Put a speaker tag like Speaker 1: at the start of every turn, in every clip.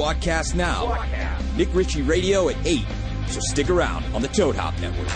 Speaker 1: Broadcast now. Nick Ritchie Radio at 8. So stick around on the Toad Hop Network.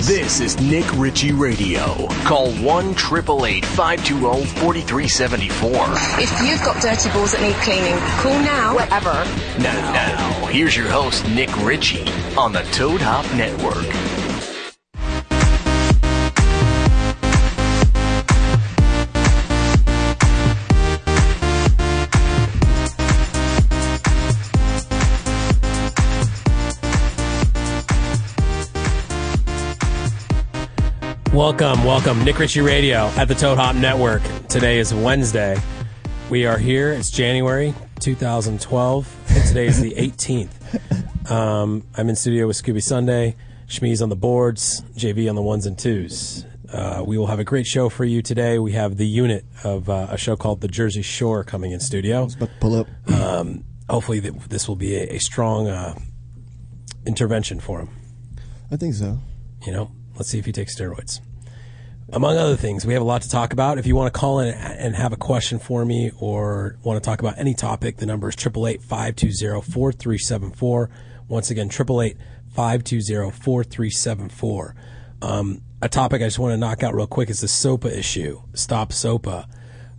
Speaker 2: This is Nick Ritchie Radio. Call 1 888 520 4374.
Speaker 3: If you've got dirty balls that need cleaning, call now. Whatever.
Speaker 2: Now, now, here's your host, Nick Ritchie, on the Toad Hop Network.
Speaker 4: Welcome, welcome. Nick Ritchie Radio at the Toad Hop Network. Today is Wednesday. We are here. It's January 2012, and today is the 18th. Um, I'm in studio with Scooby Sunday, Shmee's on the boards, JV on the ones and twos. Uh, we will have a great show for you today. We have the unit of uh, a show called The Jersey Shore coming in studio.
Speaker 5: pull up.
Speaker 4: Um, hopefully, th- this will be a, a strong uh, intervention for him.
Speaker 5: I think so.
Speaker 4: You know, let's see if he takes steroids. Among other things, we have a lot to talk about. If you want to call in and have a question for me or want to talk about any topic, the number is 888 520 4374. Once again, 888 520 4374. Um, A topic I just want to knock out real quick is the SOPA issue. Stop SOPA.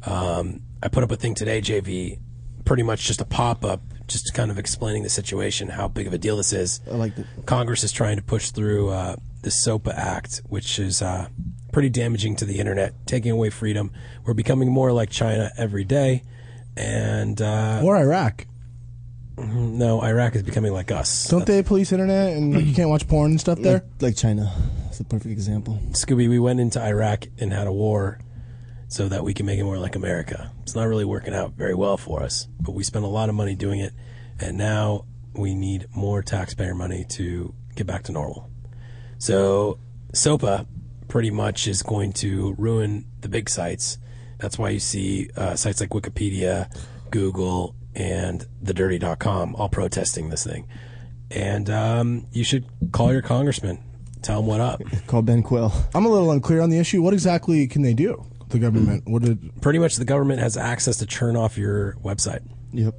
Speaker 4: Um, I put up a thing today, JV, pretty much just a pop up, just kind of explaining the situation, how big of a deal this is.
Speaker 5: I like that.
Speaker 4: Congress is trying to push through uh, the SOPA Act, which is uh, pretty damaging to the internet, taking away freedom. We're becoming more like China every day, and uh, Mm-hmm.
Speaker 5: Or Iraq.
Speaker 4: no, Iraq is becoming like us.
Speaker 5: Don't they police internet and like, you can't watch porn and stuff there?
Speaker 6: Like China. It's a perfect example.
Speaker 4: Scooby, we went into Iraq and had a war so that we can make it more like America. It's not really working out very well for us, but we spent a lot of money doing it, and now we need more taxpayer money to get back to normal. So, SOPA pretty much is going to ruin the big sites. That's why you see uh, sites like Wikipedia, Google, and thedirty.com all protesting this thing. And um, you should call your congressman, tell him what up.
Speaker 6: Call Ben Quill.
Speaker 5: I'm a little unclear on the issue. What exactly can they do? The government. What did?
Speaker 4: Mm. pretty much the government has access to turn off your website.
Speaker 6: Yep.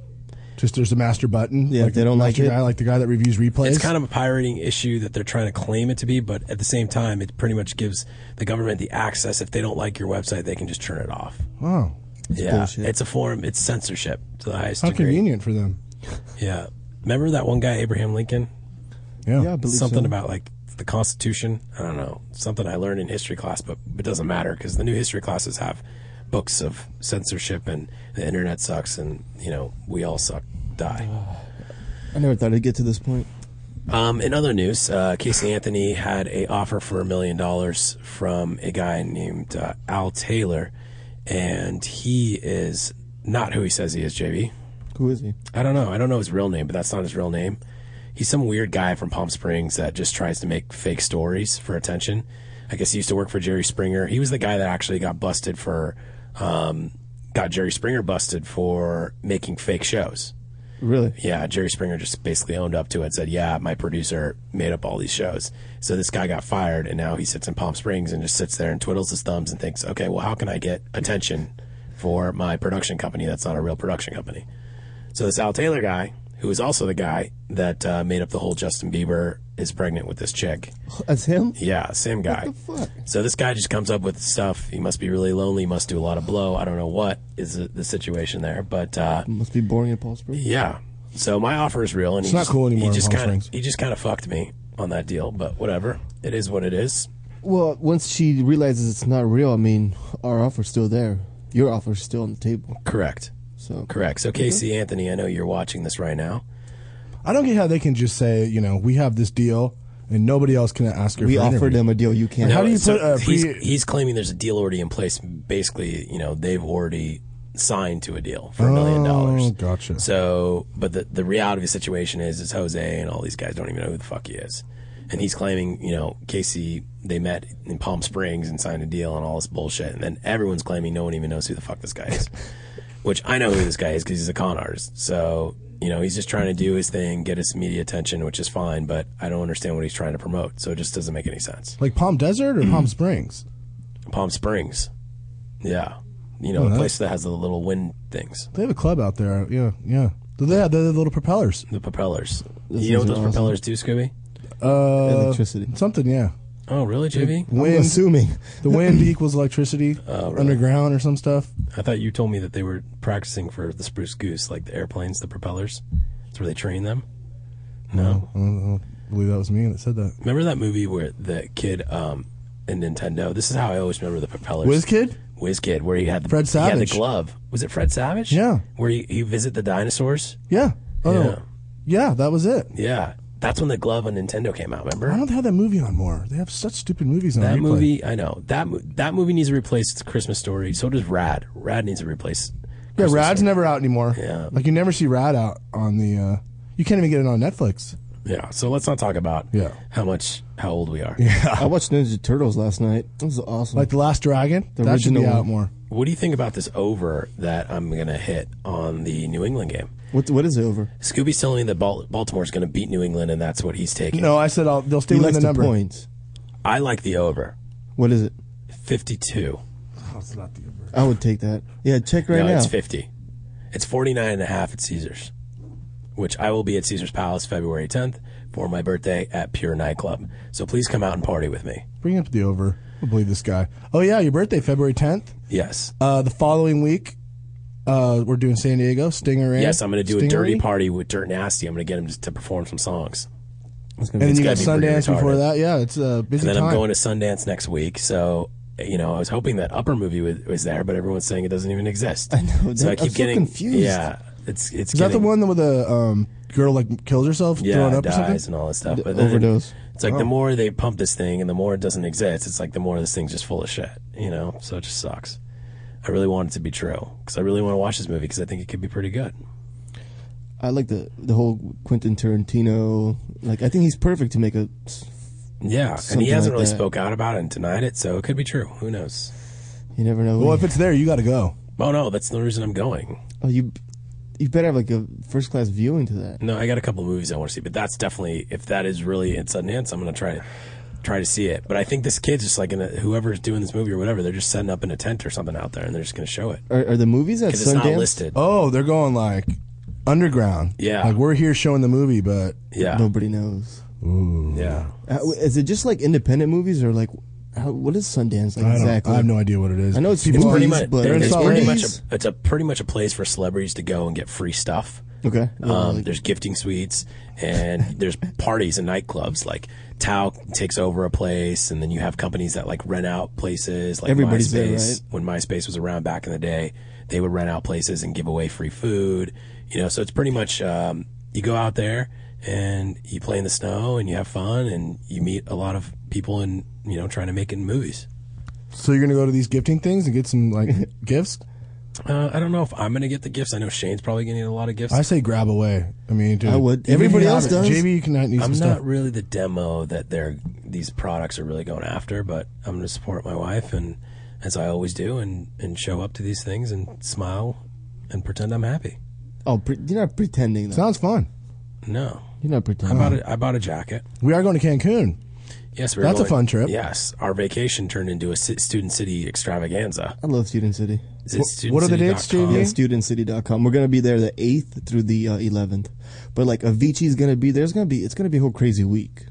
Speaker 5: Just there's a master button.
Speaker 6: Yeah, if they don't
Speaker 5: the
Speaker 6: like
Speaker 5: master
Speaker 6: it-
Speaker 5: guy, like the guy that reviews replays.
Speaker 4: It's kind of a pirating issue that they're trying to claim it to be, but at the same time, it pretty much gives the government the access. If they don't like your website, they can just turn it off.
Speaker 5: oh,
Speaker 4: yeah,
Speaker 6: bullshit.
Speaker 4: it's a form. It's censorship to the highest
Speaker 5: how
Speaker 4: degree.
Speaker 5: convenient for them.
Speaker 4: Yeah, remember that one guy Abraham Lincoln?
Speaker 5: Yeah.
Speaker 6: Yeah, I believe
Speaker 4: Something
Speaker 6: so.
Speaker 4: about like the Constitution. I don't know. Something I learned in history class, but it doesn't matter because the new history classes have books of censorship and the internet sucks and you know we all suck. Die.
Speaker 6: I never thought I'd get to this point.
Speaker 4: Um, in other news, uh, Casey Anthony had a offer for a million dollars from a guy named uh, Al Taylor, and he is not who he says he is. JB,
Speaker 6: Who is he?
Speaker 4: I don't know. I don't know his real name, but that's not his real name. He's some weird guy from Palm Springs that just tries to make fake stories for attention. I guess he used to work for Jerry Springer. He was the guy that actually got busted for, um, got Jerry Springer busted for making fake shows.
Speaker 6: Really?
Speaker 4: Yeah, Jerry Springer just basically owned up to it. Said, "Yeah, my producer made up all these shows." So this guy got fired, and now he sits in Palm Springs and just sits there and twiddles his thumbs and thinks, "Okay, well, how can I get attention for my production company that's not a real production company?" So this Al Taylor guy, who is also the guy that uh, made up the whole Justin Bieber is pregnant with this chick.
Speaker 6: That's him?
Speaker 4: Yeah, same guy.
Speaker 6: Fuck.
Speaker 4: So this guy just comes up with stuff. He must be really lonely. Must do a lot of blow. I don't know what is the- the situation there, but uh,
Speaker 6: Must be boring in Paul Springs.
Speaker 4: yeah. So my offer is real, and
Speaker 5: It's
Speaker 4: he
Speaker 5: not
Speaker 4: just,
Speaker 5: cool anymore
Speaker 4: He
Speaker 5: in
Speaker 4: just
Speaker 5: Palm
Speaker 4: kind of
Speaker 5: Springs.
Speaker 4: he just kind of fucked me on that deal, but whatever. It is what it is.
Speaker 6: Well, once she realizes it's not real, I mean, our offer's still there. Your offer's still on the table.
Speaker 4: Correct.
Speaker 6: So
Speaker 4: Correct. So Casey Anthony, I know you're watching this right now.
Speaker 5: I don't get how they can just say, you know, we have this deal and nobody else can ask her.
Speaker 6: we
Speaker 5: for an
Speaker 6: offered
Speaker 5: interview.
Speaker 6: them a deal. You can't.
Speaker 5: How do you
Speaker 4: So
Speaker 5: put uh, a pre-
Speaker 4: he's, he's claiming there's a deal already in place. Basically, you know, they've already signed to a deal for a million dollars.
Speaker 5: Oh, gotcha.
Speaker 4: So, but the the reality of the situation is, is Jose and all these guys don't even know who the fuck he is, and he's claiming, you know, Casey they met in Palm Springs and signed a deal and all this bullshit, and then everyone's claiming no one even knows who the fuck this guy is, which I know who this guy is because he's a con artist. So, you know, he's just trying to do his thing, get his media attention, which is fine, but I don't understand what he's trying to promote, so it just doesn't make any sense.
Speaker 5: like Palm Desert or Palm Springs?
Speaker 4: Palm Springs, yeah, you know, the
Speaker 5: nice.
Speaker 4: place that has the little wind things.
Speaker 5: They have a club out there. Yeah, yeah. Do they have the little propellers?
Speaker 4: The propellers. you
Speaker 6: things are
Speaker 4: know what those
Speaker 6: awesome.
Speaker 4: propellers do, Scooby?
Speaker 5: Uh,
Speaker 6: Electricity.
Speaker 5: Something, yeah.
Speaker 4: Oh, really, JB?
Speaker 6: I'm
Speaker 5: Wind.
Speaker 6: assuming.
Speaker 5: The wind equals electricity
Speaker 4: Oh,
Speaker 5: underground or some stuff.
Speaker 4: I thought you told me that they were practicing for the Spruce Goose, like the airplanes, the propellers. That's where they train them.
Speaker 5: I
Speaker 4: No.
Speaker 5: don't, I don't believe that was me that said that.
Speaker 4: Remember that movie where the kid um, in Nintendo? This is how I always remember the propellers.
Speaker 5: WizKid?
Speaker 4: WizKid, where he had the,
Speaker 5: Fred
Speaker 4: he had the
Speaker 5: Savage.
Speaker 4: glove. Was it Fred Savage?
Speaker 5: Yeah.
Speaker 4: Where you, you visit the dinosaurs?
Speaker 5: Yeah. Oh,
Speaker 4: yeah.
Speaker 5: yeah. that was it.
Speaker 4: Yeah. That's when the glove on Nintendo came out, remember?
Speaker 5: Why don't they have that movie on more? They have such stupid movies on
Speaker 4: That
Speaker 5: replay.
Speaker 4: movie, I know. That mo- that movie needs to replace its Christmas story. So does Rad. Rad needs to replace
Speaker 5: Yeah,
Speaker 4: Christmas
Speaker 5: Rad's
Speaker 4: Story.
Speaker 5: never out anymore.
Speaker 4: Yeah.
Speaker 5: Like you never see Rad out on the. uh You can't even get it on Netflix.
Speaker 4: Yeah. So let's not talk about
Speaker 5: Yeah.
Speaker 4: how much how old we are.
Speaker 6: I watched Ninja Turtles last night. It was awesome.
Speaker 5: Like the Last Dragon,
Speaker 6: The
Speaker 5: that should be
Speaker 6: original
Speaker 5: out
Speaker 6: one.
Speaker 5: more.
Speaker 4: What do you think about this over that I'm gonna hit on the New England game?
Speaker 6: what, what is it over?
Speaker 4: Scooby's telling me that Bal- Baltimore's gonna beat New England, and that's what he's taking.
Speaker 5: No, Oh, I said I'll, they'll stay
Speaker 6: He
Speaker 5: within
Speaker 6: likes
Speaker 5: the
Speaker 6: the
Speaker 5: number.
Speaker 6: points.
Speaker 4: I like the over
Speaker 6: What is it?
Speaker 4: 52.
Speaker 5: Oh,
Speaker 6: I would take that. Yeah, check right
Speaker 4: no,
Speaker 6: now.
Speaker 4: it's 50. It's 49 and a half at Caesars, which I will be at Caesars Palace February 10th for my birthday at Pure Nightclub. So please come out and party with me.
Speaker 5: Bring up the over. I don't believe this guy. Oh yeah, your birthday, February tenth.
Speaker 4: Yes.
Speaker 5: Uh, the following week, uh, we're doing San Diego Stingeray.
Speaker 4: Yes, I'm going to do a dirty
Speaker 5: Stingeray?
Speaker 4: party with Dirt Nasty. I'm going to get him to perform some songs.
Speaker 6: It's gonna
Speaker 5: And
Speaker 6: be-
Speaker 5: then you got
Speaker 4: It's gotta be pretty
Speaker 5: Sundance before
Speaker 4: retarded.
Speaker 5: that. Yeah, it's a busy
Speaker 4: And then
Speaker 5: time.
Speaker 4: I'm going to Sundance next week. So, you know, I was hoping that Upper movie was, was there, but everyone's saying it doesn't even exist. I
Speaker 6: know,
Speaker 4: So
Speaker 6: that-
Speaker 4: I keep
Speaker 6: I'm so
Speaker 4: getting
Speaker 6: confused.
Speaker 4: Yeah, it's it's
Speaker 5: Is that the
Speaker 4: getting-
Speaker 5: one with the um, girl like kills herself,
Speaker 4: Yeah,
Speaker 5: throwing up or
Speaker 4: dies
Speaker 5: something? Oh.
Speaker 4: and all that stuff. But
Speaker 6: overdose.
Speaker 4: It's like the more they pump this thing, and the more it doesn't exist. It's like the more this thing's just full of shit. You know, so it just sucks. I really want it to be true because I really want to watch this movie because I think it could be pretty good.
Speaker 6: I like the the whole Quentin Tarantino. Like I think he's perfect to make a.
Speaker 4: Yeah, and
Speaker 6: Something
Speaker 4: he hasn't
Speaker 6: like
Speaker 4: really
Speaker 6: that.
Speaker 4: spoke out about it and denied it, so it could be true. Who knows?
Speaker 6: You never know.
Speaker 5: Well, if it's there, you got to go.
Speaker 4: Oh no, that's the reason I'm going.
Speaker 6: oh, you you better have like a first class viewing to that.
Speaker 4: No, I got a couple movies I want to see, but that's definitely if that is really in Sundance, I'm gonna try to try to see it. But I think this kid's just like in a, whoever's doing this movie or whatever, they're just setting up in a tent or something out there, and they're just gonna show it
Speaker 6: Are, are the movies at
Speaker 4: because it's not
Speaker 6: Sundance?
Speaker 4: listed.
Speaker 5: Oh, they're going like underground.
Speaker 4: Yeah.
Speaker 5: like we're here showing the movie, but
Speaker 4: yeah,
Speaker 6: Nobody knows.
Speaker 4: yeah.
Speaker 6: Uh, Is it just like independent movies or like how, what is Sundance like
Speaker 5: I, don't,
Speaker 6: exactly?
Speaker 5: I have no idea what it is.
Speaker 6: I know it's
Speaker 5: People
Speaker 6: It's
Speaker 5: are-
Speaker 4: Pretty
Speaker 6: Movies,
Speaker 4: much,
Speaker 6: but-
Speaker 5: they're in
Speaker 4: it's pretty much
Speaker 5: solids.
Speaker 6: Indies?
Speaker 4: a, it's a pretty much a place for celebrities to go and get free stuff.
Speaker 6: Okay. Yeah,
Speaker 4: Um,
Speaker 6: like-
Speaker 4: there's gifting suites and there's parties and nightclubs. Like Tao takes over a place, and then you have companies that like rent out places. Like
Speaker 6: Everybody's there,
Speaker 4: MySpace,
Speaker 6: right?
Speaker 4: when MySpace was around back in the day, they would rent out places and give away free food. You know, so it's pretty much um, you go out there and you play in the snow and you have fun and you meet a lot of people and you know trying to make it in movies.
Speaker 5: So you're gonna go to these gifting things and get some like gifts.
Speaker 4: Uh, I don't know if I'm gonna get the gifts. I know Shane's probably gonna get a lot of gifts.
Speaker 5: I say grab away. I mean, dude,
Speaker 6: I would.
Speaker 5: even if
Speaker 6: Everybody
Speaker 5: you have
Speaker 6: else
Speaker 5: it,
Speaker 6: does.
Speaker 5: JB, you can need some
Speaker 4: I'm
Speaker 5: stuff.
Speaker 4: not really the demo that they're these products are really going after, but I'm going to support my wife and as I always do, and and show up to these things and smile and pretend I'm happy.
Speaker 6: Oh, pre- you're not pretending. Though.
Speaker 5: Sounds fun. Uh,
Speaker 4: No.
Speaker 6: You're not
Speaker 4: I
Speaker 6: pretending.
Speaker 4: bought a, I bought a jacket.
Speaker 5: We are going to Cancun.
Speaker 4: Yes, we were
Speaker 5: That's a
Speaker 4: going-
Speaker 5: fun trip.
Speaker 4: Yes, our vacation turned into a ci- student city extravaganza.
Speaker 6: I love Student City.
Speaker 4: Is it studentcity.com?
Speaker 5: what are the dates,
Speaker 6: Yeah,
Speaker 5: JV?
Speaker 6: studentcity.com. We're gonna be there the eighth through the uh, eleventh, but like Avicii's gonna be there. It's gonna be it's gonna be a whole crazy week.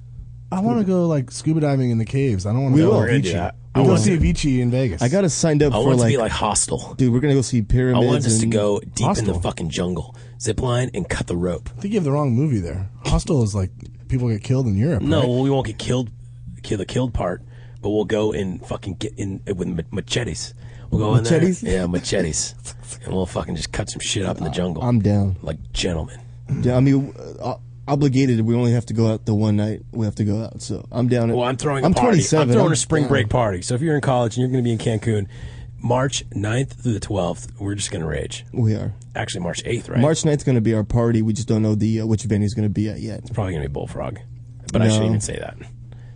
Speaker 5: I want to go like scuba diving in the caves. I don't want to
Speaker 6: We
Speaker 5: go
Speaker 6: will.
Speaker 5: to
Speaker 6: We're
Speaker 4: gonna do
Speaker 5: Avicii.
Speaker 4: that. I
Speaker 5: We go
Speaker 4: wanna-
Speaker 5: see Avicii in Vegas.
Speaker 6: I gotta signed up
Speaker 4: I
Speaker 6: for
Speaker 4: want to
Speaker 6: like,
Speaker 4: be like hostile.
Speaker 6: dude. We're gonna go see
Speaker 4: I
Speaker 6: pyramids.
Speaker 4: want us to
Speaker 6: and-
Speaker 4: go deep in the
Speaker 5: Hostile.
Speaker 4: fucking jungle, zip line, and cut the rope.
Speaker 5: I think you have the wrong movie there. Hostel is like people get killed in Europe.
Speaker 4: No,
Speaker 5: right?
Speaker 4: well, we won't get killed, kill the killed part, but we'll go and fucking get in with ma- machetes. We'll go
Speaker 6: Machetes?
Speaker 4: in there, yeah, machetes, and we'll fucking just cut some shit up in the jungle.
Speaker 6: I'm down.
Speaker 4: like gentlemen.
Speaker 6: Yeah, I mean, uh, obligated. We only have to go out the one night. We have to go out. So I'm down.
Speaker 4: Well, I'm throwing.
Speaker 6: I'm
Speaker 4: a party.
Speaker 6: 27.
Speaker 4: I'm throwing
Speaker 6: I'm
Speaker 4: a spring
Speaker 6: down.
Speaker 4: break party. So if you're in college and you're going to be in Cancun, March 9th through the 12th, we're just going to rage.
Speaker 6: We are.
Speaker 4: Actually, March 8th, right?
Speaker 6: March 9th's going to be our party. We just don't know the uh, which venue's going to be at yet.
Speaker 4: probably going to be Bullfrog, but I
Speaker 6: No.
Speaker 4: shouldn't even say that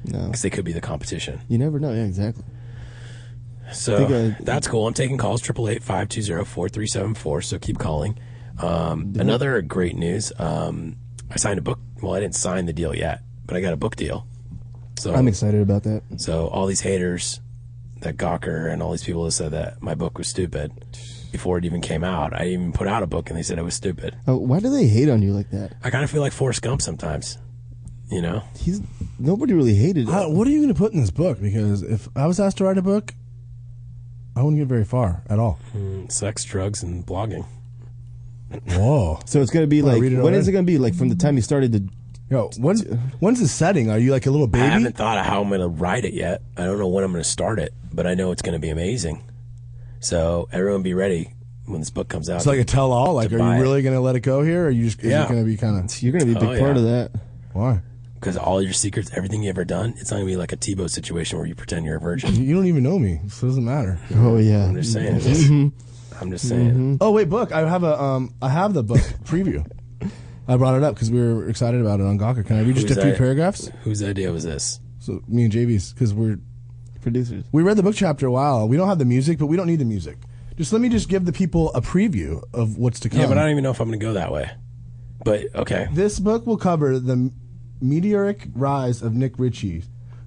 Speaker 6: No,
Speaker 4: because they could be the competition.
Speaker 6: you never know. Yeah, exactly.
Speaker 4: So
Speaker 6: think uh, I-
Speaker 4: that's cool. I'm taking calls triple eight five two zero four three seven four. So keep calling. Um, another great news. Um, I signed a book. Well, I didn't sign the deal yet, but I got a book deal. So
Speaker 6: I'm excited about that.
Speaker 4: So all these haters, that Gawker and all these people that said that my book was stupid before it even came out. I even put out a book and they said it was stupid.
Speaker 6: Uh, why do they hate on you like that?
Speaker 4: I kind of feel like Forrest Gump sometimes. You know,
Speaker 6: He's nobody really hated it.
Speaker 5: How- what are you going to put in this book? Because if I was asked to write a book, I wouldn't get very far at all.
Speaker 6: Hmm.
Speaker 4: sex, drugs, and blogging.
Speaker 5: Whoa.
Speaker 6: Oh. so it's going to be
Speaker 5: Wanna
Speaker 6: like
Speaker 5: read it
Speaker 6: when is
Speaker 5: already?
Speaker 6: it going to be like from the time you started to?
Speaker 5: Yo, when's, when's the setting? Are you like a little
Speaker 4: I
Speaker 5: baby?
Speaker 4: haven't thought of how I'm going to write it yet. I don't know when I'm going to start it, but I know it's going to be amazing. So everyone, be ready when this book comes out.
Speaker 5: It's like a tell all. Like,
Speaker 4: To
Speaker 5: are
Speaker 4: buy it.
Speaker 5: you really going to let it go here? Or are you just is
Speaker 4: Yeah.
Speaker 5: it going to be kind of.
Speaker 6: You're going to be a big
Speaker 4: Oh,
Speaker 6: part
Speaker 4: yeah.
Speaker 6: of that.
Speaker 5: Why?
Speaker 4: because all your secrets, everything you ever done, it's not going to be like a Tebow situation where you pretend you're a virgin.
Speaker 5: You don't even know me, so it doesn't matter.
Speaker 6: Oh yeah. Mm-hmm.
Speaker 4: I'm just
Speaker 5: Mm-hmm.
Speaker 4: saying. I'm just saying.
Speaker 5: Oh wait, book. I have a um. I have the book preview. I brought it up because we were excited about it on Gawker. Can I read just
Speaker 4: Who's
Speaker 5: a few
Speaker 4: that?
Speaker 5: paragraphs?
Speaker 4: Whose idea was this?
Speaker 5: So me and JV's because we're
Speaker 6: Producers.
Speaker 5: we read the book chapter a while. We don't have the music, but we don't need the music. Just let me just give the people a preview of what's to come.
Speaker 4: Yeah, but I don't even know if I'm going to go that way. But okay,
Speaker 5: This book will cover the meteoric rise of Nick Ritchie,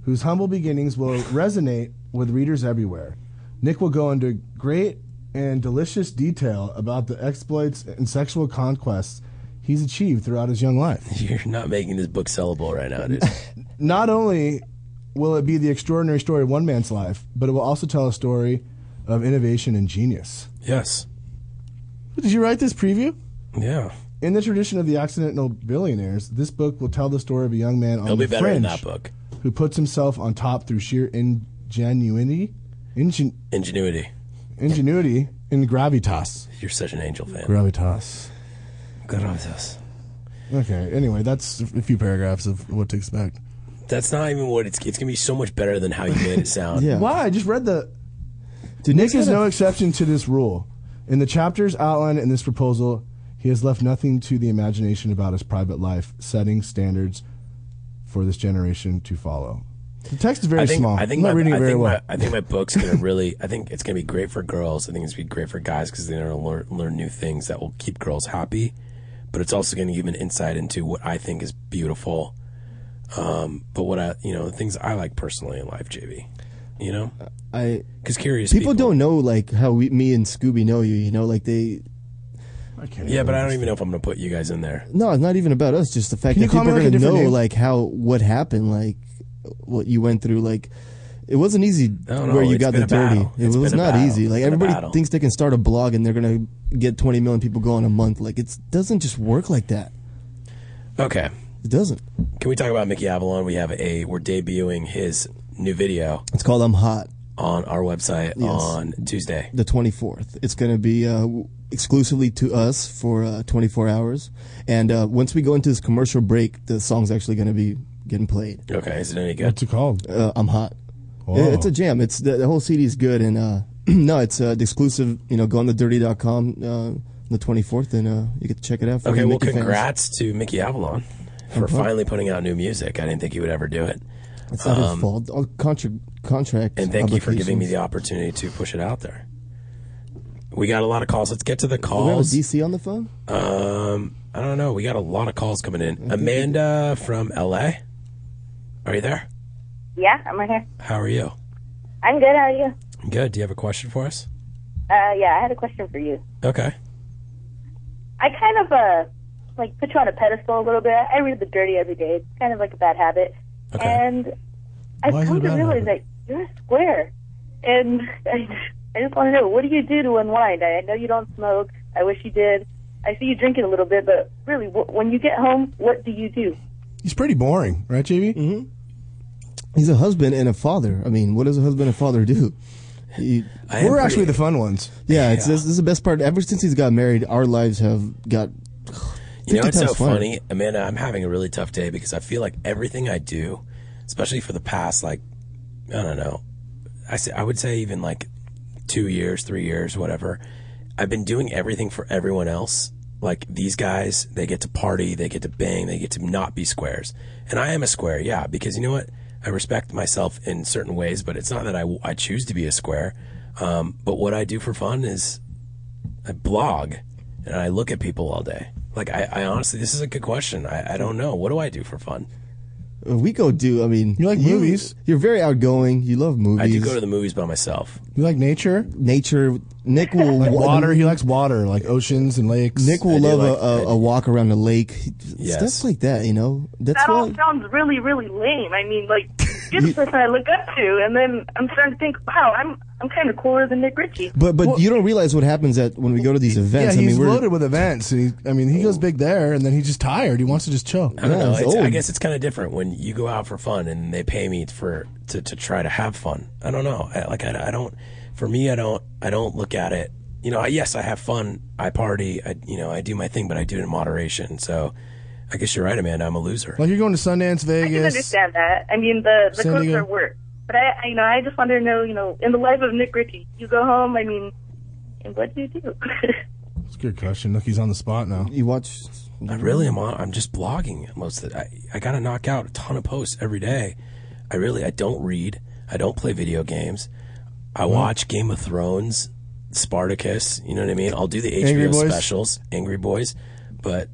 Speaker 5: whose humble beginnings will resonate with readers everywhere. Nick will go into great and delicious detail about the exploits and sexual conquests he's achieved throughout his young life.
Speaker 4: you're not making this book sellable right now, dude.
Speaker 5: Not only will it be the extraordinary story of one man's life, but it will also tell a story of innovation and genius.
Speaker 4: yes.
Speaker 5: Did you write this preview?
Speaker 4: Yeah.
Speaker 5: In the tradition of the accidental billionaires, this book will tell the story of a young man on
Speaker 4: It'll
Speaker 5: the
Speaker 4: be better in
Speaker 5: fringe
Speaker 4: that book.
Speaker 5: who puts himself on top through sheer ingenuity, ingen,
Speaker 4: Ingenuity.
Speaker 5: ingenuity, and gravitas.
Speaker 4: You're such an angel fan.
Speaker 5: Gravitas.
Speaker 4: Gracias.
Speaker 5: Okay. Anyway, that's a few paragraphs of what to expect.
Speaker 4: That's not even what it's. It's gonna be so much better than how you made it sound.
Speaker 6: Yeah.
Speaker 5: Why? I just read the.
Speaker 6: Dude,
Speaker 5: Nick is
Speaker 6: gotta-
Speaker 5: no exception to this rule. In the chapters outlined in this proposal, he has left nothing to the imagination about his private life, setting standards for this generation to follow. The text is very
Speaker 4: I think.
Speaker 5: small.
Speaker 4: I think
Speaker 5: I'm not
Speaker 4: my.
Speaker 5: reading it
Speaker 4: I
Speaker 5: very
Speaker 4: think
Speaker 5: well.
Speaker 4: my. I think my book's gonna really. I think it's gonna be great for girls. I think it's gonna be great for guys because they're gonna learn, learn new things that will keep girls happy. But it's also gonna give an insight into what I think is beautiful. Um, but what I, you know, things I like personally in life, JB. You know.
Speaker 6: I
Speaker 4: Because curious
Speaker 6: people don't know like how we, me and Scooby know you. You know, like they.
Speaker 5: Okay.
Speaker 4: Yeah, but I don't even know if I'm gonna put you guys in there.
Speaker 6: No, it's not even about us. Just the fact
Speaker 5: Can
Speaker 6: that
Speaker 5: you call
Speaker 6: people are
Speaker 5: me, like, a
Speaker 6: going to know
Speaker 5: different name?
Speaker 6: like how what happened, like what you went through, like. It wasn't easy
Speaker 4: No, no,
Speaker 6: where you
Speaker 4: it's
Speaker 6: got
Speaker 4: been
Speaker 6: the
Speaker 4: a
Speaker 6: dirty.
Speaker 4: battle.
Speaker 6: It
Speaker 4: It's
Speaker 6: was
Speaker 4: been a
Speaker 6: not
Speaker 4: battle.
Speaker 6: easy.
Speaker 4: It's
Speaker 6: Like
Speaker 4: been a
Speaker 6: everybody
Speaker 4: battle.
Speaker 6: thinks they can start a blog and they're gonna get 20 million people going a month. Like it doesn't just work like that.
Speaker 4: Okay.
Speaker 6: It doesn't.
Speaker 4: Can we talk about Mickey Avalon? We have a we're debuting his new video
Speaker 6: It's called I'm Hot.
Speaker 4: on our website
Speaker 6: Yes.
Speaker 4: on Tuesday.
Speaker 6: the 24th. It's going to be uh, w- exclusively to us for uh, 24 hours. And uh, once we go into this commercial break, the song's actually going to be getting played.
Speaker 4: Okay, is it any good?
Speaker 5: What's it called?
Speaker 6: Uh, I'm hot.
Speaker 5: Wow.
Speaker 6: It- It's a jam. It's the, the whole CD is good. And uh, no, it's uh, the exclusive. You know, go on the dirty.com uh, on the 24th, and uh, you can check it out. For
Speaker 4: Okay,
Speaker 6: you
Speaker 4: well,
Speaker 6: Mickey fans.
Speaker 4: congrats to Mickey Avalon for finally putting out new music. I didn't think he would ever do it, Um,
Speaker 6: It's not his fault. All contra- contract.
Speaker 4: and thank you for giving me
Speaker 6: obligations.
Speaker 4: the opportunity to push it out there. We got a lot of calls. Let's get to the
Speaker 6: Do we have a
Speaker 4: calls.
Speaker 6: DC on the phone?
Speaker 4: Um, I don't know. We got a lot of calls coming in. Amanda from LA. Are you there?
Speaker 7: Yeah, I'm right here.
Speaker 4: How are you?
Speaker 7: I'm good. How are you?
Speaker 4: Good. Do you have a question for us?
Speaker 7: Uh, yeah, I had a question for you.
Speaker 4: Okay.
Speaker 7: I kind of uh like put you on a pedestal a little bit. I read the dirty every day. It's kind of like a bad habit.
Speaker 4: Okay.
Speaker 7: And I've
Speaker 5: Why is it
Speaker 7: come
Speaker 5: a
Speaker 7: to
Speaker 5: bad
Speaker 7: realize
Speaker 5: habit?
Speaker 7: that you're square. And I, I just want to know, what do you do to unwind? I, I know you don't smoke. I wish you did. I see you drinking a little bit, but really, wh- when you get home, what do you do?
Speaker 5: He's pretty boring, right, JB?
Speaker 4: Mm-hmm.
Speaker 6: He's a husband and a father. I mean, what does a husband and father do? He-
Speaker 4: I am
Speaker 5: We're
Speaker 4: pretty-
Speaker 5: actually the fun ones.
Speaker 6: yeah, it's This, this is the best part. Ever since he's got married, our lives have got.
Speaker 4: You know,
Speaker 6: 50
Speaker 4: it's so
Speaker 6: times funnier.
Speaker 4: funny, Amanda. I'm having a really tough day because I feel like everything I do, especially for the past, like, I don't know, I say, I would say even like two years, three years, whatever. I've been doing everything for everyone else. Like these guys, they get to party, they get to bang, they get to not be squares. And I am a square, yeah, because you know what? I respect myself in certain ways, but it's not that I, I choose to be a square. Um, but what I do for fun is I blog and I look at people all day. Like I, I honestly, this is a good question. I, I don't know. What do I do for fun?
Speaker 6: Uh, We go do. I mean,
Speaker 5: You like movies.
Speaker 6: You're very outgoing. You love movies.
Speaker 4: I do go to the movies by myself.
Speaker 5: You like nature?
Speaker 6: nature. Nick will
Speaker 5: Like water. He likes water, like oceans and lakes.
Speaker 6: Nick
Speaker 4: I
Speaker 6: will
Speaker 4: do
Speaker 6: love
Speaker 4: like-
Speaker 6: a,
Speaker 4: I
Speaker 6: a, a walk around the lake,
Speaker 4: Yes.
Speaker 6: stuff like that. You know, that's
Speaker 7: That all
Speaker 6: why.
Speaker 7: sounds really, really lame. I mean, like, you're the person I look up to, and then I'm starting to think, wow, I'm I'm kind of cooler than Nick Ritchie.
Speaker 6: But but you don't realize what happens at when we go to these
Speaker 5: yeah,
Speaker 6: events. I
Speaker 5: he's
Speaker 6: mean, we're
Speaker 5: loaded with events. And he, I mean, he goes big there, and then he's just tired. He wants to just chill.
Speaker 4: I don't
Speaker 6: Yeah,
Speaker 4: know.
Speaker 6: it's
Speaker 4: It's, I
Speaker 6: old.
Speaker 4: guess it's kind of different when you go out for fun and they pay me for to, to try to have fun. I don't know. I, like I, I don't. For me, I don't. I don't look at it. You know. I, yes, I have fun. I party. I you know. I do my thing, but I do it in moderation. So, I guess you're right, Amanda. I'm a loser.
Speaker 5: Like you're going to Sundance,
Speaker 7: I can
Speaker 5: Vegas.
Speaker 7: understand that. I mean, the the
Speaker 5: San
Speaker 7: closer
Speaker 5: Diego.
Speaker 7: work. But I, I, you know, I just wanted to know, you know, in the life of Nick Ritchie, you go home. I mean, and what do you do?
Speaker 5: That's a good question. Look, he's on the spot now.
Speaker 6: you watch.
Speaker 4: I really am on. I'm just blogging most of the, I, I gotta knock out a ton of posts every day. I really I don't read. I don't play video games. I watch Game of Thrones, Spartacus. You know what I mean. I'll do the HBO
Speaker 5: Angry Boys?
Speaker 4: specials, Angry Boys. But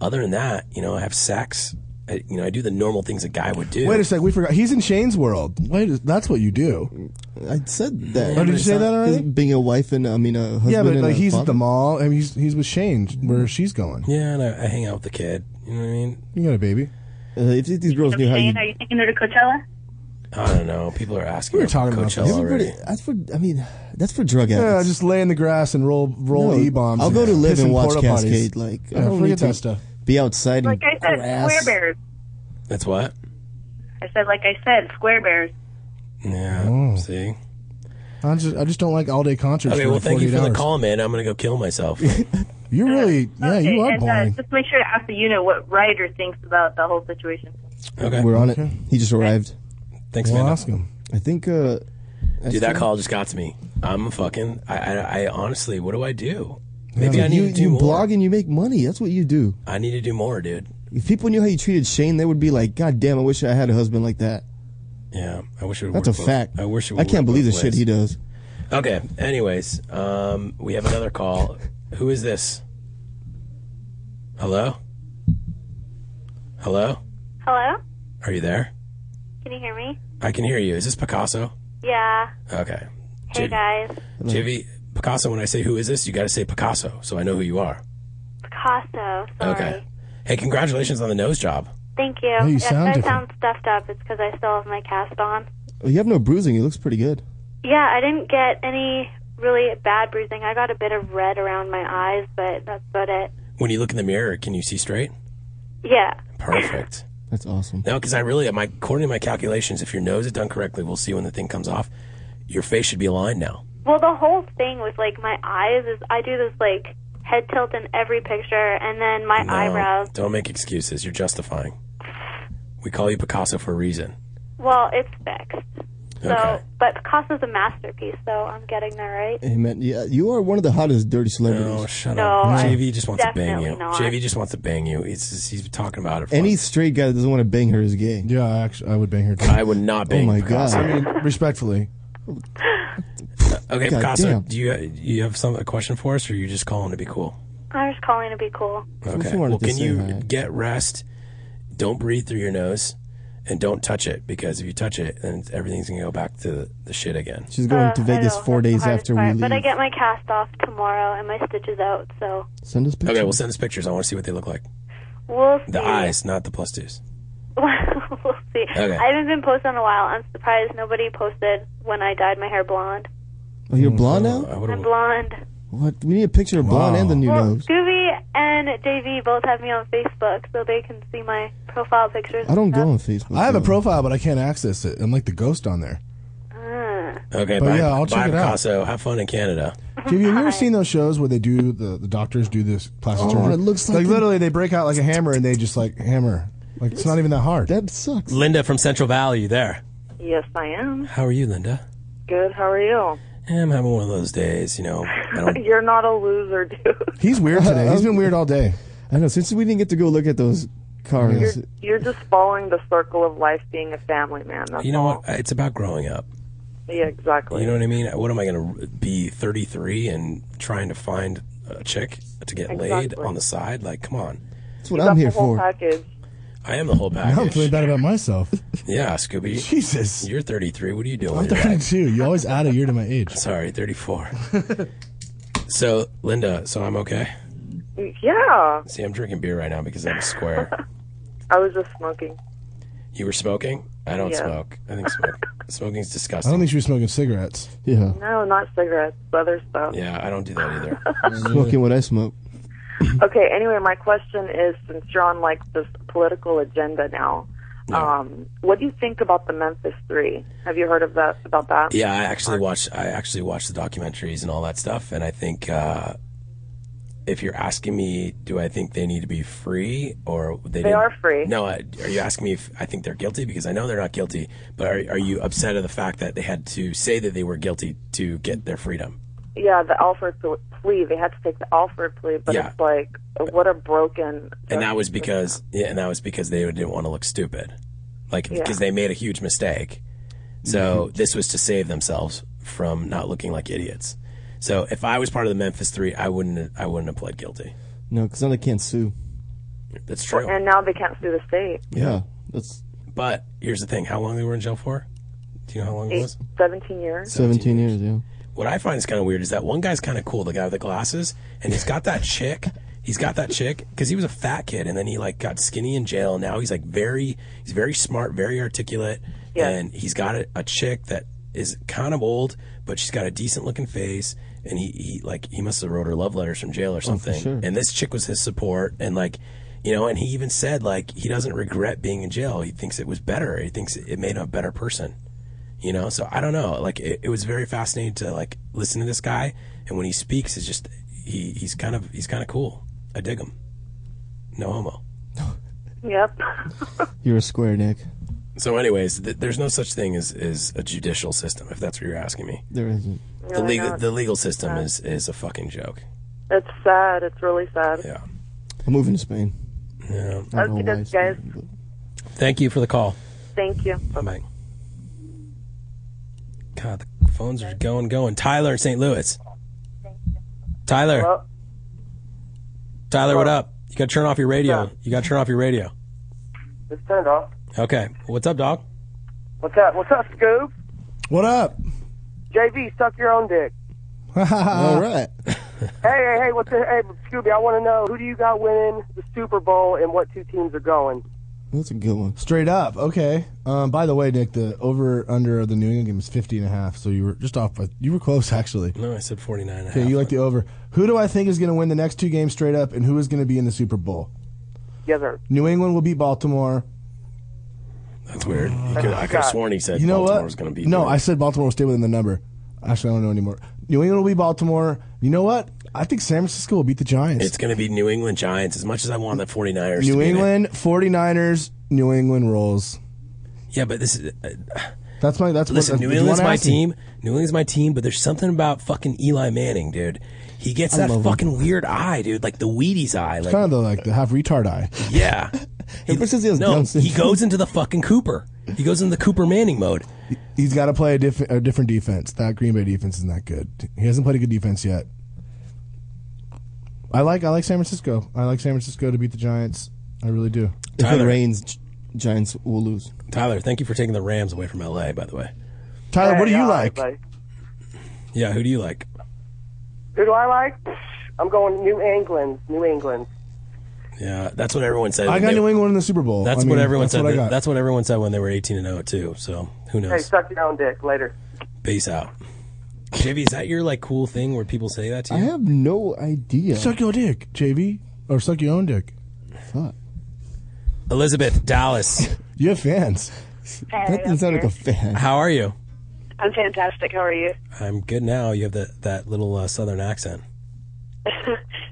Speaker 4: other than that, you know, I have sex. I, you know, I do the normal things a guy would do.
Speaker 5: Wait a sec, we forgot. He's in Shane's world. Wait, that's what you do.
Speaker 6: I said that.
Speaker 5: Oh, did you say that already?
Speaker 6: Being a wife and I mean a husband.
Speaker 5: Yeah, but
Speaker 6: and
Speaker 5: like
Speaker 6: a
Speaker 5: he's at
Speaker 6: father.
Speaker 5: the mall. I mean, he's he's with Shane where she's going.
Speaker 4: yeah, and I, I hang out with the kid. You know what I mean?
Speaker 5: You got a baby.
Speaker 6: Uh, if these girls knew how you.
Speaker 7: Shane, are you taking her to Coachella?
Speaker 4: I don't know. People are asking.
Speaker 5: We were
Speaker 4: about
Speaker 5: talking about
Speaker 4: Coachella
Speaker 5: this.
Speaker 4: already.
Speaker 6: Everybody, that's for. I mean, that's for drug
Speaker 5: Yeah,
Speaker 6: addicts.
Speaker 5: just lay in the grass and roll roll
Speaker 6: No,
Speaker 5: e bombs.
Speaker 6: I'll go to live and watch Cascade. Like I
Speaker 5: Yeah,
Speaker 6: don't need
Speaker 5: forget
Speaker 6: to
Speaker 5: that stuff.
Speaker 6: be outside
Speaker 7: Like I
Speaker 6: in
Speaker 7: said, square
Speaker 6: grass.
Speaker 7: bears.
Speaker 4: That's what.
Speaker 7: I said, like I said, square bears.
Speaker 5: Hmm.
Speaker 4: Yeah. See.
Speaker 5: I just I just don't like all day concerts.
Speaker 4: Okay.
Speaker 5: for
Speaker 4: Well,
Speaker 5: like
Speaker 4: thank you
Speaker 5: 48
Speaker 4: for the
Speaker 5: hours.
Speaker 4: call, man. I'm gonna go kill myself.
Speaker 5: You really, yeah,
Speaker 7: Okay,
Speaker 5: you are
Speaker 7: and,
Speaker 5: boring.
Speaker 7: Uh, just make sure to ask the unit what Ryder thinks about the whole situation.
Speaker 4: Okay.
Speaker 6: We're on it. He just arrived.
Speaker 4: Thanks,
Speaker 5: We'll
Speaker 4: man.
Speaker 5: ask him.
Speaker 6: I think. uh
Speaker 4: Dude, that call just got to me. I'm fucking. I, I, I honestly, what do I do? Maybe I need
Speaker 6: You,
Speaker 4: to do
Speaker 6: you
Speaker 4: more.
Speaker 6: blog and you make money. That's what you do.
Speaker 4: I need to do more, dude.
Speaker 6: If people knew how you treated Shane, they would be like, "God damn, I wish I had a husband like that."
Speaker 4: Yeah, I wish it. Would
Speaker 6: That's a
Speaker 4: work both-
Speaker 6: fact.
Speaker 4: I wish it. Would
Speaker 6: I can't
Speaker 4: work
Speaker 6: believe the
Speaker 4: both
Speaker 6: shit
Speaker 4: ways.
Speaker 6: he does.
Speaker 4: Okay. Anyways, um, we have another call. Who is this? Hello. Hello.
Speaker 8: Hello?
Speaker 4: Are you there?
Speaker 8: Can you hear me?
Speaker 4: I can hear you. Is this Picasso?
Speaker 8: Yeah.
Speaker 4: Okay.
Speaker 8: Hey guys.
Speaker 4: Jivy, Picasso. When I say who is this, you got to say Picasso, so I know who you are.
Speaker 8: Picasso. Sorry.
Speaker 4: Okay. Hey, congratulations on the nose job.
Speaker 8: Thank you.
Speaker 5: you
Speaker 8: if
Speaker 5: sound
Speaker 8: I
Speaker 5: different.
Speaker 8: sound stuffed up, it's because I still have my cast on.
Speaker 6: Oh, You have no bruising. He looks pretty good.
Speaker 8: Yeah, I didn't get any really bad bruising. I got a bit of red around my eyes, but that's about it.
Speaker 4: When you look in the mirror, can you see straight?
Speaker 8: Yeah.
Speaker 4: Perfect.
Speaker 6: That's awesome.
Speaker 4: No, because I really, my according to my calculations, if your nose is done correctly, we'll see when the thing comes off. Your face should be aligned now.
Speaker 8: Well, the whole thing with like my eyes is I do this like head tilt in every picture, and then my
Speaker 4: No,
Speaker 8: eyebrows.
Speaker 4: Don't make excuses. You're justifying. We call you Picasso for a reason.
Speaker 8: Well, it's fixed. So,
Speaker 4: Okay.
Speaker 8: but Picasso's a masterpiece, so I'm getting there, right?
Speaker 6: Hey man, yeah, you are one of the hottest dirty celebrities.
Speaker 4: No, shut
Speaker 8: No,
Speaker 4: up.
Speaker 8: I-
Speaker 4: JV just wants to bang
Speaker 8: definitely
Speaker 4: you.
Speaker 8: not.
Speaker 4: JV just wants to bang you. He's just, he's been talking about it. For
Speaker 6: Any
Speaker 4: months.
Speaker 6: straight guy that doesn't want to bang her is gay. Oh
Speaker 5: Yeah, I actually, I would bang her. Too.
Speaker 4: I would not bang
Speaker 6: my
Speaker 4: Picasso.
Speaker 6: God.
Speaker 5: I mean, respectfully,
Speaker 4: Okay,
Speaker 6: God
Speaker 4: Picasso,
Speaker 6: damn.
Speaker 4: do you you have some a question for us, or are you just calling to be cool?
Speaker 8: I was calling to be cool.
Speaker 4: Okay.
Speaker 6: she wanted
Speaker 4: Well,
Speaker 6: to
Speaker 4: can
Speaker 6: say
Speaker 4: you
Speaker 6: hi.
Speaker 4: get rest? Don't breathe through your nose, and don't touch it because if you touch it, then everything's gonna go back to the shit again.
Speaker 6: She's going to
Speaker 8: Uh, I
Speaker 6: Vegas
Speaker 8: know,
Speaker 6: four
Speaker 8: that's the
Speaker 6: days
Speaker 8: hardest
Speaker 6: after we
Speaker 8: part,
Speaker 6: leave.
Speaker 8: But I get my cast off tomorrow and my stitches out, so
Speaker 6: Send us pictures.
Speaker 4: Okay, well, send us pictures. I want to see what they look like.
Speaker 8: we'll see.
Speaker 4: The eyes, not the plus twos.
Speaker 8: we'll see.
Speaker 4: Okay.
Speaker 8: I haven't been posting in a while. I'm surprised nobody posted when I dyed my hair blonde.
Speaker 6: oh, you're blonde now?
Speaker 4: I would
Speaker 8: I'm
Speaker 4: have.
Speaker 8: blonde.
Speaker 6: What? We need a picture of blonde and the new
Speaker 8: Well,
Speaker 6: nose.
Speaker 8: Scooby and JV both have me on Facebook, so they can see my profile pictures.
Speaker 6: I don't
Speaker 8: and
Speaker 6: go on Facebook.
Speaker 5: I have a
Speaker 6: though.
Speaker 5: profile, but I can't access it. I'm like the ghost on there.
Speaker 8: Uh,
Speaker 4: Okay,
Speaker 5: But
Speaker 4: bye,
Speaker 5: yeah, I'll
Speaker 4: bye,
Speaker 5: check it out.
Speaker 4: Picasso. Have fun in Canada.
Speaker 5: Have you ever seen those shows where they do the, the doctors do this plastic
Speaker 6: Oh,
Speaker 5: surgery?
Speaker 6: it looks like
Speaker 5: like
Speaker 6: the-
Speaker 5: literally they break out like a hammer and they just like hammer. Like it's not even that hard.
Speaker 6: That sucks.
Speaker 4: Linda from Central Valley, you there?
Speaker 9: Yes, I am.
Speaker 4: How are you, Linda?
Speaker 9: Good. How are you?
Speaker 4: Eh, I'm having one of those days. You know, I don't.
Speaker 9: You're not a loser, dude.
Speaker 5: He's weird today. He's been weird all day.
Speaker 6: I know. Since we didn't get to go look at those
Speaker 9: You're,
Speaker 6: cars,
Speaker 9: you're just following the circle of life, being a family man. That's
Speaker 4: You know
Speaker 9: all.
Speaker 4: what? It's about growing up.
Speaker 9: Yeah, exactly.
Speaker 4: You know what I mean? What am I going to be 33 and trying to find a chick to get laid
Speaker 9: Exactly.
Speaker 4: on the side? Like, come on.
Speaker 6: that's what
Speaker 9: That's
Speaker 6: I'm here
Speaker 9: the whole
Speaker 6: for.
Speaker 9: package.
Speaker 4: I am the whole
Speaker 5: Now I'm feeling
Speaker 4: package.
Speaker 5: bad about myself.
Speaker 4: Yeah, Scooby.
Speaker 5: Jesus.
Speaker 4: You're 33. What are you doing?
Speaker 5: I'm
Speaker 4: with your life?
Speaker 5: 32. You always add a year to my age.
Speaker 4: Sorry, 34. so, Linda, so I'm okay.
Speaker 9: Yeah,
Speaker 4: See, I'm drinking beer right now because I'm square.
Speaker 9: I was just smoking.
Speaker 4: You were smoking? I don't
Speaker 9: Yeah.
Speaker 4: smoke. I think smoke.
Speaker 5: I
Speaker 4: smoking's
Speaker 5: don't
Speaker 4: disgusting.
Speaker 5: think she was smoking cigarettes.
Speaker 6: Yeah,
Speaker 9: No, not cigarettes, other stuff.
Speaker 4: Yeah, I don't do that either.
Speaker 6: smoking what I smoke.
Speaker 9: Okay, anyway, my question is since you're on like this political agenda now, um, what do you think about the Memphis 3? Have you heard of that about that?
Speaker 4: Yeah, I actually watch. I actually watch the documentaries and all that stuff, and I think uh, if you're asking me, do I think they need to be free or they? didn't-
Speaker 9: are free.
Speaker 4: No, I, are you asking me if I think they're guilty? Because I know they're not guilty. But are, are you upset at the fact that they had to say that they were guilty to get their freedom?
Speaker 9: Yeah, the Alford pl- plea. They had to take the Alford plea, but
Speaker 4: Yeah.
Speaker 9: it's like what a broken
Speaker 4: And that was because, yeah, and that was because they didn't want to look stupid, like because they made a huge mistake. So
Speaker 6: Mm-hmm.
Speaker 4: this was to save themselves from not looking like idiots. So if I was part of the Memphis Three, I wouldn't. I wouldn't have pled guilty.
Speaker 6: No, because then I can't sue.
Speaker 4: That's true.
Speaker 9: and now they can't sue the state.
Speaker 6: Yeah, that's
Speaker 4: But here's the thing: how long they were in jail for? Do you know how long it
Speaker 9: Eight,
Speaker 4: was?
Speaker 9: 17 years.
Speaker 6: 17 years. Yeah.
Speaker 4: What I find is kind of weird is that one guy's kind of cool, the guy with the glasses, and he's got that chick. He's got that chick because he was a fat kid, and then he like got skinny in jail. And now he's like very, he's very smart, very articulate,
Speaker 9: Yeah.
Speaker 4: and he's got a, a chick that is kind of old, but she's got a decent looking face. And he, he like he must have wrote her love letters from jail or something.
Speaker 6: sure.
Speaker 4: And this chick was his support, and like, you know, and he even said like he doesn't regret being in jail. He thinks it was better. He thinks it made him a better person you know so i don't know like it, it was very fascinating to like listen to this guy and when he speaks it's just he he's kind of he's kind of cool i dig him no homo
Speaker 9: Yep.
Speaker 6: You're a square, Nick.
Speaker 4: so anyways th- there's no such thing as as a judicial system if that's what you're asking me
Speaker 6: There isn't.
Speaker 4: the
Speaker 9: Really
Speaker 4: legal
Speaker 9: not.
Speaker 4: the legal system is is a fucking joke
Speaker 9: It's sad. It's really sad.
Speaker 4: yeah
Speaker 6: I'm moving to Spain.
Speaker 4: yeah
Speaker 6: I don't know
Speaker 9: Okey
Speaker 6: why
Speaker 9: doke,
Speaker 6: Spain,
Speaker 9: guys.
Speaker 6: but-
Speaker 4: thank you for the call
Speaker 9: Thank you.
Speaker 4: bye god the phones are going going tyler in st louis tyler
Speaker 9: Well,
Speaker 4: tyler what up you gotta turn off your radio you gotta turn off your radio
Speaker 10: It's turned off.
Speaker 4: okay what's up dog
Speaker 10: What's up? What's up, Scoop?
Speaker 5: What up?
Speaker 10: JV, suck your own dick.
Speaker 6: All right.
Speaker 10: Hey, hey, hey, what's the, hey, Scooby, I want to know who do you got winning the Super Bowl and what two teams are going?
Speaker 6: That's a good one.
Speaker 5: Straight up. Okay. Um, by the way, Nick, the over under of the New England game is 50 and a half, so you were just off by you were close actually.
Speaker 4: no i said 49 and a
Speaker 5: Okay,
Speaker 4: half.
Speaker 5: you like the over. Who do I think is going to win the next two games straight up and who is going to be in the Super Bowl?
Speaker 10: Yes, sir.
Speaker 5: New England will beat Baltimore.
Speaker 4: That's weird. You could, I could have sworn he said
Speaker 5: You know
Speaker 4: Baltimore
Speaker 5: what?
Speaker 4: was going to be.
Speaker 5: no,
Speaker 4: there.
Speaker 5: I said Baltimore will stay within the number. Actually, I don't know anymore. New England will be Baltimore. You know what? I think San Francisco will beat the Giants.
Speaker 4: It's going to be New England Giants as much as I want the 49ers. to
Speaker 5: New
Speaker 4: be in it.
Speaker 5: England 49ers, New England rolls.
Speaker 4: Yeah, but this is. Uh,
Speaker 5: That's my that's
Speaker 4: listen,
Speaker 5: what,
Speaker 4: New
Speaker 5: that's
Speaker 4: England's
Speaker 5: what I
Speaker 4: my
Speaker 5: asked you.
Speaker 4: team. New England's my team, but there's something about fucking Eli Manning, dude. He gets that
Speaker 6: love him.
Speaker 4: fucking weird eye, dude, like the Wheaties eye. Like,
Speaker 5: Kind of the, like the half retard eye.
Speaker 4: yeah.
Speaker 6: Ever since he has
Speaker 4: no,
Speaker 6: Down syndrome.
Speaker 4: he goes into the fucking Cooper. He goes into the Cooper Manning mode.
Speaker 5: He's got to play a, diff- a different defense. That Green Bay defense isn't that good. He hasn't played a good defense yet. I like I like San Francisco. I like San Francisco to beat the Giants. I really do.
Speaker 6: If it rains, Gi- Giants will lose.
Speaker 4: Tyler, thank you for taking the Rams away from LA, by the way.
Speaker 5: Tyler, what do
Speaker 10: Hey,
Speaker 5: you
Speaker 10: all
Speaker 5: like?
Speaker 10: right, buddy.
Speaker 4: Yeah, who do you like?
Speaker 10: Who do I like? I'm going New England. New England.
Speaker 4: Yeah, that's what everyone said.
Speaker 5: I
Speaker 4: when
Speaker 5: got
Speaker 4: they-
Speaker 5: New England in the Super Bowl.
Speaker 4: That's
Speaker 5: I
Speaker 4: what
Speaker 5: mean,
Speaker 4: everyone
Speaker 5: that's
Speaker 4: said.
Speaker 5: what I
Speaker 4: that-
Speaker 5: got.
Speaker 4: That's what everyone said when they were 18 and 0 too. So, who knows?
Speaker 10: Hey, suck your own dick. Later.
Speaker 4: Peace out. JV, is that your like cool thing where people say that to
Speaker 6: I
Speaker 4: you?
Speaker 6: have no idea.
Speaker 5: Suck your dick, JV, or suck your own dick.
Speaker 6: Fuck.
Speaker 4: Elizabeth Dallas,
Speaker 5: You have fans.
Speaker 6: That doesn't sound like a fan.
Speaker 4: how are you?
Speaker 11: I'm fantastic. How are you?
Speaker 4: I'm good now. You have that that little uh, southern accent.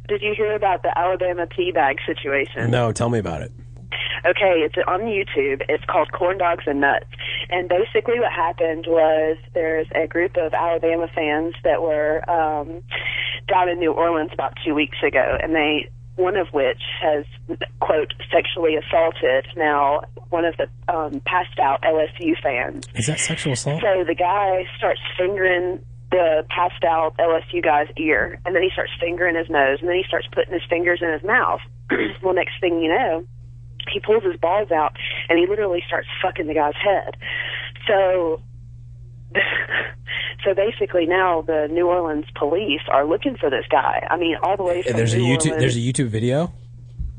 Speaker 11: Did you hear about the Alabama teabag situation?
Speaker 4: No, tell me about it.
Speaker 11: Okay, it's on YouTube. It's called Corn Dogs and Nuts. And basically, what happened was there's a group of Alabama fans that were um, down in New Orleans about two weeks ago, and they one of which has quote sexually assaulted now one of the um, passed out LSU fans.
Speaker 4: Is that sexual assault?
Speaker 11: So the guy starts fingering the passed out LSU guy's ear, and then he starts fingering his nose, and then he starts putting his fingers in his mouth. well, next thing you know, he pulls his balls out, and he literally starts fucking the guy's head. So. So basically, now the New Orleans police are looking for this guy. I mean, all the way from
Speaker 4: There's a
Speaker 11: New
Speaker 4: YouTube.
Speaker 11: Orleans-
Speaker 4: There's a YouTube video.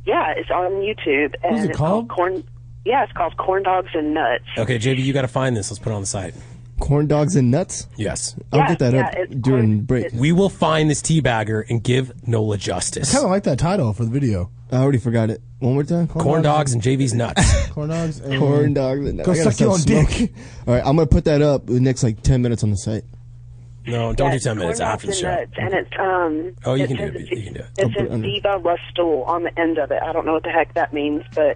Speaker 11: yeah, it's on YouTube, and
Speaker 5: it
Speaker 11: it's called? corn. Yeah, it's called Corn Dogs and Nuts.
Speaker 4: Okay, JV, you got to find this. Let's put it on the site.
Speaker 6: Corn dogs and nuts?
Speaker 4: Yes,
Speaker 6: I'll
Speaker 11: Yeah,
Speaker 6: get that
Speaker 11: yeah, it's
Speaker 6: up during break.
Speaker 4: we will find this teabagger and give Nola justice.
Speaker 5: Kind of like that title for the video.
Speaker 6: I already forgot it. One more time.
Speaker 4: Corn dogs and JV's nuts.
Speaker 5: Corn dogs. And
Speaker 6: Corn dogs and nuts.
Speaker 5: Go
Speaker 6: I gotta
Speaker 5: suck your
Speaker 6: stop
Speaker 5: own dick.
Speaker 6: smoking. All right, I'm going to put that up in the next like 10 minutes on the site.
Speaker 4: No, don't do
Speaker 11: Yes,
Speaker 4: ten minutes
Speaker 11: corn
Speaker 4: after the
Speaker 11: dogs
Speaker 4: show.
Speaker 11: and nuts, and it's um.
Speaker 4: Oh, you
Speaker 11: it
Speaker 4: can do
Speaker 11: says
Speaker 4: it. You can do it.
Speaker 5: Oh,
Speaker 11: It
Speaker 6: put it
Speaker 11: says
Speaker 6: on there.
Speaker 11: Viva La Stool on the end of it. I don't know what the heck that means, but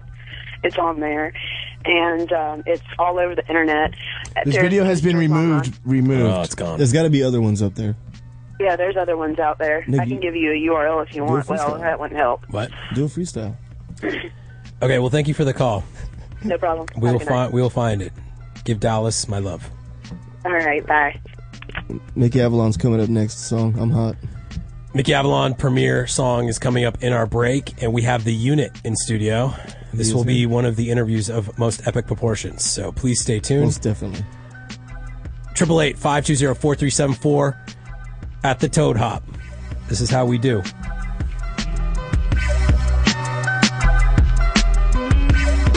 Speaker 11: it's on there, and um, it's all over the internet.
Speaker 5: This
Speaker 11: There's
Speaker 5: video has been
Speaker 11: pictures online.
Speaker 5: removed. Removed.
Speaker 4: Oh, it's gone.
Speaker 6: There's got to be other ones up there.
Speaker 11: Yeah, there's other ones out there.
Speaker 6: Nick,
Speaker 11: I can
Speaker 6: you-
Speaker 11: give you a URL if you
Speaker 6: Do a
Speaker 11: want. Well,
Speaker 6: freestyle.
Speaker 11: that wouldn't help.
Speaker 4: What?
Speaker 6: Do a freestyle.
Speaker 4: Okay. Well, thank you for the call.
Speaker 11: No problem.
Speaker 4: We
Speaker 11: Have
Speaker 4: will
Speaker 11: a good night.
Speaker 4: find. We will find it. Give Dallas my love.
Speaker 11: All right, bye.
Speaker 6: Mickey Avalon's coming up next song. I'm hot.
Speaker 4: Mickey Avalon premiere song is coming up in our break, and we have the unit in studio. This will be one of the interviews of most epic proportions. So please stay tuned.
Speaker 6: Most definitely.
Speaker 4: Triple eight five two zero four three seven four at the Toad Hop. This is how we do.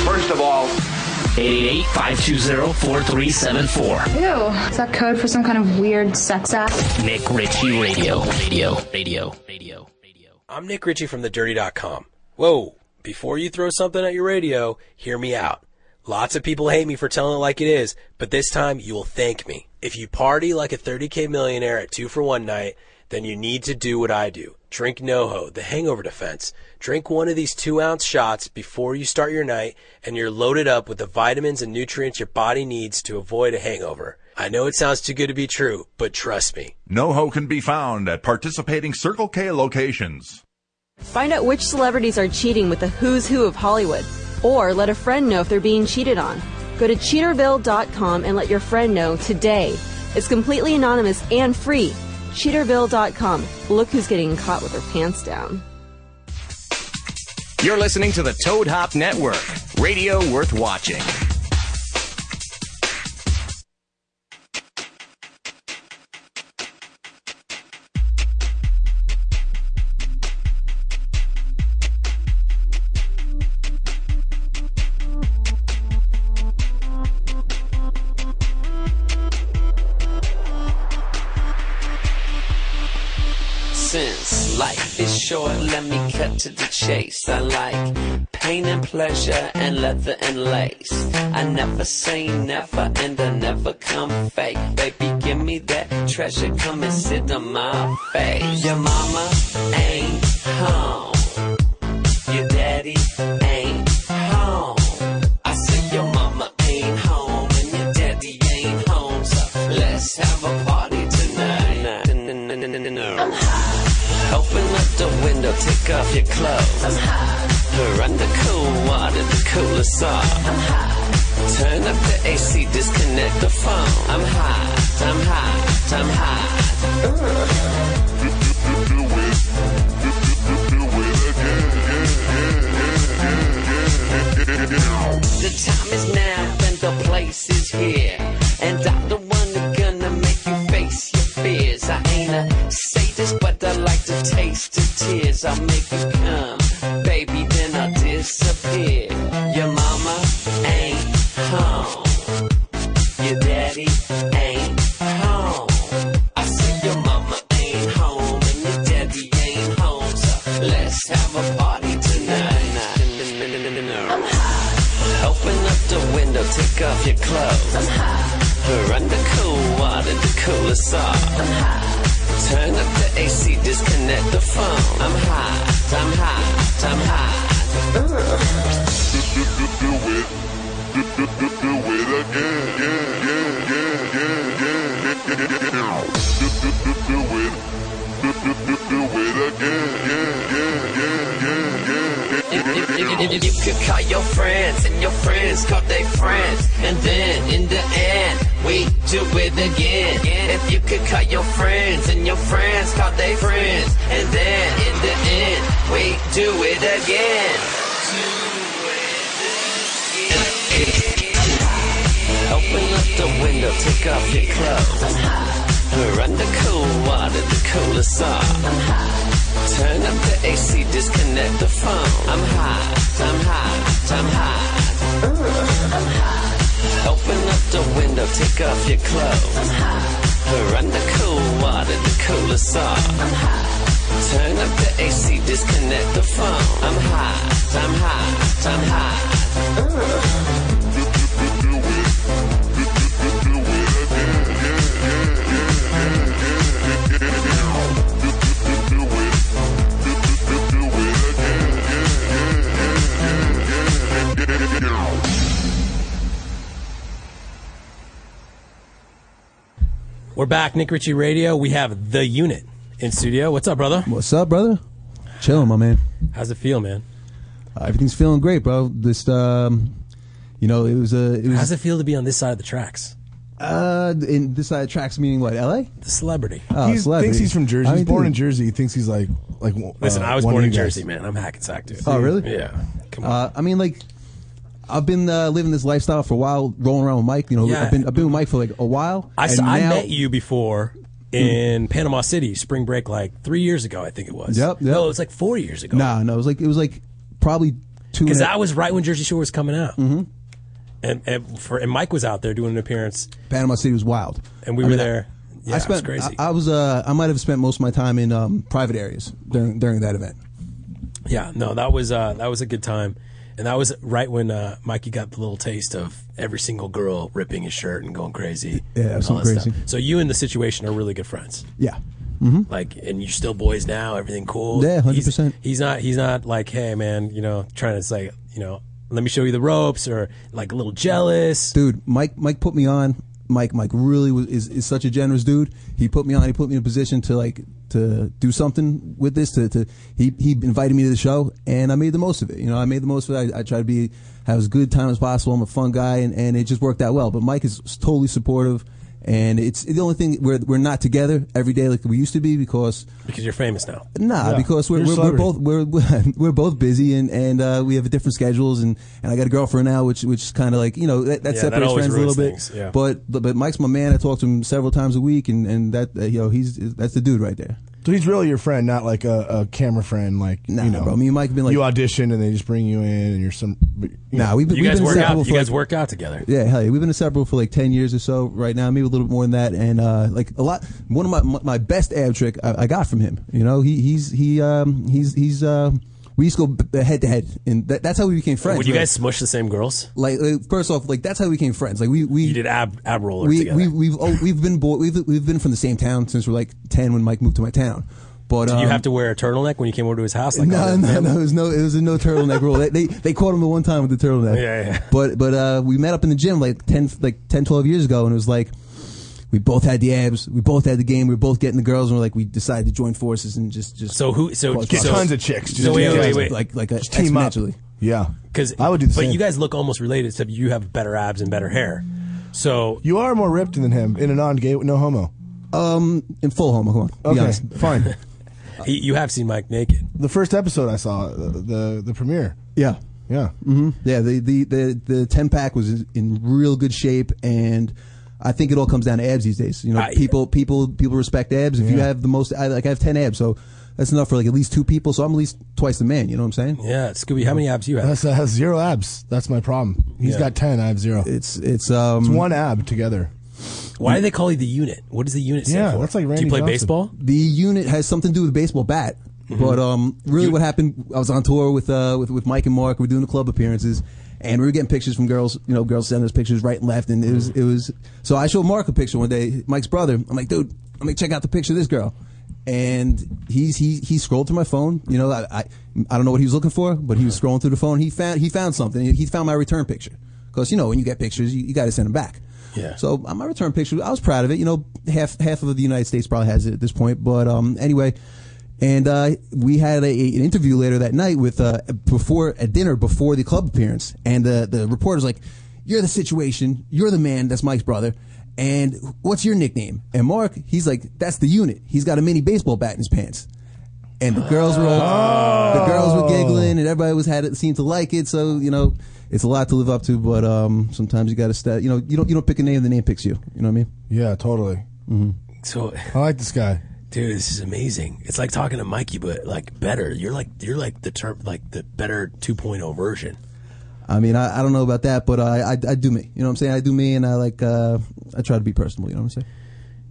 Speaker 2: First of all, 888-520-4374.
Speaker 3: Ew, is that code for some kind of weird sex act?
Speaker 2: Nick Ritchie Radio. Radio. Radio. Radio. Radio.
Speaker 4: I'm Nick Ritchie from thedirty.com. Whoa, before you throw something at your radio, hear me out. Lots of people hate me for telling it like it is, but this time you will thank me. If you party like a 30k millionaire at two for one night, then you need to do what I do. Drink NoHo, the hangover defense. Drink one of these two ounce shots before you start your night and you're loaded up with the vitamins and nutrients your body needs to avoid a hangover. I know it sounds too good to be true, but trust me.
Speaker 12: NoHo can be found at participating Circle K locations.
Speaker 13: Find out which celebrities are cheating with the who's who of Hollywood, or let a friend know if they're being cheated on. Go to cheaterville.com and let your friend know today. It's completely anonymous and free. Cheaterville.com. Look who's getting caught with her pants down.
Speaker 2: You're listening to the Toad Hop Network. Radio worth watching.
Speaker 14: Since life is short, let me cut to the chase. I like pain and pleasure and leather and lace. I never say never and I never come fake. Baby, give me that treasure, come and sit on my face. Your mama ain't home. Your daddy ain't home. I said your mama ain't home and your daddy ain't home. So let's have a party tonight. I'm high. Open up the window, take off your clothes. I'm high. Run the cool water, the cooler song. I'm high. Turn up the AC, disconnect the phone. I'm hot, I'm hot, I'm hot. The time is now and the place is here. And I'm the one that's gonna make you face your fears. I ain't a sadist, but I like to taste the tears. I'll make you come, baby, then I'll disappear. Your mama ain't home. Your daddy ain't home. I said your mama ain't home and your daddy ain't home. So let's have a party tonight. I'm hot. Open up the window, take off your clothes. I'm hot. Run the cool water, the coolest off. I'm hot. Turn up the AC, disconnect the phone. I'm hot. I'm hot. I'm Uh. hot. You, you, you, you could call your friends and your friends call their friends. And then in the end, we do it again. If you could call your friends and your friends call their friends. And then in the end, we do it again. Open up the window, take off your clothes. I'm hot. Run the cool water, the coolest off. I'm hot. Turn up the AC, disconnect the phone. I'm hot, I'm hot, I'm hot. I'm hot. Open up the window, take off your clothes. I'm hot. Run the cool water, the coolest off. I'm hot. Turn up the AC, disconnect the phone. I'm hot, I'm hot, I'm hot.
Speaker 4: We're back, Nick Ritchie Radio. We have the unit in studio. What's up, brother?
Speaker 15: What's up, brother? Chilling, my man.
Speaker 4: How's it feel, man?
Speaker 15: Uh, everything's feeling great, bro. This, um, you know, it was a. It was,
Speaker 4: How's it feel to be on this side of the tracks?
Speaker 15: Uh, in this side of tracks meaning what? L.A.
Speaker 4: The celebrity.
Speaker 15: Oh,
Speaker 5: he
Speaker 15: celebrity.
Speaker 5: thinks he's from Jersey.
Speaker 15: I
Speaker 5: He's
Speaker 15: mean,
Speaker 5: born in
Speaker 15: dude.
Speaker 5: Jersey. He thinks he's like like.
Speaker 4: Listen,
Speaker 5: uh,
Speaker 4: I was
Speaker 5: one
Speaker 4: born
Speaker 5: of
Speaker 4: in
Speaker 5: you guys.
Speaker 4: Jersey, man. I'm Hackensack, dude.
Speaker 15: Oh, really?
Speaker 4: Yeah.
Speaker 15: Uh, I mean, like, I've been uh, living this lifestyle for a while, rolling around with Mike. You know,
Speaker 4: Yeah.
Speaker 15: I've been I've been with Mike for like a while.
Speaker 4: I,
Speaker 15: and
Speaker 4: saw, I
Speaker 15: now-
Speaker 4: met you before in Panama City, spring break, like three years ago, I think it was.
Speaker 15: Yep, yep.
Speaker 4: No, it was like four years ago.
Speaker 15: Nah, no, it was like it was like probably two.
Speaker 4: Because
Speaker 15: and a-
Speaker 4: that was right when Jersey Shore was coming out.
Speaker 15: Mhm.
Speaker 4: And, and, for, and Mike was out there doing an appearance,
Speaker 15: Panama City was wild,
Speaker 4: and we were
Speaker 15: I mean,
Speaker 4: there. Yeah,
Speaker 15: I
Speaker 4: it
Speaker 15: spent.
Speaker 4: was crazy.
Speaker 15: I, I was. Uh, I might have spent most of my time in um, private areas during during that event.
Speaker 4: Yeah, no, that was uh, that was a good time, and that was right when uh, Mikey got the little taste of every single girl ripping his shirt and going crazy.
Speaker 15: Yeah,
Speaker 4: and all
Speaker 15: absolutely
Speaker 4: that stuff.
Speaker 15: crazy.
Speaker 4: So you and the situation are really good friends.
Speaker 15: Yeah. Mm-hmm.
Speaker 4: Like, and you're still boys now. Everything cool.
Speaker 15: Yeah, hundred
Speaker 4: He's-
Speaker 15: percent.
Speaker 4: He's not. He's not like, hey, man, you know, trying to say, you know, let me show you the ropes, or like a little jealous.
Speaker 15: dude. Mike, Mike put me on. Mike, Mike really was, is, is such a generous dude. He put me on. He put me in a position to like to do something with this. To, to he he invited me to the show, and I made the most of it. You know, I made the most of it. I, I tried to be have as good time as possible. I'm a fun guy, and, and it just worked out well. But Mike is totally supportive, and it's the only thing we're we're not together every day like we used to be because
Speaker 4: Because you're famous now.
Speaker 15: Nah, because we're, we're, we're both we're we're both busy and and uh, we have different schedules and, and I got a girlfriend now, which which is kind of like you know that, that
Speaker 4: Yeah, that
Speaker 15: separates
Speaker 4: always
Speaker 15: friends a little
Speaker 4: ruins
Speaker 15: bit.
Speaker 4: things, yeah.
Speaker 15: But but but Mike's my man. I talk to him several times a week, and and that uh, you know he's that's the dude right there.
Speaker 5: So he's really your friend, not like a, a camera friend. Like
Speaker 15: Nah,
Speaker 5: you know,
Speaker 15: bro, me and Mike have been like-
Speaker 5: you audition and they just bring you in and you're some. but, You
Speaker 15: Nah,
Speaker 5: know.
Speaker 15: we've been-
Speaker 4: You
Speaker 15: we've
Speaker 4: guys
Speaker 15: been
Speaker 4: work
Speaker 15: inseparable
Speaker 4: out. You
Speaker 15: for
Speaker 4: guys
Speaker 15: like-
Speaker 4: work out together.
Speaker 15: Yeah, hell yeah. We've been inseparable for like 10 years or so right now, maybe a little bit more than that. And, uh, like a lot, one of my, my, my best ab trick I, I got from him, you know, he, he's, he, um, he's, he's, uh, we used to go b- head to head and that, that's how we became friends.
Speaker 4: Would you
Speaker 15: right?
Speaker 4: guys smush the same girls?
Speaker 15: like, like, first off, like that's how we became friends. Like we, we,
Speaker 4: You did ab ab roller
Speaker 15: we,
Speaker 4: together.
Speaker 15: we, we've, oh, we've been, boy, we've, we've been from the same town since we we're like 10 when Mike moved to my town. But,
Speaker 4: Did
Speaker 15: um,
Speaker 4: you have to wear a turtleneck when you came over to his house? Like all
Speaker 15: no,
Speaker 4: the
Speaker 15: no,
Speaker 4: family?
Speaker 15: no, it was no, it was a no turtleneck rule. They, they they caught him the one time with the turtleneck.
Speaker 4: Yeah, yeah.
Speaker 15: But but uh, we met up in the gym like 10, like 10, 12 years ago, and it was like we both had the abs, we both had the game, we were both getting the girls, and we're like we decided to join forces and just just
Speaker 4: So who? So
Speaker 15: cause
Speaker 4: so-
Speaker 15: trouble.
Speaker 4: So wait, wait, wait.
Speaker 15: like like exponentially.
Speaker 5: Yeah.
Speaker 4: Because
Speaker 5: I would do the
Speaker 4: But
Speaker 5: same.
Speaker 4: you guys look almost related, except you have better abs and better hair. So
Speaker 5: you are more ripped than him in a non-gay, no homo.
Speaker 15: Um, in full homo. Come on.
Speaker 4: be
Speaker 5: Okay,
Speaker 4: honest.
Speaker 5: fine.
Speaker 4: He, you have seen Mike naked.
Speaker 5: The first episode I saw, uh, the the, the premiere.
Speaker 15: Yeah.
Speaker 5: Yeah.
Speaker 15: hmm Yeah. The, the, the, the 10 pack was in- in real good shape. And I think it all comes down to abs these days. You know,
Speaker 4: I-
Speaker 15: people, people, people respect abs. If you
Speaker 4: Yeah.
Speaker 15: have the most, I, like I have 10 abs. So that's enough for like at least two people. So I'm at least twice the man. You know what I'm saying?
Speaker 4: Yeah, Scooby, how many abs you have?
Speaker 5: That's, I have zero abs. That's my problem. He's
Speaker 15: Yeah.
Speaker 5: got ten. I have zero.
Speaker 15: It's it's um
Speaker 5: it's one ab together.
Speaker 4: Why do they call you the unit? What does the unit stand for? Do you play baseball?
Speaker 15: The unit has something to do with baseball bat.
Speaker 4: Mhm.
Speaker 15: But um, really, what happened? I was on tour with uh with, with Mike and Mark. We were doing the club appearances, and we were getting pictures from girls. You know, girls sending us pictures right and left, and it was
Speaker 4: Mm-hmm.
Speaker 15: it was. So I showed Mark a picture one day, Mike's brother. I'm like, dude, let me check out the picture of this girl. And he's he he scrolled through my phone. You know, I, I I don't know what he was looking for, but he was
Speaker 4: Uh-huh.
Speaker 15: scrolling through the phone. He found he found something. He found my return picture because you know when you get pictures, you, you got to send them back.
Speaker 4: Yeah.
Speaker 15: So uh, my return picture, I was proud of it. You know, half half of the United States probably has it at this point. But um, anyway, and uh, we had a, an interview later that night with uh, before at dinner before the club appearance, and the the reporter's like, "You're the situation. You're the man. That's Mike's brother." And what's your nickname? And Mark, he's like, that's the unit. He's got a mini baseball bat in his pants. And the girls were all,
Speaker 5: Oh.
Speaker 15: the girls were giggling, and everybody was had it seemed to like it. So you know, it's a lot to live up to, but um, sometimes you got to stay. You know, you don't you don't pick a name, the name picks you. You know what I mean?
Speaker 5: Yeah, totally.
Speaker 15: hmm
Speaker 4: So
Speaker 5: I like this guy.
Speaker 4: Dude, this is amazing. It's like talking to Mikey, but like better. You're like you're like the term like the better 2.0 version.
Speaker 15: I mean, I, I don't know about that, but I, I I do me. You know what I'm saying? I do me, and I like uh, I try to be personable. You know what I'm saying?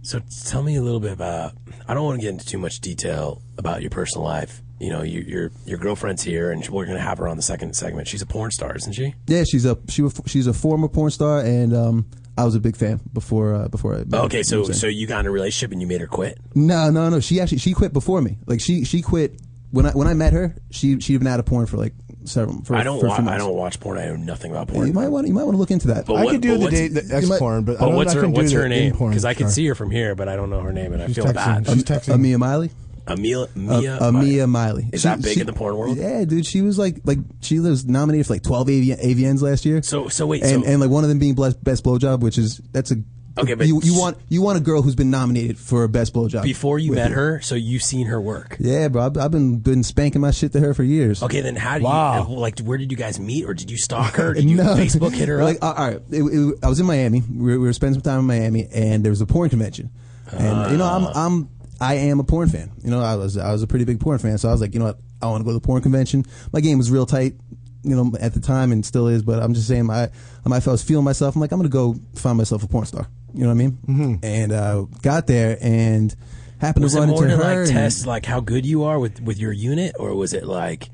Speaker 4: So tell me a little bit about. I don't want to get into too much detail about your personal life. You know, you, your your girlfriend's here, and we're gonna have her on the second segment. She's a porn star, isn't she?
Speaker 15: Yeah, she's a she was she's a former porn star, and um, I was a big fan before uh, before I met her,
Speaker 4: Okay,
Speaker 15: you know
Speaker 4: so
Speaker 15: what I'm saying?
Speaker 4: so you got in a relationship and you made her quit.
Speaker 15: No, no, no. She actually she quit before me. Like she she quit when I when I met her. She she'd been out of porn for like several. For,
Speaker 4: I don't
Speaker 15: for a
Speaker 4: wa-
Speaker 15: few
Speaker 4: I
Speaker 15: months.
Speaker 4: don't watch porn. I know nothing about
Speaker 15: Yeah,
Speaker 4: porn.
Speaker 15: You might want you might want to look into that.
Speaker 4: But what- but what's-
Speaker 15: You might-
Speaker 4: what's her what's her name? Because I can see her from here, but I don't know her name, and
Speaker 15: She's
Speaker 4: I feel
Speaker 15: texting.
Speaker 4: bad.
Speaker 15: She's texting. Amia Miley.
Speaker 4: Amelia Mia
Speaker 15: Uh, Amia Miley.
Speaker 4: Is
Speaker 15: She-
Speaker 4: that big
Speaker 15: she-
Speaker 4: in the porn world?
Speaker 15: Yeah, dude. She was like like she was nominated for like twelve AV, AVNs last year.
Speaker 4: So- so wait,
Speaker 15: and
Speaker 4: so-
Speaker 15: and like one of them being blessed, best blowjob, which is that's a
Speaker 4: Okay, but
Speaker 15: you, you want you want a girl who's been nominated for a best blowjob
Speaker 4: Before you
Speaker 15: with
Speaker 4: met her, so you've seen her work.
Speaker 15: Yeah, bro. I've, I've been been spanking my shit to her for years.
Speaker 4: Okay, then how do
Speaker 15: Wow.
Speaker 4: you uh, like? Where did you guys meet, or did you stalk her? Did you Facebook hit her
Speaker 15: like, uh,
Speaker 4: up?
Speaker 15: All all right, It- it- I was in Miami. We were, we were spending some time in Miami, and there was a porn convention. And you know, I'm I'm I am a porn fan. You know, I was I was a pretty big porn fan, so I was like, you know what, I want to go to the porn convention. My game was real tight, you know, at the time, and still is. But I'm just saying, I I was feeling myself. I'm like, I'm gonna go find myself a porn star. You know what I mean? Mm-hmm. And uh, got there and happened
Speaker 4: was
Speaker 15: to
Speaker 4: it
Speaker 15: run
Speaker 4: more
Speaker 15: into
Speaker 4: to
Speaker 15: her.
Speaker 4: like
Speaker 15: and-
Speaker 4: test like how good you are with with your unit, or was it like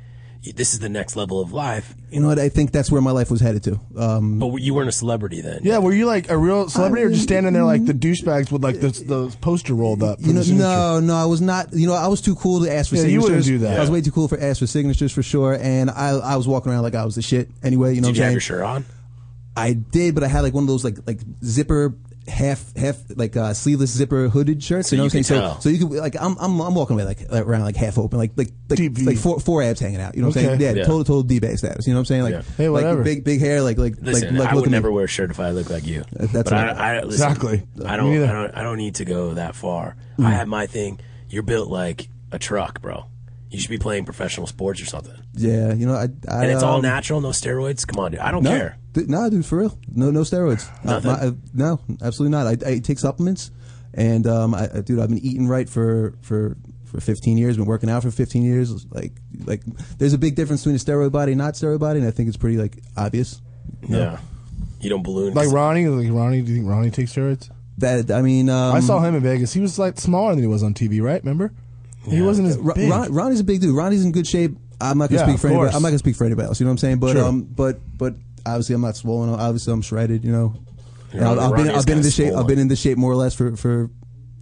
Speaker 4: y- this is the next level of life?
Speaker 15: you know what? I think that's where my life was headed to. Um,
Speaker 4: But you weren't a celebrity then.
Speaker 5: Yeah, were you like a real celebrity, or just standing there like the douchebags with like the the poster rolled up? For
Speaker 15: You know,
Speaker 5: the signature?
Speaker 15: no, no, I was not. You know, I was too cool to ask for
Speaker 5: Yeah, you wouldn't
Speaker 15: signatures.
Speaker 5: do that.
Speaker 15: I was way too cool for ask for signatures for sure. And I, I was walking around like I was the shit. Anyway, you know,
Speaker 4: did you
Speaker 15: what I'm
Speaker 4: have
Speaker 15: saying?
Speaker 4: your shirt on?
Speaker 15: I did, but I had like one of those like like zipper half half like uh, sleeveless zipper hooded shirts.
Speaker 4: So
Speaker 15: you know
Speaker 4: you
Speaker 15: what I'm
Speaker 4: could
Speaker 15: saying?
Speaker 4: tell.
Speaker 15: So, so you could like I'm I'm, I'm walking away like, like around like half open, like like like, like four four abs hanging out. You know what I'm
Speaker 4: Okay.
Speaker 15: saying? Yeah,
Speaker 4: Yeah.
Speaker 15: total total d bag status. You know what I'm saying? Like
Speaker 4: Yeah. Hey, whatever.
Speaker 15: like big big hair, like like
Speaker 4: Listen,
Speaker 15: like, like
Speaker 4: I
Speaker 15: look
Speaker 4: would
Speaker 15: at me.
Speaker 4: never wear a shirt if I look like you.
Speaker 15: That- that's
Speaker 4: But I,
Speaker 15: right.
Speaker 4: I- listen,
Speaker 15: Exactly.
Speaker 4: I
Speaker 15: Me
Speaker 4: don't.
Speaker 15: neither.
Speaker 4: I don't. I don't need to go that far.
Speaker 15: Mm.
Speaker 4: I have my thing. You're built like a truck, bro. You should be playing professional sports or something.
Speaker 15: Yeah, you know I. I
Speaker 4: and it's all
Speaker 15: um,
Speaker 4: natural, no steroids. Come on, dude. I don't
Speaker 15: no,
Speaker 4: care.
Speaker 15: Dude, no, dude, for real. No, no steroids. Uh,
Speaker 4: Nothing?
Speaker 15: my- uh, no, absolutely not. I, I take supplements, and um, I, I- dude, I've been eating right for for for 15 years. Been working out for 15 years. Like like, there's a big difference between a steroid body and not steroid body, and I think it's pretty like obvious. you know?
Speaker 4: Yeah. You don't balloon.
Speaker 5: Like Ronnie, like Ronnie. Do you think Ronnie takes steroids?
Speaker 15: That I mean, um,
Speaker 5: I saw him in Vegas. He was like smaller than he was on TV, right? Remember, he wasn't as
Speaker 15: Ro-
Speaker 5: big.
Speaker 15: Ron, Ronnie's a big dude. Ronnie's in good shape. I'm not gonna
Speaker 5: Yeah,
Speaker 15: speak for
Speaker 5: of
Speaker 15: anybody.
Speaker 5: course.
Speaker 15: I'm not gonna speak for anybody else. You know what I'm saying? But
Speaker 5: Sure.
Speaker 15: um, but but obviously I'm not swollen. Obviously I'm shredded. You know,
Speaker 4: Yeah,
Speaker 15: And I've, I've been
Speaker 4: Ronnie's
Speaker 15: I've been in
Speaker 4: kinda
Speaker 15: the shape
Speaker 4: swollen.
Speaker 15: I've been in the shape more or less for for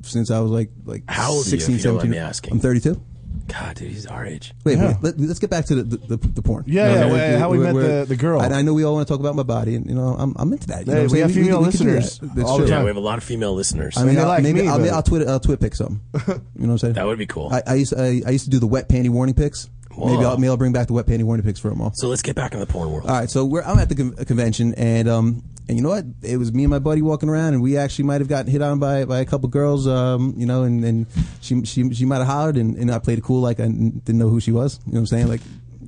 Speaker 15: since I was like like
Speaker 4: How old are you, if
Speaker 15: 16,
Speaker 4: you don't mind
Speaker 15: 17.
Speaker 4: me asking?
Speaker 15: I'm 32.
Speaker 4: God, dude, he's our age.
Speaker 15: Wait, wait let, us get back to the the, the, the porn.
Speaker 4: Yeah, yeah, yeah, how we met the- the
Speaker 15: girl. And I know we all want to talk about my body, and you know I'm I'm into that. You know what I'm saying? we could do that. That's true.
Speaker 4: Yeah, we have a lot of female listeners.
Speaker 15: I mean, I'll, maybe I'll, maybe I'll twit I'll twit pick something. You know what I'm saying?
Speaker 4: That would be cool.
Speaker 15: I, I used I, I used to do the wet panty warning picks. Maybe
Speaker 4: Whoa.
Speaker 15: I'll, maybe I'll bring back the wet panty warning pics for them all.
Speaker 4: So let's get back in the porn world.
Speaker 15: All right, so we're I'm at the con- convention, and um, and you know what? It was me and my buddy walking around, and we actually might have gotten hit on by, by a couple girls, um, you know, and, and she she she might have hollered, and, and I played it cool like I n- didn't know who she was. You know what I'm saying? Like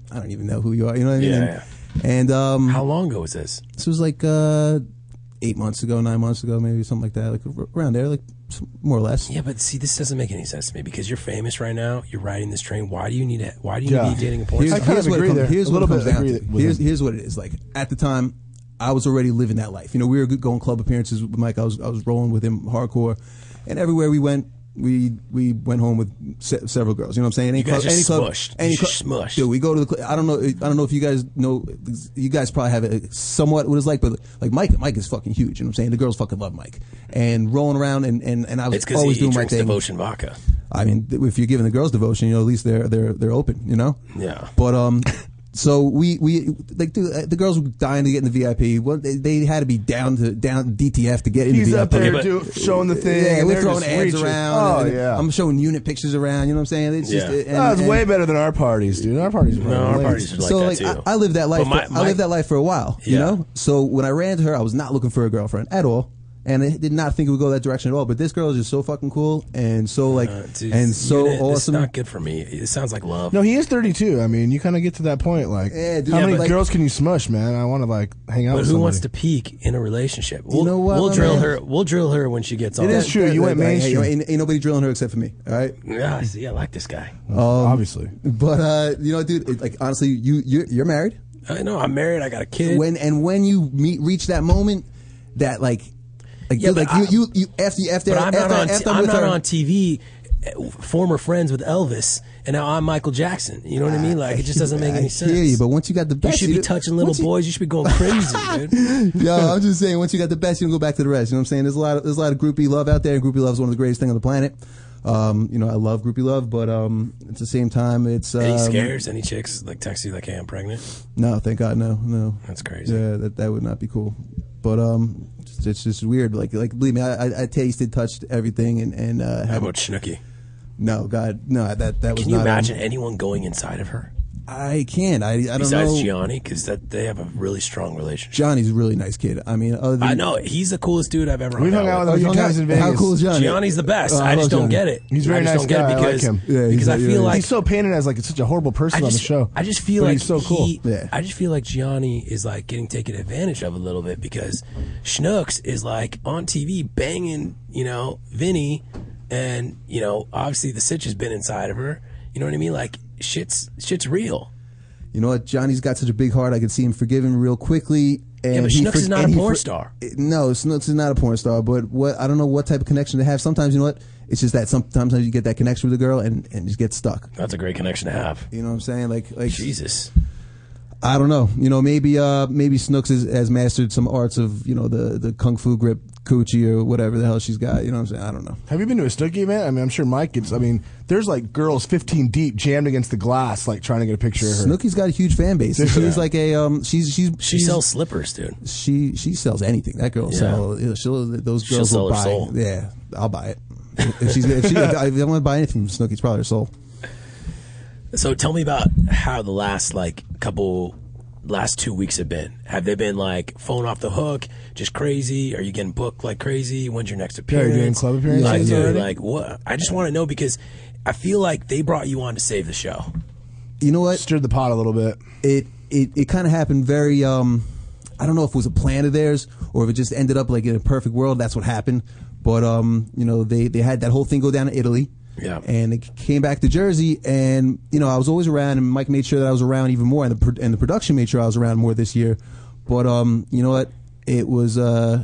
Speaker 15: I don't even know who you are. You know what I mean?
Speaker 4: Yeah,
Speaker 15: And,
Speaker 4: yeah.
Speaker 15: and, um, how
Speaker 4: long ago was this?
Speaker 15: This was like uh, eight months ago, nine months ago, maybe something like that, like ar- around there, like s- more or less.
Speaker 4: Yeah, but see, this doesn't make any sense to me because you're famous right now. You're riding this train. Why do you need to? Why do you need to be dating a porn?
Speaker 15: Here's,
Speaker 4: star?
Speaker 15: here's what it comes, Here's what it comes down to. Here's, here's what it is. Like at the time, I was already living that life. You know, we were going club appearances with Mike. I was I was rolling with him hardcore, and everywhere we went. We we went home with se- several girls. You know what I'm saying?
Speaker 4: You guys are
Speaker 15: any club,
Speaker 4: smushed.
Speaker 15: Any
Speaker 4: You're
Speaker 15: club-
Speaker 4: smushed.
Speaker 15: Dude, we go to the. Cl- I don't know. I don't know if you guys know. You guys probably have a, somewhat what it's like, but like Mike, Mike is fucking huge. You know what I'm saying? The girls fucking love Mike, and rolling around and and, and I was
Speaker 4: It's because he,
Speaker 15: always
Speaker 4: he
Speaker 15: doing my
Speaker 4: drinks
Speaker 15: thing.
Speaker 4: devotion vodka.
Speaker 15: I mean, th- if you're giving the girls devotion, you know, at least they're they're they're open, you know.
Speaker 4: Yeah.
Speaker 15: But um, so we we like dude, uh, the girls were dying to get in the VIP. Well, they, they had to be down to down DTF to get in
Speaker 5: He's
Speaker 15: the VIP.
Speaker 5: up there do, showing the thing.
Speaker 15: Yeah,
Speaker 5: and
Speaker 15: we're
Speaker 5: they're
Speaker 15: throwing
Speaker 5: just
Speaker 15: ads
Speaker 5: reaching.
Speaker 15: around.
Speaker 5: Oh
Speaker 15: and
Speaker 5: yeah,
Speaker 15: I'm showing unit pictures around. You know what I'm saying? It's just
Speaker 5: Yeah.
Speaker 15: and-
Speaker 5: No, it's
Speaker 15: and-
Speaker 5: way better than our parties, dude. Our parties, are
Speaker 4: No, our
Speaker 5: lame.
Speaker 4: parties are like
Speaker 15: so
Speaker 4: that
Speaker 15: like
Speaker 4: too.
Speaker 15: I, I lived that life.
Speaker 4: But my-
Speaker 15: for,
Speaker 4: my-
Speaker 15: I lived that life for a while. You
Speaker 4: Yeah.
Speaker 15: know. So when I ran to her, I was not looking for a girlfriend at all, and I did not think it would go that direction at all. But this girl is just so fucking cool and so like
Speaker 4: Uh, Dude,
Speaker 15: and so
Speaker 4: unit, It's
Speaker 15: awesome.
Speaker 4: not good for me. It sounds like love.
Speaker 5: No, he is 32. I mean, you kind of get to that point. Like,
Speaker 4: Yeah, dude,
Speaker 5: how
Speaker 4: yeah,
Speaker 5: many
Speaker 4: but like-
Speaker 5: girls can you smush, man? I want to like hang out.
Speaker 4: But
Speaker 5: with
Speaker 4: who
Speaker 5: somebody.
Speaker 4: wants to peak in a relationship? We'll,
Speaker 15: know what,
Speaker 4: We'll
Speaker 15: my
Speaker 4: drill
Speaker 15: man?
Speaker 4: her. We'll drill her when she gets on.
Speaker 15: It is ain't, ain't nobody drilling her except for me. All right.
Speaker 4: Yeah, see, I like this guy.
Speaker 15: Um,
Speaker 5: Obviously.
Speaker 15: But uh, you know, dude, it, like honestly, you you're, you're married.
Speaker 4: I know. I'm married. I got a kid.
Speaker 15: When and when you meet reach that moment, that like, like,
Speaker 4: Yeah,
Speaker 15: dude,
Speaker 4: but
Speaker 15: like
Speaker 4: I-
Speaker 15: you, you you after you after
Speaker 4: but I'm not
Speaker 15: after,
Speaker 4: on.
Speaker 15: after
Speaker 4: I'm,
Speaker 15: with
Speaker 4: not
Speaker 15: her,
Speaker 4: on TV. eh, Former friends with Elvis, and now I'm Michael Jackson. You know what I mean? Like it just doesn't make
Speaker 15: Ah, I
Speaker 4: any
Speaker 15: Hear
Speaker 4: sense.
Speaker 15: you, but once you got the
Speaker 4: You
Speaker 15: best,
Speaker 4: should be touching little
Speaker 15: once you-
Speaker 4: boys. You should be going crazy, dude.
Speaker 15: Yo, I'm just saying, once you got the best, you don't go back to the rest. You know what I'm saying? There's a lot of there's a lot of groupie love out there, and groupie love is one of the greatest thing on the planet. Um, you know, I love groupie love, but um, at the same time, it's um,
Speaker 4: Any scares? Any chicks like text you like, "Hey, I'm pregnant."
Speaker 15: No, thank God, no, no.
Speaker 4: That's crazy.
Speaker 15: Yeah, that that would not be cool. But um, it's, it's just weird. Like like believe me, I I, I tasted, touched everything, and and uh,
Speaker 4: How
Speaker 15: had-
Speaker 4: about Snooki?
Speaker 15: no, God, no, that that was.
Speaker 4: Can you
Speaker 15: not, um,
Speaker 4: imagine anyone going inside of her?
Speaker 15: I can't. I I don't
Speaker 4: Besides
Speaker 15: know.
Speaker 4: Gianni, because that they have a really strong relationship.
Speaker 15: Johnny's a really nice kid. I mean, other than
Speaker 4: I know he's the coolest dude I've ever.
Speaker 15: We've
Speaker 4: hung
Speaker 15: hung out with him
Speaker 4: with
Speaker 15: a few How times in Vegas. cool is Gianni?
Speaker 4: Gianni's the best.
Speaker 5: Oh,
Speaker 15: Uh, I
Speaker 4: I just
Speaker 15: love
Speaker 4: don't
Speaker 15: Gianni.
Speaker 4: get it.
Speaker 5: He's a very
Speaker 4: I just
Speaker 5: nice
Speaker 4: don't get
Speaker 5: guy.
Speaker 4: it because,
Speaker 5: I like him.
Speaker 4: because I feel like
Speaker 5: he's so painted as like such a horrible person
Speaker 4: I
Speaker 5: on
Speaker 4: just,
Speaker 5: the show.
Speaker 4: I just feel
Speaker 5: but
Speaker 4: like
Speaker 5: he's so cool.
Speaker 4: He, I just feel like Gianni is like getting taken advantage of a little bit because Schnooks is like on TV banging, you know, Vinny, and you know, obviously the sitch has been inside of her. You know what I mean? Like shit's shit's real.
Speaker 15: you know what, Johnny's got such a big heart. I could see him forgiving real quickly. And
Speaker 4: yeah, but
Speaker 15: he
Speaker 4: Schnooks
Speaker 15: for-
Speaker 4: is not
Speaker 15: and
Speaker 4: a
Speaker 15: he
Speaker 4: porn
Speaker 15: for-
Speaker 4: star.
Speaker 15: It- No, Snooks is not a porn star, but what I don't know what type of connection they have. Sometimes you know what? It's just that sometimes you get that connection with a girl and and just get stuck.
Speaker 4: That's a great connection to have.
Speaker 15: You know what I'm saying? Like like
Speaker 4: Jesus.
Speaker 15: I don't know. You know, maybe uh maybe Snooks is, has mastered some arts of you know the the kung fu grip coochie or whatever the hell she's got. You know what I'm saying? I don't know.
Speaker 5: Have you been to a Snooki event? I mean, I'm sure Mike gets. I mean, there's like girls 15 deep jammed against the glass, like trying to get a picture of her.
Speaker 15: Snooki's got a huge fan base.
Speaker 5: Yeah.
Speaker 15: She's like a um. She's she's
Speaker 4: She
Speaker 15: she's-
Speaker 4: sells slippers, dude.
Speaker 15: She she sells anything. That girl
Speaker 4: Yeah.
Speaker 15: sell. you know, She'll those
Speaker 4: She'll
Speaker 15: girls
Speaker 4: sell
Speaker 15: will
Speaker 4: her
Speaker 15: buy.
Speaker 4: soul.
Speaker 15: Yeah, I'll buy it. If she's if, she, if I want to buy anything from Snooki, it's probably her soul.
Speaker 4: So tell me about how the last like couple last two weeks have been. Have they been like phone off the hook, just crazy? Are you getting booked like crazy? When's your next
Speaker 5: Yeah, are
Speaker 4: appearance?
Speaker 5: you doing club appearances
Speaker 4: Like, dude,
Speaker 5: already?
Speaker 4: like what? I just want to know because I feel like they brought you on to save the show.
Speaker 15: you know what
Speaker 5: stirred the pot a little bit
Speaker 15: it it, it kind of happened very um i don't know if it was a plan of theirs or if it just ended up like in a perfect world that's what happened but um you know they they had that whole thing go down to italy
Speaker 4: Yeah.
Speaker 15: and it came back to jersey and you know i was always around and mike made sure that i was around even more and the, pro- and the production made sure i was around more this year but um you know what it was uh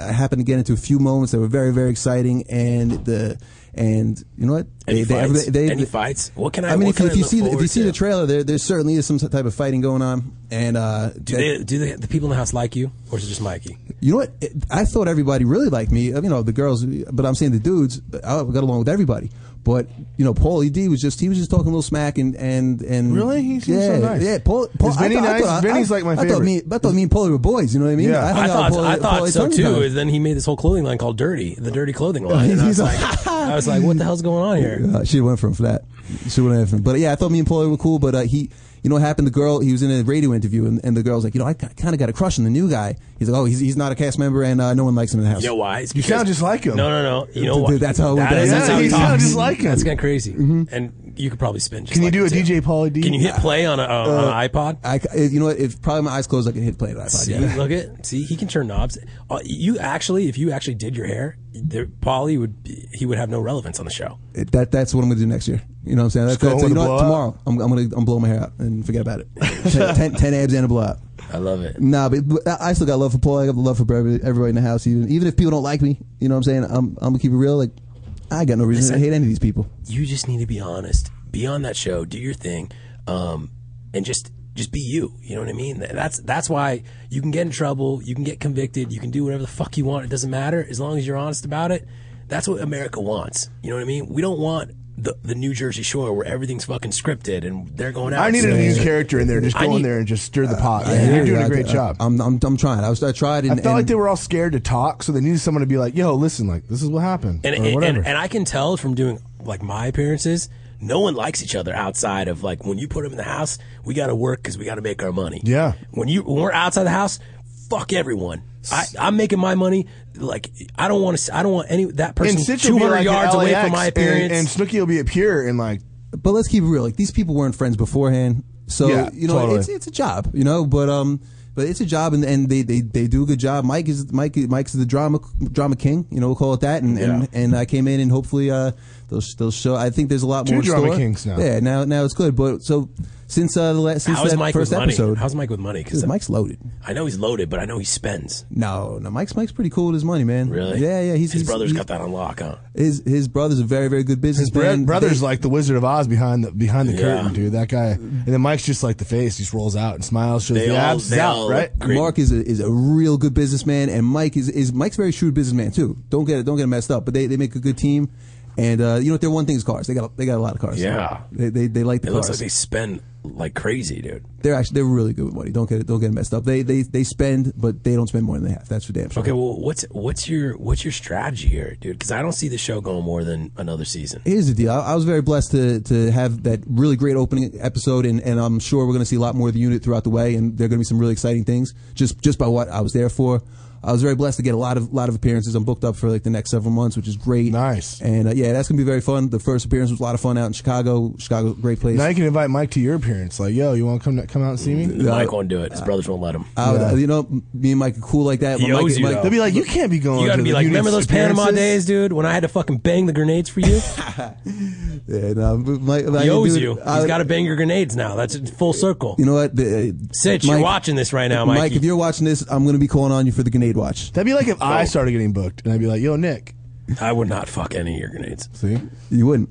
Speaker 15: I happened to get into a few moments that were very, very exciting, and the and you know what
Speaker 4: Any fights?
Speaker 15: everybody-
Speaker 4: Any fights? What can I-
Speaker 15: I mean,
Speaker 4: what
Speaker 15: if,
Speaker 4: can
Speaker 15: you-
Speaker 4: I
Speaker 15: if you
Speaker 4: look
Speaker 15: see the, if
Speaker 4: forward
Speaker 15: you see
Speaker 4: to?
Speaker 15: the trailer, there there certainly is some type of fighting going on, and uh,
Speaker 4: Do
Speaker 15: that-
Speaker 4: they do they, the people in the house like you, or is it just Mikey?
Speaker 15: you know what? It- I thought everybody really liked me. You know, the girls, but I'm saying the dudes. I got along with everybody. But you know, Paul E. D. was just he was just talking a little smack and and and
Speaker 5: Really? He seems
Speaker 15: yeah,
Speaker 5: so nice.
Speaker 15: Yeah, Paul. Paul
Speaker 5: Is Vinny
Speaker 15: I thought, I
Speaker 5: nice?
Speaker 15: thought, I-
Speaker 5: Vinny's
Speaker 15: I,
Speaker 5: like my
Speaker 15: I Thought
Speaker 5: favorite.
Speaker 15: me, I thought me and Paulie were boys. You know what I mean?
Speaker 4: I,
Speaker 15: hung out
Speaker 4: thought
Speaker 15: with Paulie-
Speaker 4: I thought
Speaker 15: Paulie
Speaker 4: so
Speaker 15: tons of
Speaker 4: too.
Speaker 15: times.
Speaker 4: And then he made this whole clothing line called Dirty, the Dirty Clothing line. And I was
Speaker 15: He's
Speaker 4: like,
Speaker 15: like,
Speaker 4: I was like, what the hell's going on here?
Speaker 15: Uh, she went from that. She went from. But yeah, I thought me and Paulie were cool. But uh, he, you know what happened? The girl, he was in a radio interview, and, and the girl's like, you know, I kind of got a crush on the new guy. He's like, oh, he's, he's not a cast member, and uh, no one likes him in the house.
Speaker 4: You know why? It's
Speaker 5: You sound
Speaker 4: because-
Speaker 5: just like him.
Speaker 4: No, no, no. You know
Speaker 15: Dude,
Speaker 4: why?
Speaker 15: that's how it went
Speaker 4: That
Speaker 15: down.
Speaker 4: is-
Speaker 15: Yeah,
Speaker 4: that's how
Speaker 15: he
Speaker 4: he
Speaker 15: sounds
Speaker 4: talks.
Speaker 5: just like him. Mm-hmm.
Speaker 4: That's kind of crazy. And you could probably spin. Just
Speaker 5: Can
Speaker 4: like
Speaker 5: you do a
Speaker 4: that, too.
Speaker 5: DJ Pauly D?
Speaker 4: Can you hit play on a on
Speaker 15: Uh,
Speaker 4: an iPod?
Speaker 15: I, you know what? If probably my eyes closed, I could hit play on an iPod.
Speaker 4: See,
Speaker 15: Yeah.
Speaker 4: look at see, he can turn knobs. Uh, you actually, if you actually did your hair, there, Paulie would be- he would have no relevance on the show.
Speaker 15: It- that that's what I'm gonna do next year. You know what I'm saying? That's,
Speaker 4: Just go
Speaker 15: that's
Speaker 4: with
Speaker 15: you
Speaker 4: a
Speaker 15: know what?
Speaker 4: blowout?
Speaker 15: Tomorrow I'm, I'm gonna I'm blow my hair out and forget about it. ten, ten, ten abs and a blowout.
Speaker 4: I love it.
Speaker 15: Nah, but, but I I still got love for Paul. I got love for every- everybody in the house. Even even if people don't like me, you know what I'm saying? I'm I'm gonna keep it real. Like I got no reason to
Speaker 4: Listen.
Speaker 15: hate any of these people.
Speaker 4: You just need to be honest. Be on that show. Do your thing, um, and just just be you. You know what I mean? Th- That's that's why you can get in trouble. You can get convicted. You can do whatever the fuck you want. It doesn't matter as long as you're honest about it. That's what America wants. You know what I mean? We don't want the, the New Jersey Shore where everything's fucking scripted and they're going out.
Speaker 5: I needed a
Speaker 4: saying-
Speaker 5: new character in there. Just
Speaker 4: I
Speaker 5: go in
Speaker 4: need-
Speaker 5: there and just stir the pot.
Speaker 15: Uh, I hear
Speaker 5: You're
Speaker 15: you.
Speaker 5: doing
Speaker 15: I-
Speaker 5: a great
Speaker 15: I-
Speaker 5: job.
Speaker 15: I'm, I'm I'm trying. I was I tried and,
Speaker 5: I felt
Speaker 15: and
Speaker 5: like they were all scared to talk, so they needed someone to be like, "Yo, listen, like this is what happened,"
Speaker 4: and,
Speaker 5: or
Speaker 4: and,
Speaker 5: whatever.
Speaker 4: and and I can tell from doing like my appearances, no one likes each other outside of like when you put them in the house, we got to work because we got to make our money.
Speaker 5: yeah,
Speaker 4: When you when we're outside the house, fuck everyone. I, I'm making my money. Like I don't want to. I don't want any that person
Speaker 5: and Sitch will be
Speaker 4: 200
Speaker 5: like at
Speaker 4: yards away from
Speaker 5: LAX,
Speaker 4: my
Speaker 5: and-
Speaker 4: appearance.
Speaker 5: and, Snooki will be a pure and like
Speaker 15: but let's keep it real. Like these people weren't friends beforehand, so
Speaker 5: Yeah,
Speaker 15: you know
Speaker 5: totally.
Speaker 15: it's it's a job, you know. But um, but it's a job, and, and they, they they do a good job. Mike is Mike Mike's the drama drama king, you know. We'll call it that. And
Speaker 5: Yeah.
Speaker 15: and, and I came in, and hopefully uh they'll they'll show. I think there's a lot
Speaker 5: Two
Speaker 15: more in
Speaker 5: drama
Speaker 15: store.
Speaker 5: kings now.
Speaker 15: Yeah, now now it's good. But so since uh the last since
Speaker 4: How is
Speaker 15: that
Speaker 4: Mike
Speaker 15: first
Speaker 4: with money?
Speaker 15: episode,
Speaker 4: How's Mike with money? Because
Speaker 15: Dude, Mike's loaded.
Speaker 4: I know he's loaded, but I know he spends.
Speaker 15: No, no, Mike's Mike's pretty cool with his money, man.
Speaker 4: Really?
Speaker 15: Yeah, yeah. He's
Speaker 4: his
Speaker 15: he's-
Speaker 4: brother's
Speaker 15: he's-
Speaker 4: got that on lock, huh?
Speaker 15: His his brother's a very very good
Speaker 5: his
Speaker 15: businessman.
Speaker 5: bro- brother's
Speaker 15: They-
Speaker 5: like the Wizard of Oz behind the behind the
Speaker 15: Yeah.
Speaker 5: curtain, dude. That guy, and then Mike's just like the face. He just rolls out and smiles, shows
Speaker 15: They
Speaker 5: the
Speaker 15: all-
Speaker 5: abs, is
Speaker 15: they
Speaker 5: out,
Speaker 15: all
Speaker 5: right?
Speaker 15: agree. Mark is a, is a real good businessman, and Mike is, is Mike's a very shrewd businessman too. Don't get it, don't get it messed up. But they, they make a good team, and uh, you know what? Their one thing is cars. They got they got a lot of cars.
Speaker 4: Yeah.
Speaker 15: they they, they like the
Speaker 4: It
Speaker 15: cars.
Speaker 4: looks like they spend like crazy, dude.
Speaker 15: they're actually they're really good with money. Don't get it don't get it messed up. They they they spend, but they don't spend more than they have. That's for damn sure.
Speaker 4: Okay, well, what's what's your what's your strategy here, dude? Because I don't see the show going more than another season.
Speaker 15: Here's the deal. I, I was very blessed to to have that really great opening episode, and, and I'm sure we're going to see a lot more of the unit throughout the way, and there are going to be some really exciting things just just by what I was there for. I was very blessed to get a lot of lot of appearances. I'm booked up for like the next several months, which is great. Nice. And uh, yeah, that's going to be very fun. The first appearance was a lot of fun out in Chicago. Chicago, great place.
Speaker 5: Now you can invite Mike to your appearance. Like, yo, you want to come come out and see me?
Speaker 4: Mike won't do it.
Speaker 15: Uh,
Speaker 4: His brothers won't let him.
Speaker 15: I would- You know, me and Mike are cool like that.
Speaker 4: He
Speaker 15: Mike,
Speaker 4: owes you, though.
Speaker 5: They'll be like, you can't be going.
Speaker 4: you gotta
Speaker 5: to
Speaker 4: be
Speaker 5: the
Speaker 4: like,
Speaker 5: unit's
Speaker 4: remember those Panama
Speaker 5: appearances?"
Speaker 4: days, dude, when I had to fucking bang the grenades for you?
Speaker 15: yeah, no, but Mike, Mike,
Speaker 4: he owes
Speaker 15: dude,
Speaker 4: you.
Speaker 15: I-
Speaker 4: He's got to bang your grenades now. That's full circle.
Speaker 15: You know what? The, uh,
Speaker 4: Sitch, you're watching this right now,
Speaker 15: Mike,
Speaker 4: Mikey.
Speaker 15: if you're watching this, I'm going to be calling on you for the grenade watch.
Speaker 5: That'd be like if
Speaker 4: Oh.
Speaker 5: I started getting booked, and I'd be like, yo, Nick.
Speaker 4: I would not fuck any of your grenades.
Speaker 5: See,
Speaker 15: you wouldn't.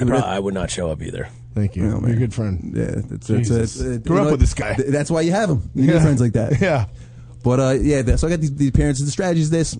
Speaker 4: I, prob- I would not show up either.
Speaker 5: Thank you. You're a good friend.
Speaker 15: Yeah, that's, that's,
Speaker 5: Jesus.
Speaker 15: that's uh,
Speaker 5: Grew
Speaker 15: you
Speaker 5: up
Speaker 15: know,
Speaker 5: with this guy.
Speaker 15: th- That's why you have him. You need
Speaker 5: Yeah.
Speaker 15: friends like that.
Speaker 5: Yeah.
Speaker 15: But uh, yeah, that- so I got these, these parents. The strategy is this: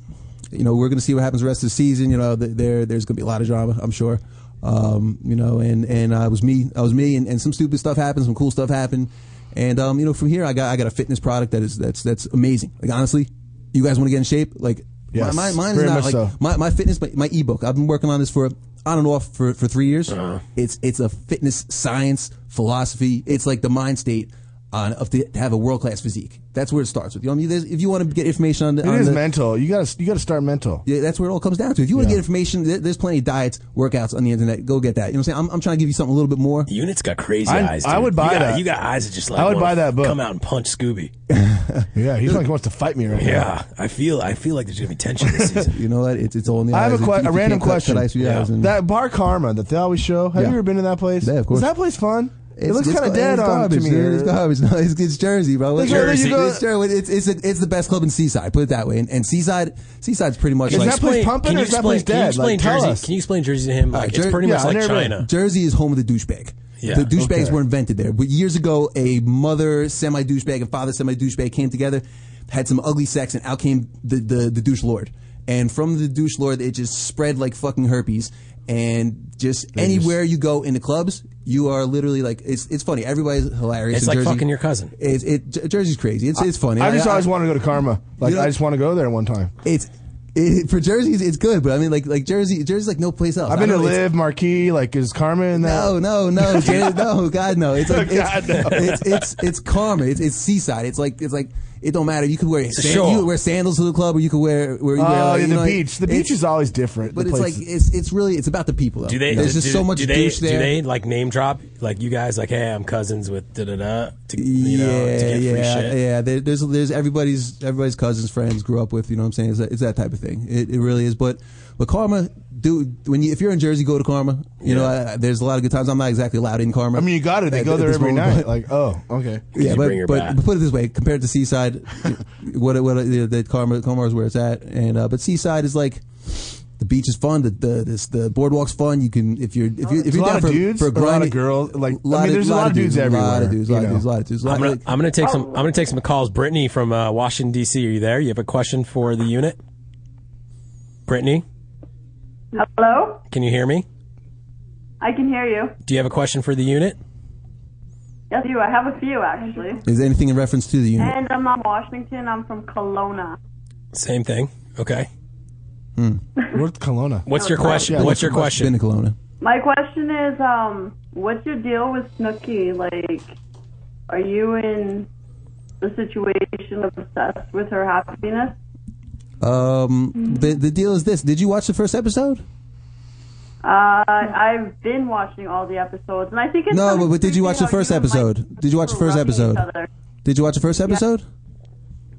Speaker 15: you know, we're going to see what happens the rest of the season. You know, th- there there's going to be a lot of drama, I'm sure. Um, you know, and and uh, it was me. I was me, and, and some stupid stuff happened, some cool stuff happened, and um, you know, from here I got I got a fitness product that is that's that's amazing. Like honestly, you guys want to get in shape? Like
Speaker 5: Yes,
Speaker 15: my, my mine is
Speaker 5: very
Speaker 15: not
Speaker 5: much
Speaker 15: like
Speaker 5: so.
Speaker 15: my, my fitness my, my ebook. I've been working on this for on and off for, for three years. It's it's a fitness science philosophy. It's like the mind state on of the, to have a world class physique. That's where it starts with. You know what I mean? There's, if you want to get information on the,
Speaker 5: It
Speaker 15: on
Speaker 5: is
Speaker 15: the
Speaker 5: mental. You gotta you gotta start mental.
Speaker 15: yeah, that's where it all comes down to. If you want to
Speaker 5: Yeah.
Speaker 15: get information, there- there's plenty of diets, workouts on the internet. Go get that. You know what I'm saying? I'm, I'm trying to give you something a little bit more.
Speaker 4: Unit's got crazy
Speaker 15: I-
Speaker 4: eyes. Dude.
Speaker 15: I would buy
Speaker 4: you got,
Speaker 15: that.
Speaker 4: You got eyes that just like
Speaker 15: I would
Speaker 4: wanna
Speaker 15: buy that book.
Speaker 4: Come out and punch Scooby.
Speaker 5: Yeah, he's like he wants to fight me right now.
Speaker 4: Yeah, I feel I feel like there's gonna be tension this season.
Speaker 15: you know what? It's it's all in the
Speaker 5: I have
Speaker 15: eyes.
Speaker 5: a,
Speaker 15: If
Speaker 5: que-
Speaker 15: you- if
Speaker 5: a
Speaker 15: you
Speaker 5: random
Speaker 15: can't cut- cut
Speaker 5: question.
Speaker 15: eyes with your eyes and-
Speaker 5: that bar karma that they always show. Have
Speaker 15: Yeah.
Speaker 5: you ever been to that place?
Speaker 15: Yeah, of course.
Speaker 5: Is that place fun? it looks
Speaker 15: it's-
Speaker 5: kind of
Speaker 15: it's-
Speaker 5: dead
Speaker 15: it's
Speaker 5: on to
Speaker 15: garbage,
Speaker 5: me.
Speaker 15: dude. It's garbage. No, it's, it's Jersey, bro.
Speaker 5: It's Jersey. Jersey.
Speaker 15: It's, Jersey. It's, it's, a- it's the best club in Seaside. Put it that way. And, and Seaside, Seaside's pretty much
Speaker 4: Can
Speaker 15: like
Speaker 4: you explain- can you explain- Can you explain Jersey? Can you explain Jersey to him? Like it's pretty much like China.
Speaker 15: Jersey is home of the douchebag.
Speaker 4: Yeah.
Speaker 15: The douchebags
Speaker 4: Okay.
Speaker 15: were invented there. But years ago, a mother semi douchebag and father semi douchebag came together, had some ugly sex, and out came the, the, the douche lord. And from the douche lord, it just spread like fucking herpes. And just anywhere you go in the clubs, you are literally like it's it's funny. Everybody's hilarious.
Speaker 4: It's
Speaker 15: in
Speaker 4: like
Speaker 15: Jersey.
Speaker 4: fucking your cousin.
Speaker 15: It's it Jer- Jersey's crazy. It's it's funny.
Speaker 5: I just always wanted to go to Karma. Like
Speaker 15: You know-
Speaker 5: I just want to go there one time.
Speaker 15: It's It, for Jersey, it's good, but I mean, like, like Jersey, Jersey's like no place else.
Speaker 5: I've
Speaker 15: I
Speaker 5: been to
Speaker 15: don't know, it's-
Speaker 5: Live Marquee. Like, is Carmen in that?
Speaker 15: No, no, no, Jer- no, God, no. It's like
Speaker 5: Oh, God,
Speaker 15: it's,
Speaker 5: no.
Speaker 15: it's it's it's karma. It's, it's seaside. It's like it's like it don't matter. You could wear
Speaker 5: It's a
Speaker 15: sand-
Speaker 5: shore.
Speaker 15: you could wear sandals to the club, or you could wear where you wear
Speaker 5: Oh, yeah,
Speaker 15: like, you
Speaker 5: the
Speaker 15: know, like,
Speaker 5: beach. The beach
Speaker 15: it's-
Speaker 5: is always different.
Speaker 15: But
Speaker 5: the
Speaker 15: it's
Speaker 5: places.
Speaker 15: like it's it's really it's about the people though.
Speaker 4: Do they?
Speaker 15: You know, There's
Speaker 4: do,
Speaker 15: just so much
Speaker 4: do they,
Speaker 15: douche there.
Speaker 4: Do they like name drop like you guys? Like, hey, I'm cousins with da da da. To you
Speaker 15: yeah,
Speaker 4: know, to get
Speaker 15: yeah,
Speaker 4: free shit.
Speaker 15: yeah. There, there's there's everybody's everybody's cousins, friends, grew up with. You know what I'm saying? It's that, it's that type of thing. It, it really is. But but Karma, dude, when you if you're in Jersey, go to Karma. You know, I, I- there's a lot of good times. I'm not exactly allowed in Karma. I mean,
Speaker 5: you got it. They go there every night. Like, oh, okay.
Speaker 15: yeah, but, but, but put it this way: compared to Seaside, what what the, the Karma Karma is where it's at, and uh, but Seaside is like. The beach is fun. The the, this, the boardwalk's fun. You can if you're if you're if
Speaker 5: It's a
Speaker 15: you're
Speaker 5: lot
Speaker 15: down
Speaker 5: of
Speaker 15: for
Speaker 5: dudes,
Speaker 15: for
Speaker 5: a lot
Speaker 15: grinding-
Speaker 5: of girls. Like, I
Speaker 15: lot
Speaker 5: mean, there's a lot of dudes
Speaker 15: A lot
Speaker 5: everywhere,
Speaker 15: of dudes.
Speaker 5: you
Speaker 15: lot of
Speaker 5: know.
Speaker 15: dudes. A lot of dudes. Oh. lot
Speaker 4: I'm
Speaker 15: of-
Speaker 4: gonna, I'm gonna take some. I'm gonna take some calls. Brittany from uh, Washington D.C. Are you there? You have a question for the unit. Brittany,
Speaker 16: Hello?
Speaker 4: can you hear me?
Speaker 16: I can hear you.
Speaker 4: Do you have a question for the unit?
Speaker 16: Yes, you. I have a few, actually.
Speaker 15: Is there anything in reference to the unit?
Speaker 16: And I'm not Washington. I'm from Kelowna.
Speaker 4: Same thing. Okay.
Speaker 5: North Kelowna.
Speaker 4: What's your question?
Speaker 15: Yeah,
Speaker 4: What's your question?
Speaker 15: Been to Kelowna.
Speaker 16: My question is, um, what's your deal with Snooki? Like, are you in the situation of obsessed with her happiness? Mm-hmm.
Speaker 15: Um, the the deal is this. Did you watch the first episode?
Speaker 16: Uh, I've been watching all the episodes, and I think it's
Speaker 15: No,
Speaker 16: kinda
Speaker 15: but, but did you
Speaker 16: creepy
Speaker 15: watch the
Speaker 16: how you
Speaker 15: first
Speaker 16: and Mike
Speaker 15: episode? Did you watch the first
Speaker 16: were rubbing each
Speaker 15: episode?
Speaker 16: other.
Speaker 15: Did you watch the first episode?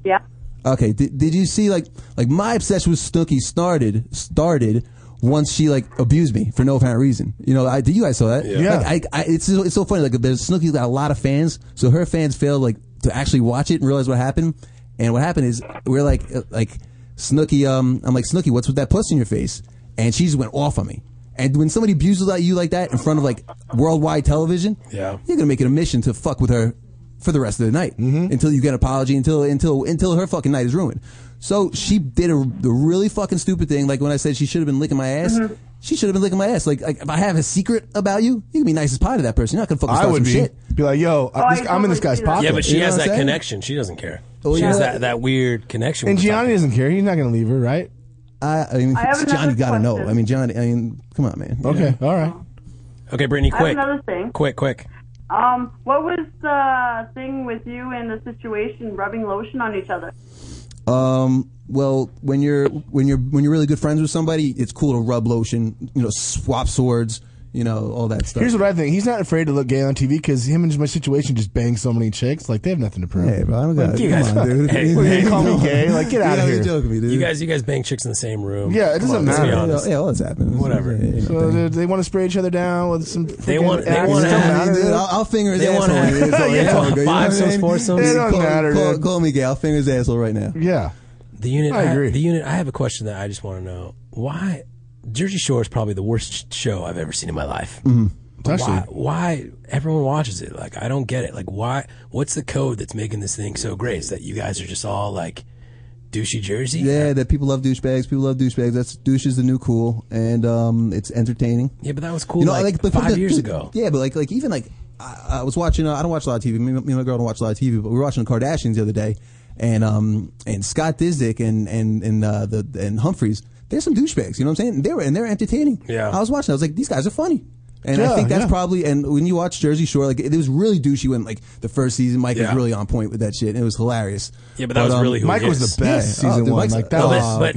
Speaker 16: Yeah.
Speaker 15: Okay. Did, did you see like like my obsession with Snooki started started once she like abused me for no apparent reason. You know, I did you guys saw that?
Speaker 5: Yeah.
Speaker 15: Like, I, I, it's so- it's so funny. Like there's Snooki got a lot of fans, so her fans failed like to actually watch it and realize what happened. And what happened is we're like uh, like Snooki. Um, I'm like Snooki, what's with that puss in your face? And she just went off on me. And when somebody abuses at you like that in front of like worldwide television,
Speaker 4: Yeah.
Speaker 15: you're gonna make it a mission to fuck with her for the rest of the night
Speaker 5: Mm-hmm.
Speaker 15: until you get an apology until until until her fucking night is ruined. So she did a, the really fucking stupid thing. Like when I said she should have been licking my ass,
Speaker 5: Mm-hmm.
Speaker 15: she should have been licking my ass. Like, like if I have a secret about you, you can be nice as pie to that person. You're not gonna fucking
Speaker 5: I
Speaker 15: start
Speaker 5: would be
Speaker 15: some shit.
Speaker 5: be like, Uh, yo, I, this, I'm in this guy's pocket.
Speaker 4: Yeah, but she
Speaker 5: You know
Speaker 4: has
Speaker 5: what I'm
Speaker 4: that
Speaker 5: saying?
Speaker 4: connection. She doesn't care.
Speaker 5: Oh,
Speaker 4: she
Speaker 5: yeah.
Speaker 4: has that, that weird connection.
Speaker 5: And
Speaker 4: with
Speaker 5: Gianni doesn't care. He's not going to leave her, right?
Speaker 15: I, I mean,
Speaker 16: I have another
Speaker 15: Johnny gotta know.
Speaker 16: question.
Speaker 15: I mean, Johnny. I mean, come on, man.
Speaker 5: Okay, all right.
Speaker 4: Okay, Brittany,
Speaker 16: I have
Speaker 4: quick,
Speaker 16: another thing.
Speaker 4: quick, quick.
Speaker 16: Um, what was the thing with you and the situation rubbing lotion on each other?
Speaker 15: Um, well, when you're when you're when you're really good friends with somebody, it's cool to rub lotion. You know, swap swords. You know, all that stuff.
Speaker 5: Here's what I think. He's not afraid to look gay on TV because him and my situation just bang so many chicks. Like they have nothing to prove.
Speaker 15: Hey, bro, I don't got-
Speaker 5: Like,
Speaker 15: come on, dude.
Speaker 5: Hey,
Speaker 15: What do you
Speaker 5: hey, call me
Speaker 15: doing?
Speaker 5: gay. Like get
Speaker 15: You
Speaker 5: out of
Speaker 15: gotta be
Speaker 5: here.
Speaker 15: joking me, dude.
Speaker 4: You guys, you guys bang chicks in the same room.
Speaker 5: Yeah, it
Speaker 4: Come
Speaker 5: doesn't
Speaker 4: on, let's be
Speaker 5: matter.
Speaker 4: honest.
Speaker 15: Yeah, all that's happening.
Speaker 4: Whatever.
Speaker 5: So they, they want to spray each other down with some.
Speaker 4: They want- they
Speaker 5: freaking
Speaker 4: want
Speaker 5: acne. It
Speaker 4: to
Speaker 5: don't
Speaker 4: have-
Speaker 5: matter.
Speaker 15: Dude, I'll, I'll finger his
Speaker 4: They
Speaker 15: asshole.
Speaker 4: wanna have-
Speaker 15: It's all-
Speaker 4: Yeah.
Speaker 15: it's all good. You know what I
Speaker 4: Fivesomes,
Speaker 15: mean?
Speaker 4: foursomes.
Speaker 5: It don't
Speaker 15: Call-
Speaker 5: matter,
Speaker 15: Call,
Speaker 5: dude.
Speaker 15: call me gay. I'll finger his asshole right now.
Speaker 5: Yeah.
Speaker 4: The unit.
Speaker 5: I agree.
Speaker 4: the unit. I have a question that I just want to know. Why Jersey Shore is probably the worst sh- show I've ever seen in my life.
Speaker 15: Mhm.
Speaker 4: But
Speaker 15: Actually-
Speaker 4: Why, why everyone watches it? Like I don't get it. Like why? What's the code that's making this thing so great? Is that you guys are just all like douchey Jersey?
Speaker 15: Yeah, that people love douchebags. People love douchebags. That's douche is the new cool, and um, it's entertaining.
Speaker 4: Yeah, but that was cool.
Speaker 15: You know,
Speaker 4: like,
Speaker 15: but
Speaker 4: five
Speaker 15: the-
Speaker 4: years
Speaker 15: dude,
Speaker 4: ago.
Speaker 15: Yeah, but like, like even like, I, I was watching. Uh, I don't watch a lot of TV. Me, me and my girl don't watch a lot of TV, but we were watching the Kardashians the other day, and um, and Scott Disick and and and uh, the and Humphreys. They're some douchebags. You know what I'm saying? They were and they're entertaining.
Speaker 4: Yeah.
Speaker 15: I was watching. I was like, these guys are funny. And I
Speaker 4: Yeah,
Speaker 15: think that's
Speaker 4: yeah.
Speaker 15: probably and when you watch Jersey Shore, like it was really douchey when like the first season, Mike
Speaker 4: Yeah.
Speaker 15: was really on point with that shit. and It was hilarious. um,
Speaker 4: Yeah, but that was really who he is.
Speaker 5: Yeah. Oh, dude, Mike's-
Speaker 4: No, but- but-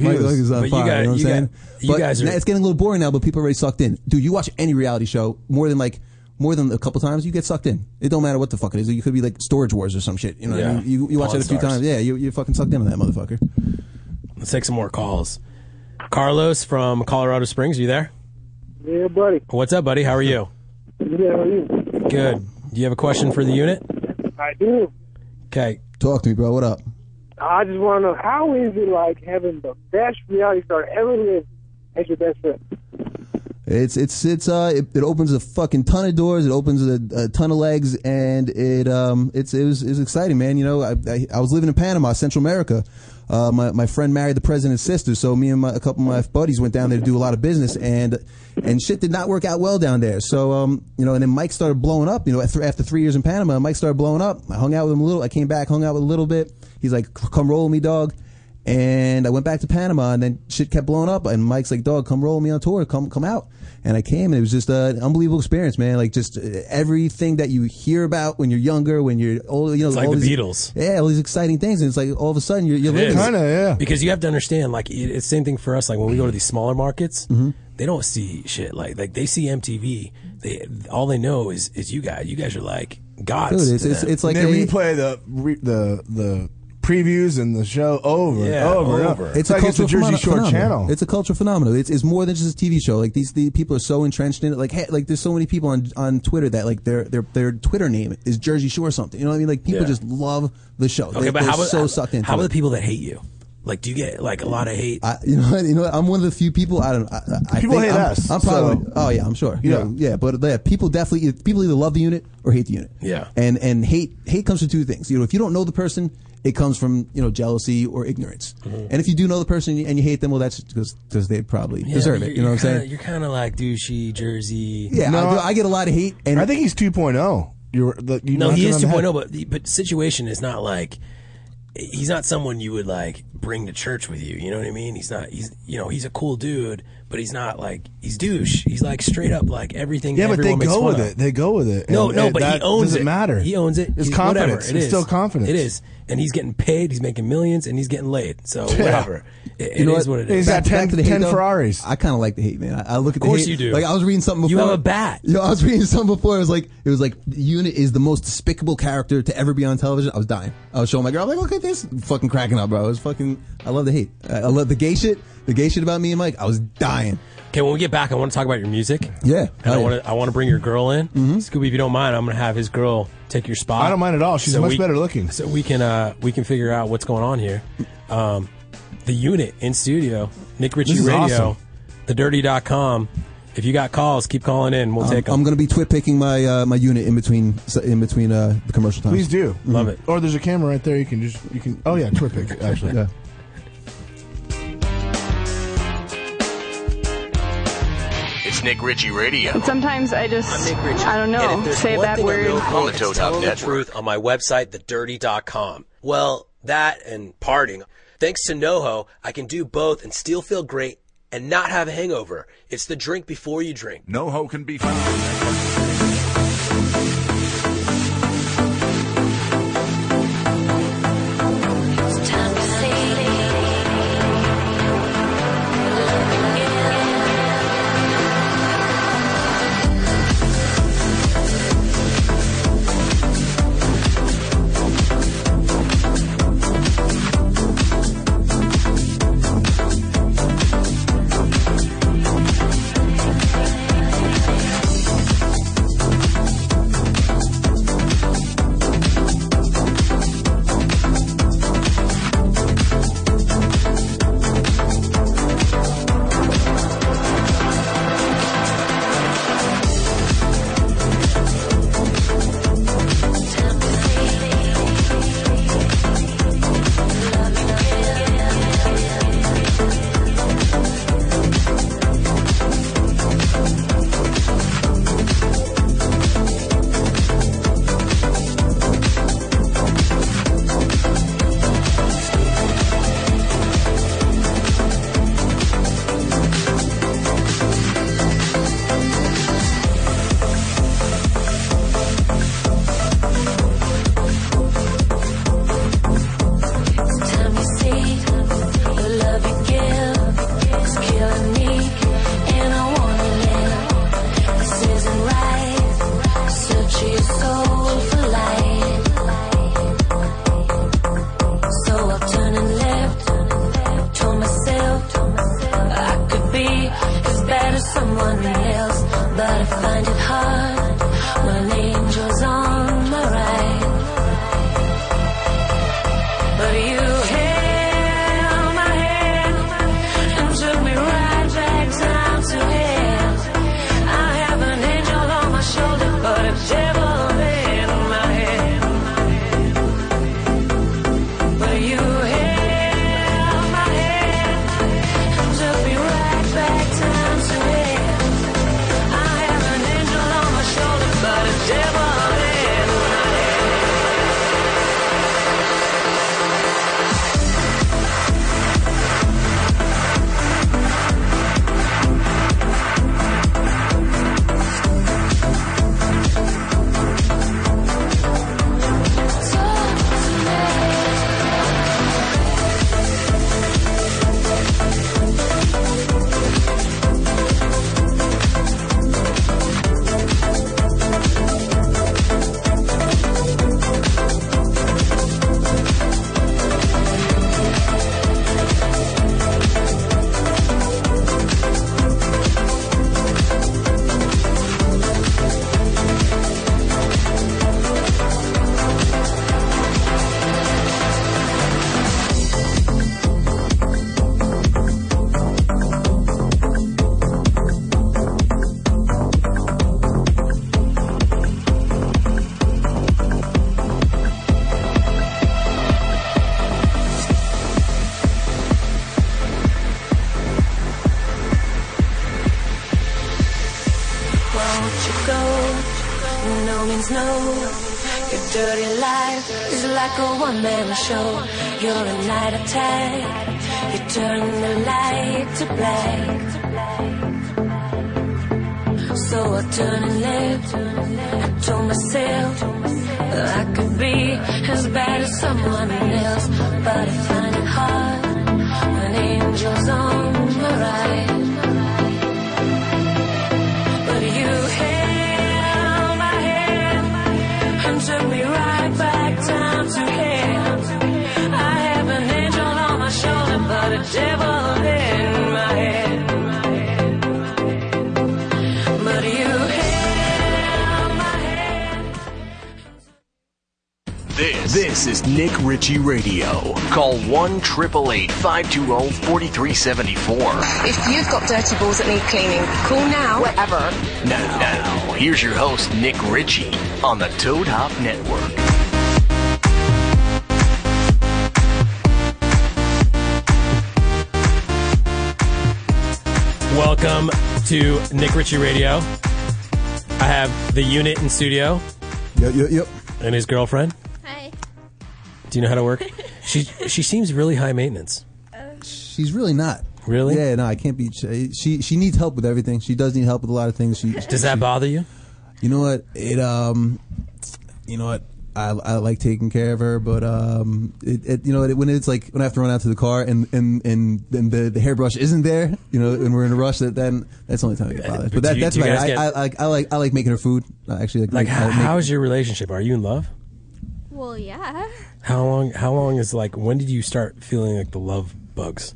Speaker 15: Mike Mike is on
Speaker 4: but
Speaker 15: fire, you
Speaker 4: you guys-
Speaker 15: know what I'm
Speaker 4: you
Speaker 15: saying?
Speaker 4: guys- you
Speaker 15: but
Speaker 4: guys are-
Speaker 15: now it's getting a little boring now, but people are already sucked in. Dude, you watch any reality show more than like more than a couple times, you get sucked in. It don't matter what the fuck it is. You could be like Storage Wars or some shit. You know, what I
Speaker 4: Yeah.
Speaker 15: mean? you, you watch
Speaker 4: Pawn
Speaker 15: it a few
Speaker 4: Stars.
Speaker 15: times. Yeah, you you fucking sucked into that motherfucker.
Speaker 4: Let's take some more calls. Carlos from Colorado Springs, you there?
Speaker 17: Yeah, buddy.
Speaker 4: What's up, buddy? How are you?
Speaker 17: Yeah, how are you?
Speaker 4: Good. Do you have a question for the unit?
Speaker 17: I do.
Speaker 4: Okay.
Speaker 15: Talk to me, bro. What up?
Speaker 17: I just want to know how is it like having the best reality star ever lived as your best friend?
Speaker 15: It's it's it's uh it, it opens a fucking ton of doors. It opens a, a ton of legs, and it um it's it was it was exciting, man. You know, I I, I was living in Panama, Central America. Uh, my my friend married the president's sister, so me and my, a couple of my buddies went down there to do a lot of business, and and shit did not work out well down there. So um you know, and then Mike started blowing up. You know, after, after three years in Panama, Mike started blowing up. I hung out with him a little. I came back, hung out with him a little bit. He's like, "Come roll with me, dog." And I went back to Panama, and then shit kept blowing up. And Mike's like, "Dog, come roll with me on tour. Come, come out." And I came, and it was just uh, an unbelievable experience, man. Like just uh, everything that you hear about when you're younger, when you're older, you know,
Speaker 4: It's like
Speaker 15: all
Speaker 4: the
Speaker 15: these-
Speaker 4: Beatles.
Speaker 15: Yeah, all these exciting things, and it's like all of a sudden you're, you're
Speaker 4: It is.
Speaker 15: living.
Speaker 4: Because you have to understand, like, it, it's same thing for us. Like when we go to these smaller markets,
Speaker 15: Mm-hmm.
Speaker 4: they don't see shit like like they see MTV. They all they know is is you guys. You guys are like gods. to them.
Speaker 5: and they replay the re, the the previews and the show over
Speaker 15: Yeah,
Speaker 5: and over, and over.
Speaker 15: It's, a
Speaker 5: like it's
Speaker 15: cultural
Speaker 5: a Jersey
Speaker 15: phenomena-
Speaker 5: Shore
Speaker 15: phenomenon.
Speaker 5: channel.
Speaker 15: It's a cultural phenomenon. It's, it's more than just a TV show. Like these, the people are so entrenched in it. Like, hey, like there's so many people on on Twitter that like their their their Twitter name is Jersey Shore something. You know what I mean? Like people
Speaker 4: Yeah.
Speaker 15: just love the show.
Speaker 4: Okay,
Speaker 15: they,
Speaker 4: but
Speaker 15: are
Speaker 4: how about
Speaker 15: so
Speaker 4: how-
Speaker 15: sucked into
Speaker 4: how
Speaker 15: it.
Speaker 4: about the people that hate you? Like, do you get like a lot of hate?
Speaker 15: I, you know, what- you know, what? I'm one of the few people. I don't. I, I
Speaker 4: People
Speaker 15: think
Speaker 4: hate
Speaker 15: I'm,
Speaker 4: us,
Speaker 15: I'm probably.
Speaker 4: so-
Speaker 15: Oh yeah, I'm sure. You
Speaker 4: Yeah.
Speaker 15: know, yeah. But yeah, people definitely. e, People either love the unit or hate the unit.
Speaker 4: Yeah.
Speaker 15: And and hate hate comes from two things. You know, if you don't know the person, it comes from you know jealousy or ignorance.
Speaker 4: Mm-hmm.
Speaker 15: And if you do know the person and you hate them, well, that's because because they probably
Speaker 4: Yeah,
Speaker 15: deserve
Speaker 4: but
Speaker 15: it. You know what I'm
Speaker 4: you're
Speaker 15: saying?
Speaker 4: kinda- You're kind of like douchey Jersey.
Speaker 15: Yeah, I do- I, get a lot of hate, and
Speaker 5: I think he's 2.0. You're the, you
Speaker 4: no,
Speaker 5: knocked
Speaker 4: he
Speaker 5: it
Speaker 4: is
Speaker 5: on the head.
Speaker 4: 2.0, but the- but situation is not like he's not someone you would like bring to church with you. You know what I mean? He's not. He's you know he's a cool dude, but he's not like he's douche. He's like straight up like everything.
Speaker 5: Yeah, but they
Speaker 4: everyone makes
Speaker 5: go
Speaker 4: fun
Speaker 5: with
Speaker 4: of.
Speaker 5: it. They go with it.
Speaker 4: No,
Speaker 5: And
Speaker 4: no,
Speaker 5: it-
Speaker 4: but he
Speaker 5: that
Speaker 4: owns
Speaker 5: doesn't
Speaker 4: it.
Speaker 5: matter.
Speaker 4: He owns it.
Speaker 5: It's
Speaker 4: He-
Speaker 5: confidence.
Speaker 4: Whatever. It
Speaker 5: it's
Speaker 4: is.
Speaker 5: still confidence.
Speaker 4: It is, and he's getting paid. He's making millions, and he's getting laid. So
Speaker 5: Yeah.
Speaker 4: whatever. It, it is what it is.
Speaker 15: Back- back to the hate, though, I kind of like the hate, man. I, I look at
Speaker 4: Of course
Speaker 15: the hate.
Speaker 4: you do.
Speaker 15: Like I was reading something
Speaker 4: You
Speaker 15: before.
Speaker 4: have a bat.
Speaker 15: You know, I was reading something before. It was like it was like Unit is the most despicable character to ever be on television. I was dying. I was showing my girl. I'm like, look at this, fucking cracking up, bro. I was fucking. I love the hate. I, I love the gay shit. The gay shit about me and Mike. I was dying.
Speaker 4: Okay, when we get back, I want to talk about your music.
Speaker 15: Yeah,
Speaker 4: And I
Speaker 15: hell yeah.
Speaker 4: want to I want to bring your girl in, Scooby. If you don't mind, I'm going to have his girl take your spot.
Speaker 5: Mm-hmm. I don't mind at all. She's much better looking.
Speaker 4: oh. So we can uh, we can figure out what's going on here. Um, the unit in studio, Nick Ritchie
Speaker 15: This is
Speaker 4: Radio,
Speaker 15: awesome.
Speaker 4: the thedirty.com. If you got calls, keep calling in. We'll
Speaker 15: I'm,
Speaker 4: take them.
Speaker 15: Um, I'm gonna be twit picking my uh, my unit in between in between uh, the commercial times. Mm-hmm.
Speaker 5: Please do.
Speaker 15: Love
Speaker 5: it. Or there's a camera right there. You can just you can. Oh yeah, Twipic actually.
Speaker 15: Yeah.
Speaker 2: It's Nick Ritchie Radio.
Speaker 18: Sometimes I just, I don't
Speaker 4: And
Speaker 18: know,
Speaker 4: if there's
Speaker 18: say a
Speaker 4: one
Speaker 18: bad
Speaker 4: thing I
Speaker 18: word.
Speaker 4: know
Speaker 2: On the
Speaker 4: is
Speaker 2: Toad Hop
Speaker 4: telling the
Speaker 2: Network.
Speaker 4: truth on my website, thedirty.com. Well, that and partying. Thanks to NoHo, I can do both and still feel great and not have a hangover. It's the drink before you drink.
Speaker 12: NoHo can be found.
Speaker 19: Time you see the love you give is killing me, and I wanna live. This isn't right. Searching your soul for light, so I've turned and left. Told myself I could be as bad as someone else, but I find it hard when angels on my right. But you held my hand and took me right back down to hell. I have an angel on my shoulder, but a devil in my head. But you held my hand and took me right back down to hell. I have an angel means no. Your dirty life is like a one man show. You're a night attack. You turn the light to black. So I turn and left. I told myself that I could be as bad as someone else. But I find it hard when angels on the rise. But you held my hand and took me right back down to hell. I have an angel on my shoulder, but a devil in my head. But you held my
Speaker 2: This, this is Nick Ritchie Radio. Call 1 888 520 4374.
Speaker 20: If you've got dirty balls that need cleaning, call now. Wherever.
Speaker 2: Now, now, here's your host, Nick Ritchie, on the Toad Hop Network.
Speaker 4: Welcome to Nick Ritchie Radio. I have the unit in studio.
Speaker 15: Yep, yep, yep.
Speaker 4: And his girlfriend.
Speaker 7: Hi.
Speaker 4: Do you know how to work? she she seems really high maintenance.
Speaker 15: She's really not.
Speaker 4: Really?
Speaker 15: Yeah, no, I can't be. She she needs help with everything. She does need help with a lot of things. She
Speaker 4: Does that bother you?
Speaker 15: You know what? It um, you know what? I, I like taking care of her, but um, it, it you know it, when it's like when I have to run out to the car and and and, and the, the hairbrush isn't there, you know, and we're in a rush. That then that's the only time I get bothered. But
Speaker 4: Do
Speaker 15: that,
Speaker 4: you-
Speaker 15: that's
Speaker 4: do you
Speaker 15: about it.
Speaker 4: guys
Speaker 15: I,
Speaker 4: get-
Speaker 15: I, like I like I like making her food. I actually like
Speaker 4: Like,
Speaker 15: make-
Speaker 4: how,
Speaker 15: I make-
Speaker 4: how is your relationship? Are you in love?
Speaker 7: Well, yeah.
Speaker 4: How long? How long is like? When did you start feeling like the love bugs?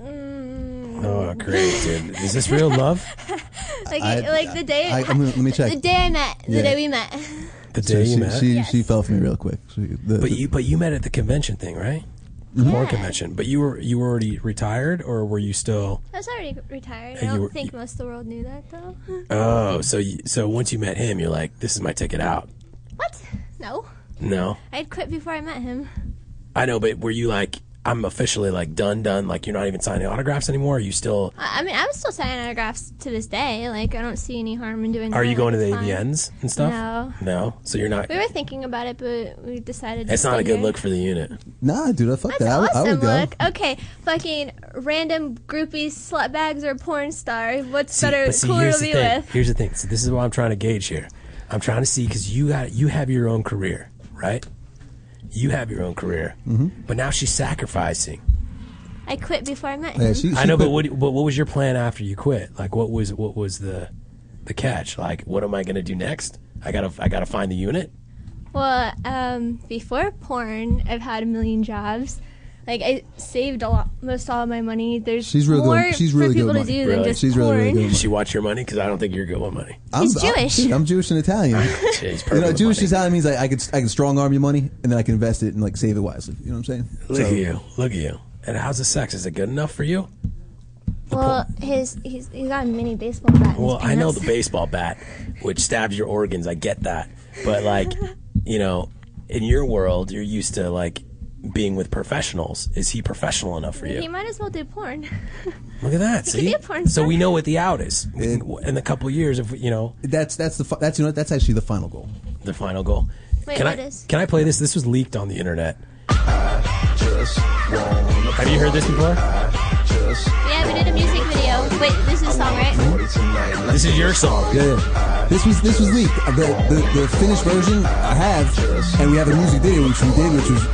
Speaker 7: Mm.
Speaker 4: Oh, great, dude! Is this real love?
Speaker 7: Like,
Speaker 15: I-
Speaker 7: like the day.
Speaker 15: I, I'm gonna- let me check.
Speaker 7: The day I met. The
Speaker 15: Yeah.
Speaker 7: day we met.
Speaker 4: The day
Speaker 15: she,
Speaker 4: you met?
Speaker 15: she,
Speaker 4: Yes.
Speaker 15: she fell for me real quick. She, the,
Speaker 4: But you, but you met at the convention thing, right? The porn convention. But you were you were already retired, or were you still?
Speaker 7: I was already retired.
Speaker 4: And
Speaker 7: I
Speaker 4: you
Speaker 7: don't
Speaker 4: were-
Speaker 7: think most of the world knew that though.
Speaker 4: Oh, so you, so once you met him, you're like, this is my ticket out.
Speaker 7: What? No.
Speaker 4: No,
Speaker 7: I had quit before I met him.
Speaker 4: I know, but were you like, I'm officially like done, done? Like you're not even signing autographs anymore. Are you still?
Speaker 7: I, I mean, I was still signing autographs to this day. Like, I don't see any harm in doing.
Speaker 4: Are
Speaker 7: that.
Speaker 4: you going to
Speaker 7: Like,
Speaker 4: the
Speaker 7: it's fine.
Speaker 4: AVNs and stuff?
Speaker 7: No.
Speaker 4: No, so you're not.
Speaker 7: We were thinking about it, but we decided.
Speaker 4: It's
Speaker 7: to
Speaker 4: not
Speaker 7: stay
Speaker 4: a good
Speaker 7: here.
Speaker 4: look for the unit.
Speaker 15: Nah, dude, I fuck
Speaker 7: That's
Speaker 15: that. I would- I,
Speaker 7: awesome
Speaker 15: would go.
Speaker 7: look. Okay, fucking random groupies, slut bags, or porn star. What's
Speaker 4: See,
Speaker 7: better,
Speaker 4: but see,
Speaker 7: cooler
Speaker 4: here's
Speaker 7: to
Speaker 4: the
Speaker 7: be
Speaker 4: thing.
Speaker 7: with?
Speaker 4: Here's the thing. So this is what I'm trying to gauge here. I'm trying to see because you got you have your own career, right? You have your own career, but now she's sacrificing.
Speaker 7: I quit before I met him.
Speaker 4: I know, but what but what was your plan after you quit? Like, what was what was the the catch? Like, what am I going to do next? I gotta I gotta find a unit.
Speaker 7: Well, um, before porn, I've had a million jobs. Like I saved a lot, most all of my money. There's
Speaker 4: She's really good-
Speaker 7: more
Speaker 4: she's really
Speaker 7: for people
Speaker 4: good
Speaker 7: to do
Speaker 4: money.
Speaker 7: than
Speaker 4: Really?
Speaker 7: just
Speaker 4: She's
Speaker 7: porn.
Speaker 4: Does she watch your money? Because I don't think you're good with money.
Speaker 7: He's Jewish.
Speaker 15: I, am Jewish and Italian.
Speaker 4: She's
Speaker 15: you know,
Speaker 4: perfect.
Speaker 15: Jewish Italian means like, I could I could strong arm your money and then I can invest it and like save it wisely. You know what I'm saying?
Speaker 4: Look at you. Look at you. And how's the sex? Is it good enough for you?
Speaker 7: well, his he's he's got a mini baseball bat. in his
Speaker 4: Well, I know
Speaker 7: pants.
Speaker 4: the baseball bat, which stabs your organs. I get that, but like, you know, in your world, you're used to like being with professionals. Is he professional enough for
Speaker 7: He
Speaker 4: you?
Speaker 7: might as well do porn.
Speaker 4: Look at that.
Speaker 7: He could
Speaker 4: See,
Speaker 7: be a porn
Speaker 4: so
Speaker 7: star.
Speaker 4: we know what the out is We can- in a couple of years. If we- you know,
Speaker 15: that's that's the fi- that's you know what, that's actually the final goal.
Speaker 4: The final goal.
Speaker 7: Wait,
Speaker 4: can
Speaker 7: what
Speaker 4: I
Speaker 7: is-
Speaker 4: can I play this? This was leaked on the internet. Have you heard this before?
Speaker 7: yeah, we did a music video. Wait, this is a song, right?
Speaker 4: This is your song.
Speaker 15: Yeah, yeah. This was this was leaked. Uh, The, the, the finished version I have, and we have a music video which we did, which was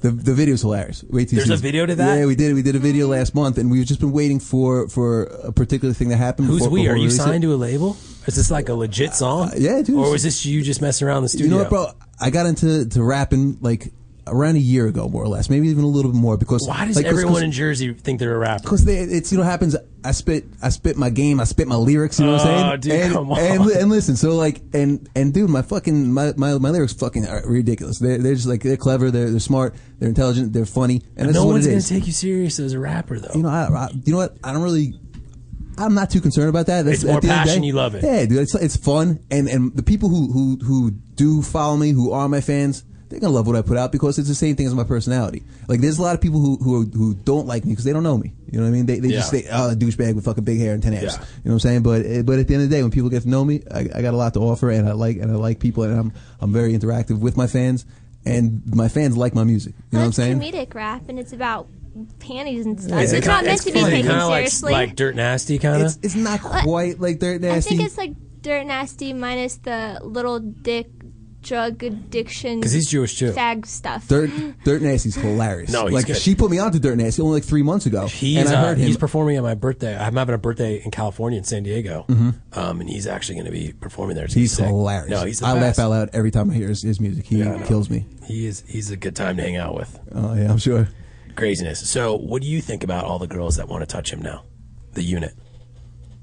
Speaker 15: the the video's hilarious. Wait till you
Speaker 4: There's
Speaker 15: see
Speaker 4: a
Speaker 15: this.
Speaker 4: video to that?
Speaker 15: Yeah, we did. We did a video last month, and we've just been waiting for for a particular thing to happen.
Speaker 4: Who's
Speaker 15: before,
Speaker 4: we?
Speaker 15: before
Speaker 4: Are you
Speaker 15: release it.
Speaker 4: signed to a label? Is this like a legit song? yeah,
Speaker 15: Uh, dude.
Speaker 4: Or was this you just messing around in the studio?
Speaker 15: You know what, bro? I got into to rapping like around a year ago, more or less, maybe even a little bit more. Because
Speaker 4: Why does
Speaker 15: like, 'cause-
Speaker 4: everyone
Speaker 15: 'cause-
Speaker 4: in Jersey think they're a rapper?
Speaker 15: Cause they, it's you know happens. I spit, I spit my game. I spit my lyrics. You know what
Speaker 4: Oh,
Speaker 15: I'm saying?
Speaker 4: dude,
Speaker 15: and,
Speaker 4: come on.
Speaker 15: And, and listen, so like, and and dude, my fucking my, my, my lyrics fucking are ridiculous. They're, they're just like they're clever. They're they're smart. They're intelligent. They're funny. And that's
Speaker 4: no
Speaker 15: what
Speaker 4: one's
Speaker 15: it
Speaker 4: gonna
Speaker 15: is.
Speaker 4: take you serious as a rapper, though.
Speaker 15: you know, I, I, you know what? I don't really. I'm not too concerned about that. That's,
Speaker 4: It's more
Speaker 15: at the end of the
Speaker 4: passion,
Speaker 15: day-
Speaker 4: you love it.
Speaker 15: Yeah, dude, it's it's fun, and and the people who who who do follow me, who are my fans, they're gonna love what I put out because it's the same thing as my personality. Like there's a lot of people who who, who don't like me because they don't know me. You know what I mean? They they just
Speaker 21: Yeah.
Speaker 15: say, oh, a douchebag with fucking big hair and ten abs.
Speaker 21: Yeah.
Speaker 15: You know what I'm saying? But eh, but at the end of the day, when people get to know me, I, I got a lot to offer, and I like and I like people, and I'm I'm very interactive with my fans, and my fans like my music. You know what I'm
Speaker 22: That's
Speaker 15: saying?
Speaker 22: comedic rap, and it's about panties and stuff.
Speaker 15: Yeah,
Speaker 22: so
Speaker 15: it's
Speaker 22: it's not
Speaker 15: kinda-
Speaker 22: meant
Speaker 15: it's
Speaker 22: to be
Speaker 15: funny.
Speaker 22: taken
Speaker 15: Kinda like-
Speaker 22: seriously.
Speaker 4: like dirt nasty kind of.
Speaker 15: It's- it's not quite like dirt
Speaker 22: I
Speaker 15: nasty.
Speaker 22: think it's like dirt nasty minus the little dick drug addiction.
Speaker 15: 'Cause he's Jewish, too.
Speaker 22: Fag stuff.
Speaker 15: Dirt Dirt Nasty's hilarious.
Speaker 4: No, he's
Speaker 15: like
Speaker 4: good.
Speaker 15: she put me on to Dirt Nasty only like three months ago,
Speaker 4: He's,
Speaker 15: and I
Speaker 4: uh,
Speaker 15: heard him.
Speaker 4: he's performing at my birthday. I'm having a birthday in California in San Diego,
Speaker 15: Mhm.
Speaker 4: um, and he's actually going to be performing there. It's
Speaker 15: He's
Speaker 4: sick.
Speaker 15: hilarious.
Speaker 4: No, he's the
Speaker 15: I
Speaker 4: best.
Speaker 15: laugh out loud every time I hear his, his music. He
Speaker 4: Yeah, I know.
Speaker 15: kills me.
Speaker 4: He is. He's a good time to hang out with.
Speaker 15: Oh yeah, I'm sure.
Speaker 4: Craziness. So, what do you think about all the girls that want to touch him now? The unit.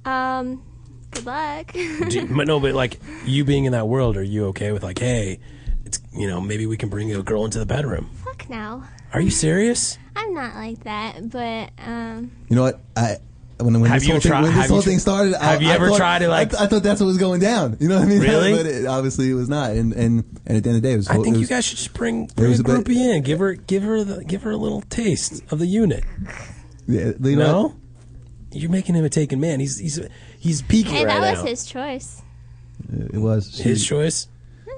Speaker 22: Um, good luck.
Speaker 4: Do you, but no, but like you being in that world, are you okay with like, hey, it's you know maybe we can bring a girl into the bedroom?
Speaker 22: Fuck no.
Speaker 4: Are you serious?
Speaker 22: I'm not like that, but um,
Speaker 15: You know what? I when, when
Speaker 4: Have
Speaker 15: this
Speaker 4: you
Speaker 15: whole, thing,
Speaker 4: tri-
Speaker 15: when this
Speaker 4: have you
Speaker 15: whole
Speaker 4: tr-
Speaker 15: thing started, I-
Speaker 4: have you
Speaker 15: I
Speaker 4: ever
Speaker 15: thought-
Speaker 4: tried to,
Speaker 15: I
Speaker 4: like-
Speaker 15: th- I, thought that's what was going down. You know what I mean?
Speaker 4: Really?
Speaker 15: but it, obviously, it was not. And and and at the end of the day, it was.
Speaker 4: I think
Speaker 15: it
Speaker 4: you
Speaker 15: was-
Speaker 4: guys should just bring,
Speaker 15: it
Speaker 4: bring a
Speaker 15: was a bit-
Speaker 4: groupie in. Give her give her the, give her a little taste of the unit.
Speaker 15: Yeah, you know.
Speaker 4: no, you're making him a taken man. He's he's he's peaking
Speaker 22: hey,
Speaker 4: right
Speaker 22: that was
Speaker 4: now.
Speaker 22: his choice.
Speaker 15: It was
Speaker 4: His choice.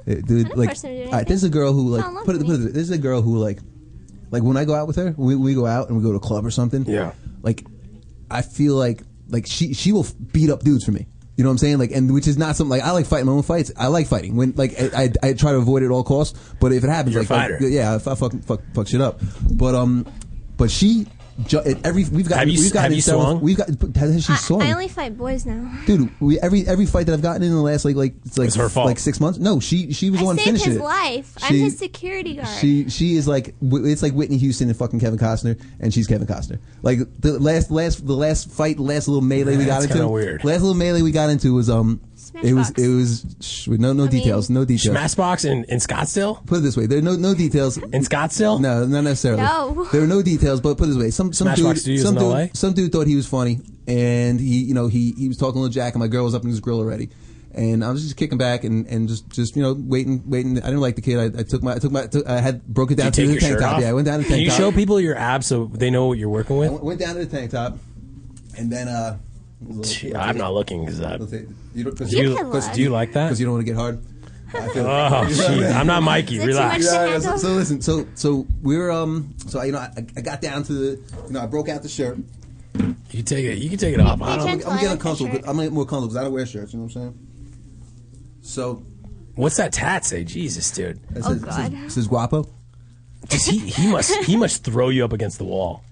Speaker 15: It, dude,
Speaker 22: I'm the
Speaker 15: like,
Speaker 22: person to do
Speaker 15: all right, this is a girl who like
Speaker 22: Fall in love
Speaker 15: put it,
Speaker 22: with
Speaker 15: put it. This is a girl who like, like when I go out with her, we, we go out and we go to a club or something.
Speaker 4: Yeah.
Speaker 15: Like, I feel like like she she will beat up dudes for me. You know what I'm saying? Like, and which is not something like I like fighting my own fights. I like fighting when like I, I, I try to avoid it at all costs. But if it happens,
Speaker 4: You're a
Speaker 15: like I-
Speaker 4: fighter.
Speaker 15: yeah, if I fuck, fuck fuck shit up. But um, but she. ju- at Every we've got
Speaker 4: Have you-
Speaker 15: we've got
Speaker 4: have you swung?
Speaker 15: we've got has she swung?
Speaker 22: I only fight boys now.
Speaker 15: dude. We, every every fight that I've gotten in the last like like it's like
Speaker 4: It's her fault.
Speaker 15: like six months. No, she she was the
Speaker 22: I
Speaker 15: one
Speaker 22: saved
Speaker 15: finishing
Speaker 22: his
Speaker 15: it.
Speaker 22: life. I'm
Speaker 15: She-
Speaker 22: his security guard.
Speaker 15: She she is like w- it's like Whitney Houston and fucking Kevin Costner, and she's Kevin Costner. Like the last last the last fight, the last little melee we
Speaker 4: Yeah,
Speaker 15: got
Speaker 4: that's
Speaker 15: into.
Speaker 4: kinda weird.
Speaker 15: Last little melee we got into was um. It was it was sh- with no no details no details.
Speaker 4: Smashbox in, in Scottsdale.
Speaker 15: Put it this way, there are no no details
Speaker 4: in Scottsdale.
Speaker 15: No, not necessarily.
Speaker 4: No.
Speaker 15: there are no details. But put it this way, some some
Speaker 4: Smashbox
Speaker 15: dude,
Speaker 4: Studios
Speaker 15: some
Speaker 4: in
Speaker 15: dude,
Speaker 4: LA?
Speaker 15: some dude thought he was funny, and he you know he he was talking to Jack, and my girl was up in his grill already. And I was just kicking back and, and just, just you know waiting waiting. I didn't like the kid. I, I took my I took my took, I had broke it
Speaker 4: Did
Speaker 15: down
Speaker 4: you
Speaker 15: to
Speaker 4: take
Speaker 15: the
Speaker 4: your
Speaker 15: tank
Speaker 4: shirt
Speaker 15: top.
Speaker 4: off?
Speaker 15: Yeah, I went down to the
Speaker 4: Can
Speaker 15: tank
Speaker 4: you
Speaker 15: top.
Speaker 4: show people your abs so they know what you're working
Speaker 15: I
Speaker 4: with?
Speaker 15: went, went down to the tank top, and then uh,
Speaker 4: Gee, I'm not looking because I.
Speaker 15: you don't,
Speaker 4: Do you, 'cause do you like that? Because
Speaker 15: you don't want to get hard.
Speaker 4: Oh, gee, I'm not Mikey. Relax.
Speaker 15: Yeah, yeah, so, so listen, so so we were um, so you know I, I got down to the you know I broke out the shirt.
Speaker 4: You take it. You can take it off. I
Speaker 15: I'm,
Speaker 4: don't-
Speaker 15: I'm gonna get uncomfortable. but I'm gonna get more comfortable because I don't wear shirts. You know what I'm saying? So
Speaker 4: What's that tat say? Jesus, dude.
Speaker 15: It
Speaker 22: Oh,
Speaker 15: says- it says- it says guapo.
Speaker 4: Just he, he must he must throw you up against the wall.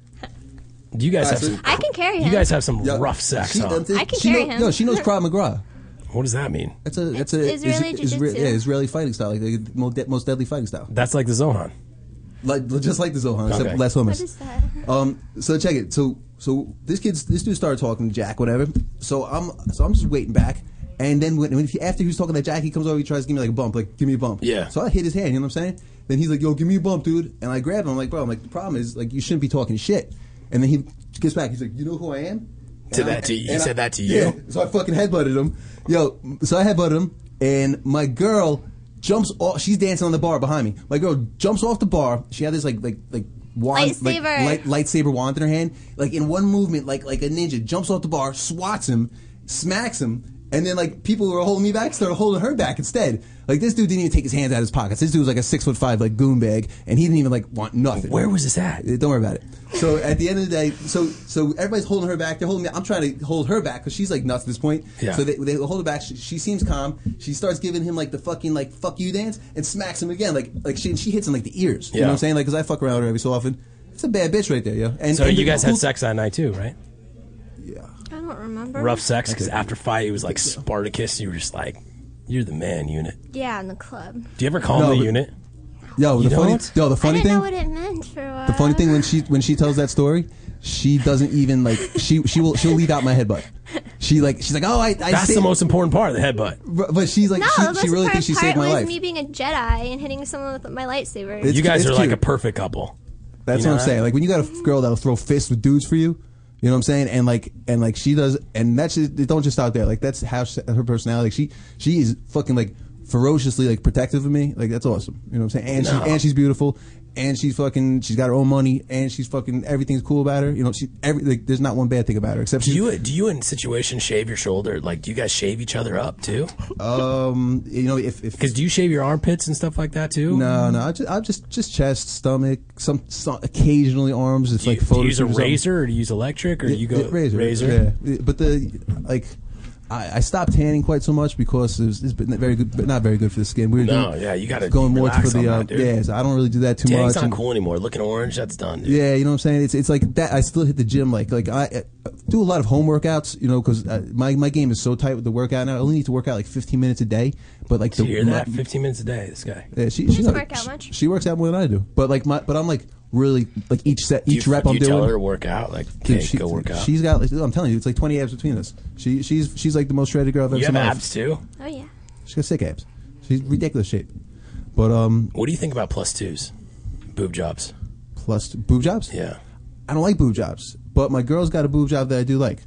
Speaker 4: Do you guys
Speaker 15: Alright,
Speaker 4: have
Speaker 15: so-
Speaker 4: some?
Speaker 22: I can carry him.
Speaker 4: You guys have some rough sex.
Speaker 15: She-
Speaker 4: huh?
Speaker 15: um,
Speaker 22: I can
Speaker 15: she
Speaker 22: carry
Speaker 15: know-
Speaker 22: him.
Speaker 15: No, she knows Krav Maga.
Speaker 4: What does that mean?
Speaker 15: That's a that's a
Speaker 22: It's Israeli
Speaker 15: Is- Isra-
Speaker 22: jujitsu.
Speaker 15: yeah, Israeli fighting style, like the most, de- most deadly fighting style.
Speaker 4: That's like the Zohan.
Speaker 15: Like just like the Zohan,
Speaker 4: Okay.
Speaker 15: except less hummus.
Speaker 22: What is that?
Speaker 15: Um, so check it. So so this kid's this dude started talking to Jack, whatever. So I'm so I'm just waiting back, and then when, when he, after he was talking to Jack, he comes over, he tries to give me like a bump, like give me a bump.
Speaker 4: Yeah.
Speaker 15: So I hit his hand. You know what I'm saying? Then he's like, "Yo, give me a bump, dude." And I grab him. I'm like, "Bro, I'm like the problem is like you shouldn't be talking shit." And then he gets back. He's like, "You know who I am?"
Speaker 4: Did
Speaker 15: And
Speaker 4: that to you- he
Speaker 15: and
Speaker 4: said that to
Speaker 15: Yeah.
Speaker 4: you?
Speaker 15: So I fucking headbutted him. Yo, so I headbutted him, and my girl jumps off. She's dancing on the bar behind me. My girl jumps off the bar. She had this like like like wand, like,
Speaker 22: Lightsaber.
Speaker 15: light, lightsaber wand in her hand. Like in one movement, like like a ninja jumps off the bar, swats him, smacks him. And then, like people who were holding me back started holding her back instead. Like this dude didn't even take his hands out of his pockets. This dude was like a six foot five like goon bag, and he didn't even like want nothing.
Speaker 4: Where was this at?
Speaker 15: Eh, Don't worry about it. So at the end of the day, so so everybody's holding her back. They're holding me. I'm trying to hold her back because she's like nuts at this point.
Speaker 4: Yeah.
Speaker 15: So they, they hold her back. She, she seems calm. She starts giving him like the fucking like fuck you dance and smacks him again. Like like she she hits him like the ears. You know
Speaker 4: Yeah.
Speaker 15: what I'm saying? Like because I fuck around with her every so often. It's a bad bitch right there, yo. And
Speaker 4: so
Speaker 15: and
Speaker 4: you
Speaker 15: the
Speaker 4: guys had
Speaker 15: whole-
Speaker 4: sex that night too, right?
Speaker 22: I don't remember.
Speaker 4: Rough sex because after fight it was like Spartacus. You were just like, you're the man unit.
Speaker 22: Yeah, in the club.
Speaker 4: Do you ever call
Speaker 15: No,
Speaker 4: him the
Speaker 15: but-
Speaker 4: unit?
Speaker 15: Yo,
Speaker 4: You
Speaker 15: the funny,
Speaker 4: don't?
Speaker 15: yo, the funny
Speaker 22: I didn't
Speaker 15: thing.
Speaker 22: know what it meant for a while.
Speaker 15: The funny thing when she when she tells that story, she doesn't even like she she will she'll leave out my headbutt. She like she's like oh I, I
Speaker 4: That's the
Speaker 15: saved-"
Speaker 4: most important part, the headbutt.
Speaker 15: But but she's like
Speaker 22: no, the
Speaker 15: she,
Speaker 22: most
Speaker 15: she really
Speaker 22: important
Speaker 15: thinks she
Speaker 22: part
Speaker 15: saved my
Speaker 22: was
Speaker 15: life.
Speaker 22: me being a Jedi and hitting someone with my lightsaber.
Speaker 15: It's
Speaker 4: you guys
Speaker 15: cu-
Speaker 4: are
Speaker 15: it's
Speaker 4: like a
Speaker 15: cute.
Speaker 4: perfect couple.
Speaker 15: That's
Speaker 4: You know
Speaker 15: what I'm
Speaker 4: that?
Speaker 15: saying. Like when you got a f- girl that'll throw fists with dudes for you, you know what I'm saying? And like and like she does, and that's it don't just stop there. Like that's how she, her personality. She she is fucking like ferociously like protective of me. Like that's awesome. You know what I'm saying? And she and she's beautiful. And she's fucking. She's got her own money. And she's fucking. Everything's cool about her. You know. She every. Like, there's not one bad thing about her except
Speaker 4: Do
Speaker 15: she's.
Speaker 4: you do you in situations shave your shoulder? Like, do you guys shave each other up too?
Speaker 15: Um, you know, if because
Speaker 4: do you shave your armpits and stuff like that too?
Speaker 15: No, no. I just, I just, just chest, stomach, some, some occasionally arms. It's like
Speaker 4: Do you
Speaker 15: photos.
Speaker 4: use a razor or do you use electric or do you go
Speaker 15: razor? Yeah. But the like, I, I stopped tanning quite so much because it was, it's been very good, but not very good for the skin. We were
Speaker 4: No,
Speaker 15: doing-
Speaker 4: yeah, you gotta
Speaker 15: going more
Speaker 4: relax
Speaker 15: for the
Speaker 4: on
Speaker 15: uh,
Speaker 4: that, dude.
Speaker 15: yeah. So I don't really do that too much.
Speaker 4: Tanning's not
Speaker 15: and-
Speaker 4: cool anymore. Looking orange, that's done. Dude.
Speaker 15: yeah, you know what I'm saying. It's it's like that. I still hit the gym like like I, I do a lot of home workouts, you know, because my my game is so tight with the workout now. I only need to work out like 15 minutes a day, but like
Speaker 4: Do you hear
Speaker 15: my-
Speaker 4: that? Fifteen minutes a day. This guy.
Speaker 15: yeah, she,
Speaker 4: Does
Speaker 15: she's
Speaker 4: she
Speaker 15: not-
Speaker 4: work out much?
Speaker 15: She, works out more than I do, but like my, but I'm like really like each set,
Speaker 4: Do you-
Speaker 15: each rep
Speaker 4: do
Speaker 15: I'm
Speaker 4: you
Speaker 15: doing.
Speaker 4: tell her to work out? Like,
Speaker 15: Dude,
Speaker 4: okay, go work out.
Speaker 15: She's got. Like, I'm telling you, it's like 20 abs between us. She she's she's like the most shredded girl I've ever
Speaker 4: you
Speaker 15: seen.
Speaker 4: have
Speaker 15: in my life.
Speaker 4: abs too.
Speaker 7: Oh yeah.
Speaker 15: She's got sick abs. She's ridiculous shape. But um,
Speaker 4: What do you think about plus twos, boob jobs?
Speaker 15: plus boob jobs.
Speaker 4: Yeah.
Speaker 15: I don't like boob jobs, but my girl's got a boob job that I do like.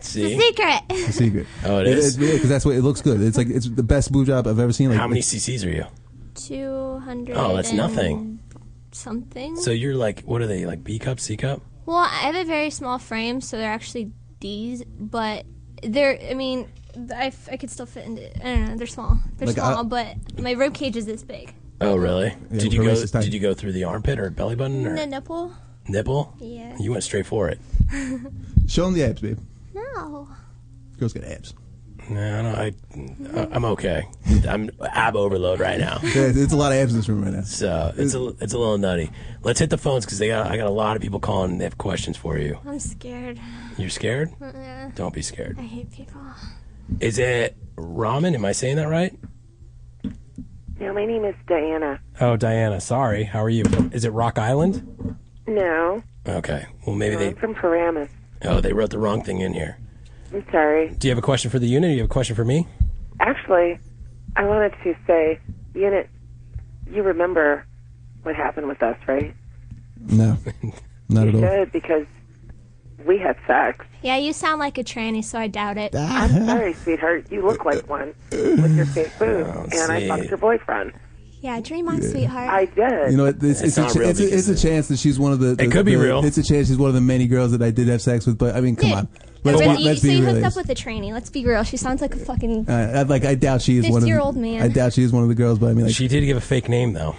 Speaker 4: See,
Speaker 15: It's
Speaker 7: secret.
Speaker 15: a secret.
Speaker 4: Oh, it is?
Speaker 15: Because that's what it looks good. It's like it's the best boob job I've ever seen. Like
Speaker 4: how many CCs are you?
Speaker 7: Two hundred.
Speaker 4: Oh, that's nothing.
Speaker 7: Something.
Speaker 4: So you're like, what are they like? B cup, C cup?
Speaker 7: Well, I have a very small frame, so they're actually D's, but they're, I mean, I, f- I could still fit into, I don't know, they're small. They're
Speaker 4: Like, I-
Speaker 15: uh,
Speaker 7: small, but my rib cage is this big.
Speaker 4: Oh, really?
Speaker 15: Yeah,
Speaker 4: did you
Speaker 15: her
Speaker 4: go?
Speaker 15: waist is tight.
Speaker 4: Did you go through the armpit or belly button or
Speaker 7: And the nipple?
Speaker 4: nipple?
Speaker 7: Yeah.
Speaker 4: You went straight for it.
Speaker 15: Show them the abs, babe.
Speaker 7: No.
Speaker 15: Girl's got abs.
Speaker 4: No, no, I, I- I'm okay. I'm ab overload right now.
Speaker 15: Yeah, it's a lot of abs in this room right now.
Speaker 4: So it's a it's a little nutty. Let's hit the phones because they got I got a lot of people calling. and They have questions for you.
Speaker 7: I'm scared.
Speaker 4: You're scared?
Speaker 7: Uh-uh.
Speaker 4: Don't be scared.
Speaker 7: I hate people.
Speaker 4: Is it ramen? Am I saying that right?
Speaker 10: No, my name is Diana.
Speaker 4: Oh, Diana. Sorry. How are you? Is it Rock Island?
Speaker 10: No,
Speaker 4: Okay. Well, maybe they.
Speaker 10: I'm from Paramus.
Speaker 4: Oh, they wrote the wrong thing in here.
Speaker 10: I'm sorry.
Speaker 4: Do you have a question for the unit? Or you have a question for me?
Speaker 10: Actually, I wanted to say, Unit, you remember what happened with us, right?
Speaker 15: No, not at
Speaker 10: you
Speaker 15: all.
Speaker 10: should, because we had sex.
Speaker 7: Yeah, you sound like a tranny, so I doubt it.
Speaker 10: I'm sorry, sweetheart. You look like one with your fake boobs,
Speaker 4: Oh,
Speaker 10: and I
Speaker 15: see.
Speaker 10: fucked your boyfriend.
Speaker 7: Yeah, dream on, sweetheart.
Speaker 10: I did.
Speaker 15: You know, it's, it's, it's, a, ch- it's, a, it's a chance that she's one of the. the-
Speaker 4: could be
Speaker 15: the-
Speaker 4: real.
Speaker 15: It's a chance she's one of the many girls that I did have sex with. But I mean, come
Speaker 7: Yeah.
Speaker 15: on,
Speaker 7: But
Speaker 15: let's,
Speaker 7: you-
Speaker 15: be- let's
Speaker 7: so
Speaker 15: be
Speaker 7: you
Speaker 15: real.
Speaker 7: hooked up with a tranny. Let's be real. She sounds like a fucking.
Speaker 15: Uh, I- like I doubt she is one of.
Speaker 7: 50-year-old man.
Speaker 15: I doubt she is one of the girls, but I mean, like
Speaker 4: She did give a fake name though.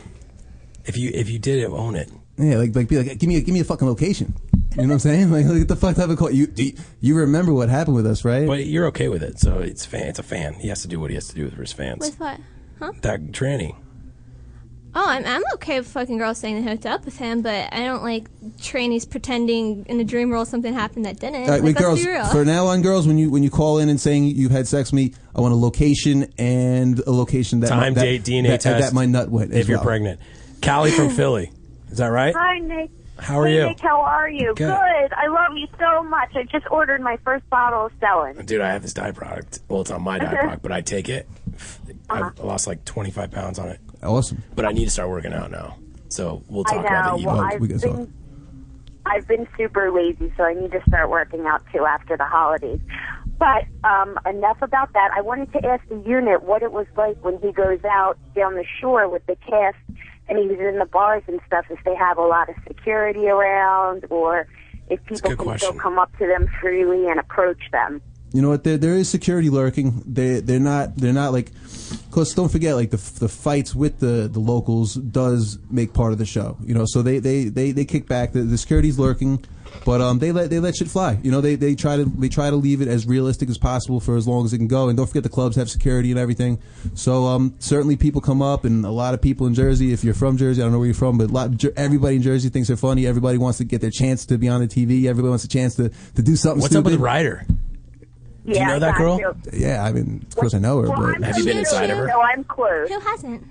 Speaker 4: If you if you did it, own it.
Speaker 15: yeah, like like be like, give me a, give me a fucking location. You know what I'm saying? Like, look at the fuck type of call. You, do you you remember what happened with us, right?
Speaker 4: But you're okay with it, so it's fan. It's a fan. He has to do what he has to do for his fans.
Speaker 7: With what? Huh?
Speaker 4: that tranny.
Speaker 7: Oh, I'm, I'm okay with fucking girls saying they hooked up with him, but I don't like trannies pretending in a dream world something happened that didn't.
Speaker 15: All right,
Speaker 7: like,
Speaker 15: wait,
Speaker 7: let's
Speaker 15: girls.
Speaker 7: be real.
Speaker 15: For now on, girls, when you when you call in and saying you've had sex with me, I want a location and a location that
Speaker 4: Time,
Speaker 15: that,
Speaker 4: date, DNA
Speaker 15: that,
Speaker 4: test.
Speaker 15: that my nut went.
Speaker 4: If
Speaker 15: as
Speaker 4: you're
Speaker 15: well.
Speaker 4: pregnant, Callie from Philly. Is that right?
Speaker 11: Hi, Nick.
Speaker 4: How are
Speaker 11: Hey,
Speaker 4: you?
Speaker 11: Nick, how are you?
Speaker 4: Good.
Speaker 11: I love you so much. I just ordered my first bottle of Stellan.
Speaker 4: Dude, I have this dye product. Well, it's on my dye product, but I take it.
Speaker 11: Uh-huh.
Speaker 4: I lost like 25 pounds on it.
Speaker 15: Awesome.
Speaker 4: But I need to start working out now. So we'll
Speaker 11: I
Speaker 4: talk
Speaker 11: know.
Speaker 4: about the
Speaker 11: well,
Speaker 15: Oh,
Speaker 4: evening.
Speaker 11: I've been, I've been super lazy, so I need to start working out too after the holidays. But um, enough about that. I wanted to ask the unit what it was like when he goes out down the shore with the cast, and he's in the bars and stuff. If they have a lot of security around, or if people can still come up to them freely and approach them.
Speaker 15: You know what? There, there is security lurking. They, they're not. They're not like. Cause don't forget, like the the fights with the the locals does make part of the show. You know, so they they they, they kick back. The, the security's lurking, but um, they let they let shit fly. You know, they, they try to they try to leave it as realistic as possible for as long as it can go. And don't forget, the clubs have security and everything. So um, certainly people come up, and a lot of people in Jersey. If you're from Jersey, I don't know where you're from, but a lot, Jer- everybody in Jersey thinks they're funny. Everybody wants to get their chance to be on the TV. Everybody wants a chance to to do something.
Speaker 4: What's up with
Speaker 15: stupid.
Speaker 4: Ryder?
Speaker 15: Do you know that
Speaker 11: I
Speaker 15: girl?
Speaker 11: do.
Speaker 15: Yeah, I mean, of course I know her, but
Speaker 4: Have you been inside of her?
Speaker 11: So I'm close.
Speaker 7: Who hasn't?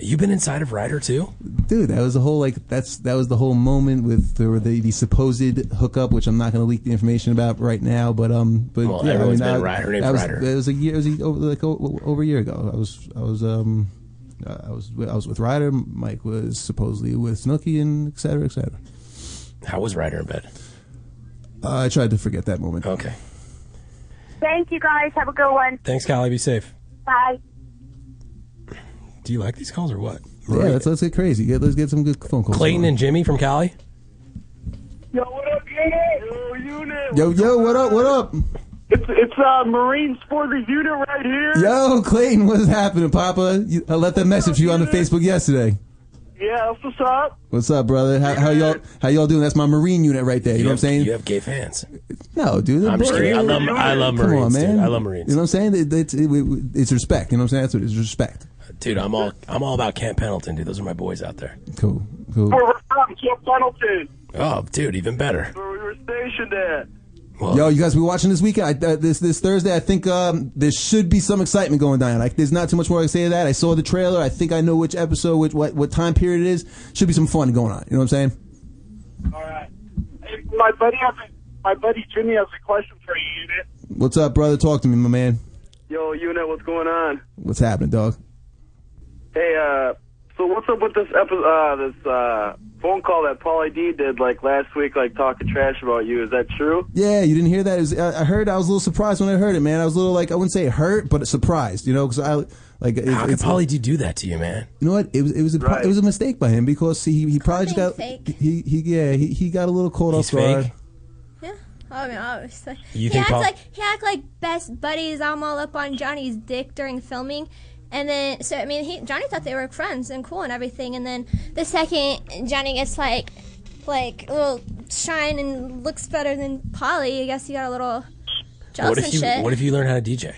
Speaker 4: You've been inside of Ryder too?
Speaker 15: dude, that was the whole like that's that was the whole moment with the the, the supposed hookup, which I'm not going to leak the information about right now, but um, but
Speaker 4: Well,
Speaker 15: yeah, I mean,
Speaker 4: everyone's been
Speaker 15: that-
Speaker 4: Ryder. Her name's
Speaker 15: that was,
Speaker 4: Ryder.
Speaker 15: It was a year, it was a, over, like o- over a year ago. I was I was um. I was I was with Ryder. Mike was supposedly with Snooki, and et cetera, et cetera.
Speaker 4: How was Ryder in bed?
Speaker 15: Uh, I tried to forget that moment.
Speaker 4: Okay.
Speaker 11: Thank you guys. Have a good one.
Speaker 4: Thanks, Callie. Be safe.
Speaker 11: Bye.
Speaker 4: Do you like these calls or what?
Speaker 15: Yeah, let's let's get crazy. Get, let's get some good phone calls.
Speaker 4: Clayton and Jimmy from Cali.
Speaker 1: Yo, what up, unit? Yo, unit.
Speaker 15: Yo, yo, what up? What up?
Speaker 1: It's it's uh, Marine Sporters unit right here.
Speaker 15: Yo, Clayton, what's happening, Papa? You, I left that message for you on the Facebook yesterday.
Speaker 1: Yeah, that's what's up.
Speaker 15: What's up, brother? How, how y'all how y'all doing? That's my Marine unit right there. You,
Speaker 4: You
Speaker 15: know
Speaker 4: have-
Speaker 15: what I'm saying?
Speaker 4: you have gay fans.
Speaker 15: No, dude. they're
Speaker 4: I'm just
Speaker 15: boys.
Speaker 4: kidding. I love- I love
Speaker 15: Come
Speaker 4: Marines,
Speaker 15: on, man.
Speaker 4: dude. I love Marines.
Speaker 15: You know what I'm saying? It- It's, it- we- it's respect. You know what I'm saying? That's what it is. Respect.
Speaker 4: Dude, I'm all I'm all about Camp Pendleton, dude. Those are my boys out there.
Speaker 15: Cool. Cool.
Speaker 1: Where we're from, Camp Pendleton.
Speaker 4: Oh, dude, even better.
Speaker 1: Where we were stationed at.
Speaker 15: Yo, you guys be watching this weekend. I, uh, this this Thursday, I think um, there should be some excitement going down. Like, there's not too much more I can say to that. I saw the trailer. I think I know which episode, which what what time period it is. Should be some fun going on. You know what I'm saying?
Speaker 1: My buddy has a, my buddy Jimmy has a question for you, unit.
Speaker 15: What's up, brother? Talk to me, my man.
Speaker 1: Yo, unit, what's going on?
Speaker 15: What's happening, dog?
Speaker 1: Hey, uh, so what's up with this episode, uh, this uh, phone call that Paul ID did like last week, like talking trash about you? Is that true?
Speaker 15: Yeah, you didn't hear that. It was, I I heard. I was a little surprised when I heard it, man. I was a little like I wouldn't say hurt, but surprised. You know, because I like it's,
Speaker 4: How could
Speaker 15: it's-
Speaker 4: Polly D do that to you, man?
Speaker 15: You know what? It was it was a pro-
Speaker 4: Right.
Speaker 15: it was a mistake by him because he he probably just got he he yeah he, he got a little caught
Speaker 4: He's
Speaker 15: off guard.
Speaker 4: fake?
Speaker 7: Yeah. Oh no, obviously.
Speaker 15: You
Speaker 7: he
Speaker 15: think
Speaker 7: acts
Speaker 15: Paul-
Speaker 7: like he act like best buddies. I'm all up on Johnny's dick during filming, and then so I mean, he Johnny thought they were friends and cool and everything, and then the second Johnny gets like like a little shine and looks better than Polly, I guess he got a little jealous
Speaker 4: What if
Speaker 7: and
Speaker 4: you
Speaker 7: shit.
Speaker 4: What if you learn how to DJ?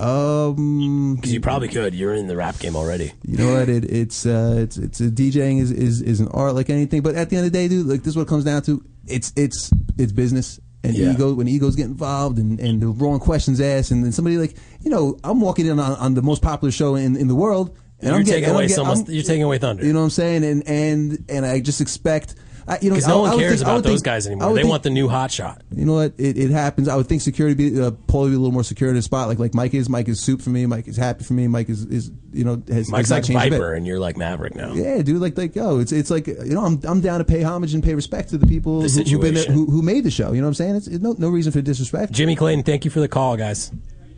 Speaker 15: Um,
Speaker 4: Because you probably could. You're in the rap game already.
Speaker 15: You know what? It, it's uh, it's it's DJing is, is is an art like anything. But at the end of the day, dude, like this is what it comes down to. It's it's it's business. And
Speaker 4: Yeah.
Speaker 15: ego, when egos get involved, and, and the wrong questions asked, and then somebody like, you know, I'm walking in on, on the most popular show in, in the world, and
Speaker 4: you're
Speaker 15: I'm
Speaker 4: taking
Speaker 15: getting
Speaker 4: away
Speaker 15: I'm get-
Speaker 4: someone's,
Speaker 15: I'm-
Speaker 4: You're taking away thunder.
Speaker 15: you know what I'm saying? And and and I just expect, I, you know,
Speaker 4: Because
Speaker 15: I-
Speaker 4: no
Speaker 15: I
Speaker 4: one
Speaker 15: would
Speaker 4: cares
Speaker 15: think- I
Speaker 4: about
Speaker 15: would
Speaker 4: those
Speaker 15: think-
Speaker 4: guys
Speaker 15: I
Speaker 4: anymore.
Speaker 15: would
Speaker 4: They
Speaker 15: think-
Speaker 4: want the new hot shot.
Speaker 15: you know what? It, it happens. I would think security be uh, probably be a little more secure in the spot. Like like Mike is. Mike is soup for me. Mike is happy for me. Mike is is you know has
Speaker 4: Mike's
Speaker 15: has not
Speaker 4: like
Speaker 15: changed a bit.
Speaker 4: Viper, and you're like Maverick now.
Speaker 15: Yeah, dude. Like like yo, it's it's like you know I'm I'm down to pay homage and pay respect to the people
Speaker 4: The
Speaker 15: who, who've been there,
Speaker 4: situation.
Speaker 15: who who made the show. You know what I'm saying? It's, it's no no reason for disrespect.
Speaker 4: Jimmy Clayton, thank you for the call, guys.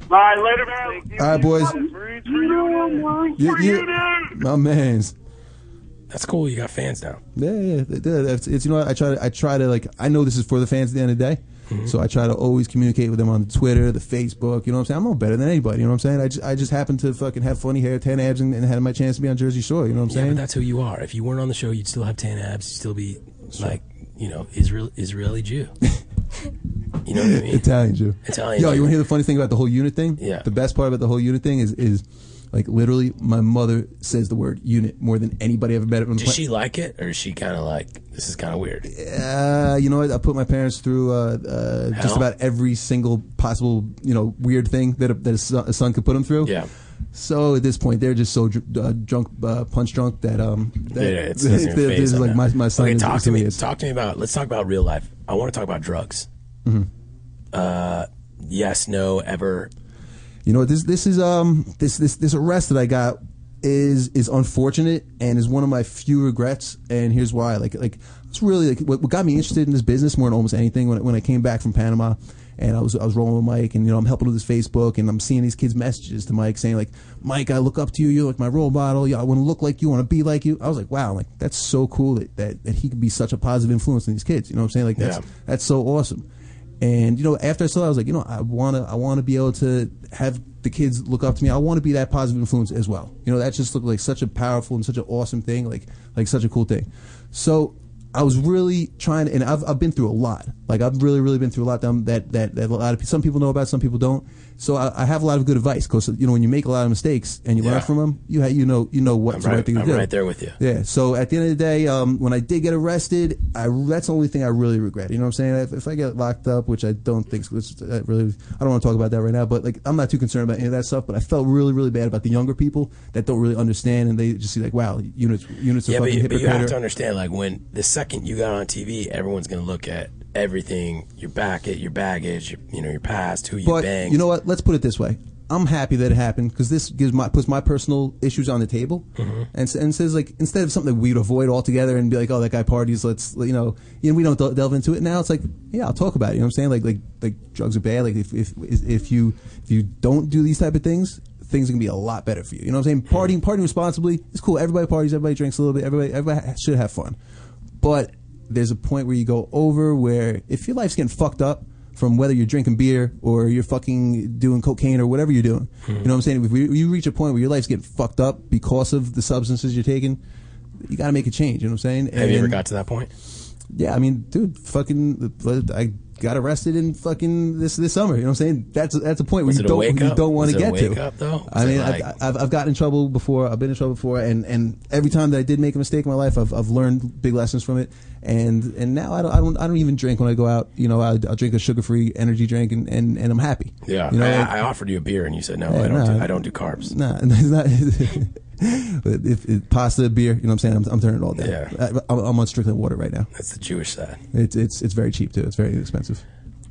Speaker 1: All right, later, man.
Speaker 15: All right, boys. You- you- my man's.
Speaker 4: That's cool. You got fans now.
Speaker 15: Yeah, yeah, yeah. It's, it's you know what? I try to I try to like I know this is for the fans at the end of the day,
Speaker 4: Mm-hmm.
Speaker 15: so I try to always communicate with them on Twitter, the Facebook. You know what I'm saying? I'm no better than anybody. You know what I'm saying? I just, I just happen to fucking have funny hair, tan abs, and, and had my chance to be on Jersey Shore. You know what I'm
Speaker 4: Yeah,
Speaker 15: saying?
Speaker 4: but that's who you are. If you weren't on the show, you'd still have tan abs. You'd still be like, you know, Israel Israeli Jew. you know what I mean?
Speaker 15: Italian Jew.
Speaker 4: Italian
Speaker 15: Yo,
Speaker 4: Jew.
Speaker 15: you want to hear the funny thing about the whole unit thing?
Speaker 4: Yeah.
Speaker 15: The best part about the whole unit thing is is like literally my mother says the word unit more than anybody I've ever met. on the
Speaker 4: Does she like it, or is she kind of like, this is kind of weird?
Speaker 15: Uh, you know what? I put my parents through uh, uh, just
Speaker 4: Hell.
Speaker 15: about every single possible you know weird thing that a, that a son, a son could put them through.
Speaker 4: Yeah.
Speaker 15: So at this point, they're just so dr- uh, drunk, uh, punch drunk that um, that,
Speaker 4: yeah, it's, it doesn't even
Speaker 15: they're-
Speaker 4: phase
Speaker 15: they're just
Speaker 4: them
Speaker 15: like
Speaker 4: now.
Speaker 15: my my son.
Speaker 4: Okay,
Speaker 15: is-
Speaker 4: talk
Speaker 15: is
Speaker 4: to
Speaker 15: who
Speaker 4: me.
Speaker 15: he is.
Speaker 4: Talk to me about. Let's talk about real life. I want to talk about drugs.
Speaker 15: Mhm.
Speaker 4: Uh, yes, no, ever.
Speaker 15: You know this this is um this this this arrest that I got is is unfortunate and is one of my few regrets. And here's why. Like like it's really like what, what got me interested in this business more than almost anything when I- when I came back from Panama. And I was I was rolling with Mike, and you know I'm helping with his Facebook, and I'm seeing these kids' messages to Mike saying like, Mike, I look up to you. You're like my role model. Yeah, I want to look like you. I want to be like you. I was like, wow, like that's so cool that, that that he could be such a positive influence on these kids. You know what I'm saying? Like that's
Speaker 4: Yeah.
Speaker 15: that's so awesome. And you know, after I saw that, I was like, you know, I wanna, I wanna be able to have the kids look up to me. I want to be that positive influence as well. You know, that just looked like such a powerful and such an awesome thing, like, like such a cool thing. So I was really trying, to, and I've, I've been through a lot. Like I've really, really been through a lot that that that, that a lot of some people know about, some people don't. So I, I have a lot of good advice because you know when you make a lot of mistakes and you
Speaker 4: Yeah.
Speaker 15: learn from them, you ha- you know you know what's
Speaker 4: I'm
Speaker 15: the right
Speaker 4: right,
Speaker 15: thing to
Speaker 4: I'm
Speaker 15: do.
Speaker 4: right there with you.
Speaker 15: Yeah. So at the end of the day, um, when I did get arrested, I that's the only thing I really regret. You know what I'm saying? If, if I get locked up, which I don't think, which I really, I don't want to talk about that right now. But like, I'm not too concerned about any of that stuff. But I felt really, really bad about the younger people that don't really understand and they just see like, wow, units, units are
Speaker 4: Yeah, but,
Speaker 15: fucking
Speaker 4: you- but you have
Speaker 15: hypocrite.
Speaker 4: to understand, like, when the second you got on TV, everyone's going to look at everything your back, at your baggage, your, you know, your past, who you
Speaker 15: but
Speaker 4: banged.
Speaker 15: you know what? Let's put it this way. I'm happy that it happened because this gives my puts my personal issues on the table,
Speaker 4: Mhm.
Speaker 15: and, s- and says like instead of something that we'd avoid altogether and be like, oh, that guy parties, let's you know, you know, we don't del- delve into it. Now it's like, yeah, I'll talk about it. You know what I'm saying? Like like like drugs are bad. Like if if if you if you don't do these type of things, things are gonna be a lot better for you. You know what I'm saying? Partying, partying responsibly. It's cool. Everybody parties. Everybody drinks a little bit. Everybody, everybody ha- should have fun. But there's a point where you go over where if your life's getting fucked up from whether you're drinking beer or you're fucking doing cocaine or whatever you're doing,
Speaker 4: Hmm.
Speaker 15: you know what I'm saying? If you you reach a point where your life's getting fucked up because of the substances you're taking, you got to make a change. You know what I'm saying?
Speaker 4: Have you ever
Speaker 15: And-
Speaker 4: got to that point?
Speaker 15: yeah, I mean, dude, fucking, I got arrested in fucking this this summer. You know what I'm saying? That's that's a point where
Speaker 4: Was
Speaker 15: you
Speaker 4: it a
Speaker 15: don't
Speaker 4: wake
Speaker 15: you
Speaker 4: up?
Speaker 15: don't want
Speaker 4: Was
Speaker 15: to
Speaker 4: it a
Speaker 15: get
Speaker 4: wake
Speaker 15: to.
Speaker 4: up, though? Was
Speaker 15: I mean,
Speaker 4: it
Speaker 15: I've, I've I've gotten in trouble before. I've been in trouble before, and and every time that I did make a mistake in my life, I've I've learned big lessons from it. And and now I don't I don't I don't even drink when I go out. You know, I I drink a sugar free energy drink, and, and and I'm happy.
Speaker 4: Yeah,
Speaker 15: you know, like-
Speaker 4: I, I offered you a beer and you said no.
Speaker 15: Yeah,
Speaker 4: I don't.
Speaker 15: no.
Speaker 4: do, I don't do carbs.
Speaker 15: Nah, it's not. But if, if pasta, beer, you know what I'm saying? I'm, I'm turning it all down.
Speaker 4: Yeah.
Speaker 15: I, I'm on strictly water right now.
Speaker 4: That's the Jewish side.
Speaker 15: It's it's it's very cheap too. It's very expensive.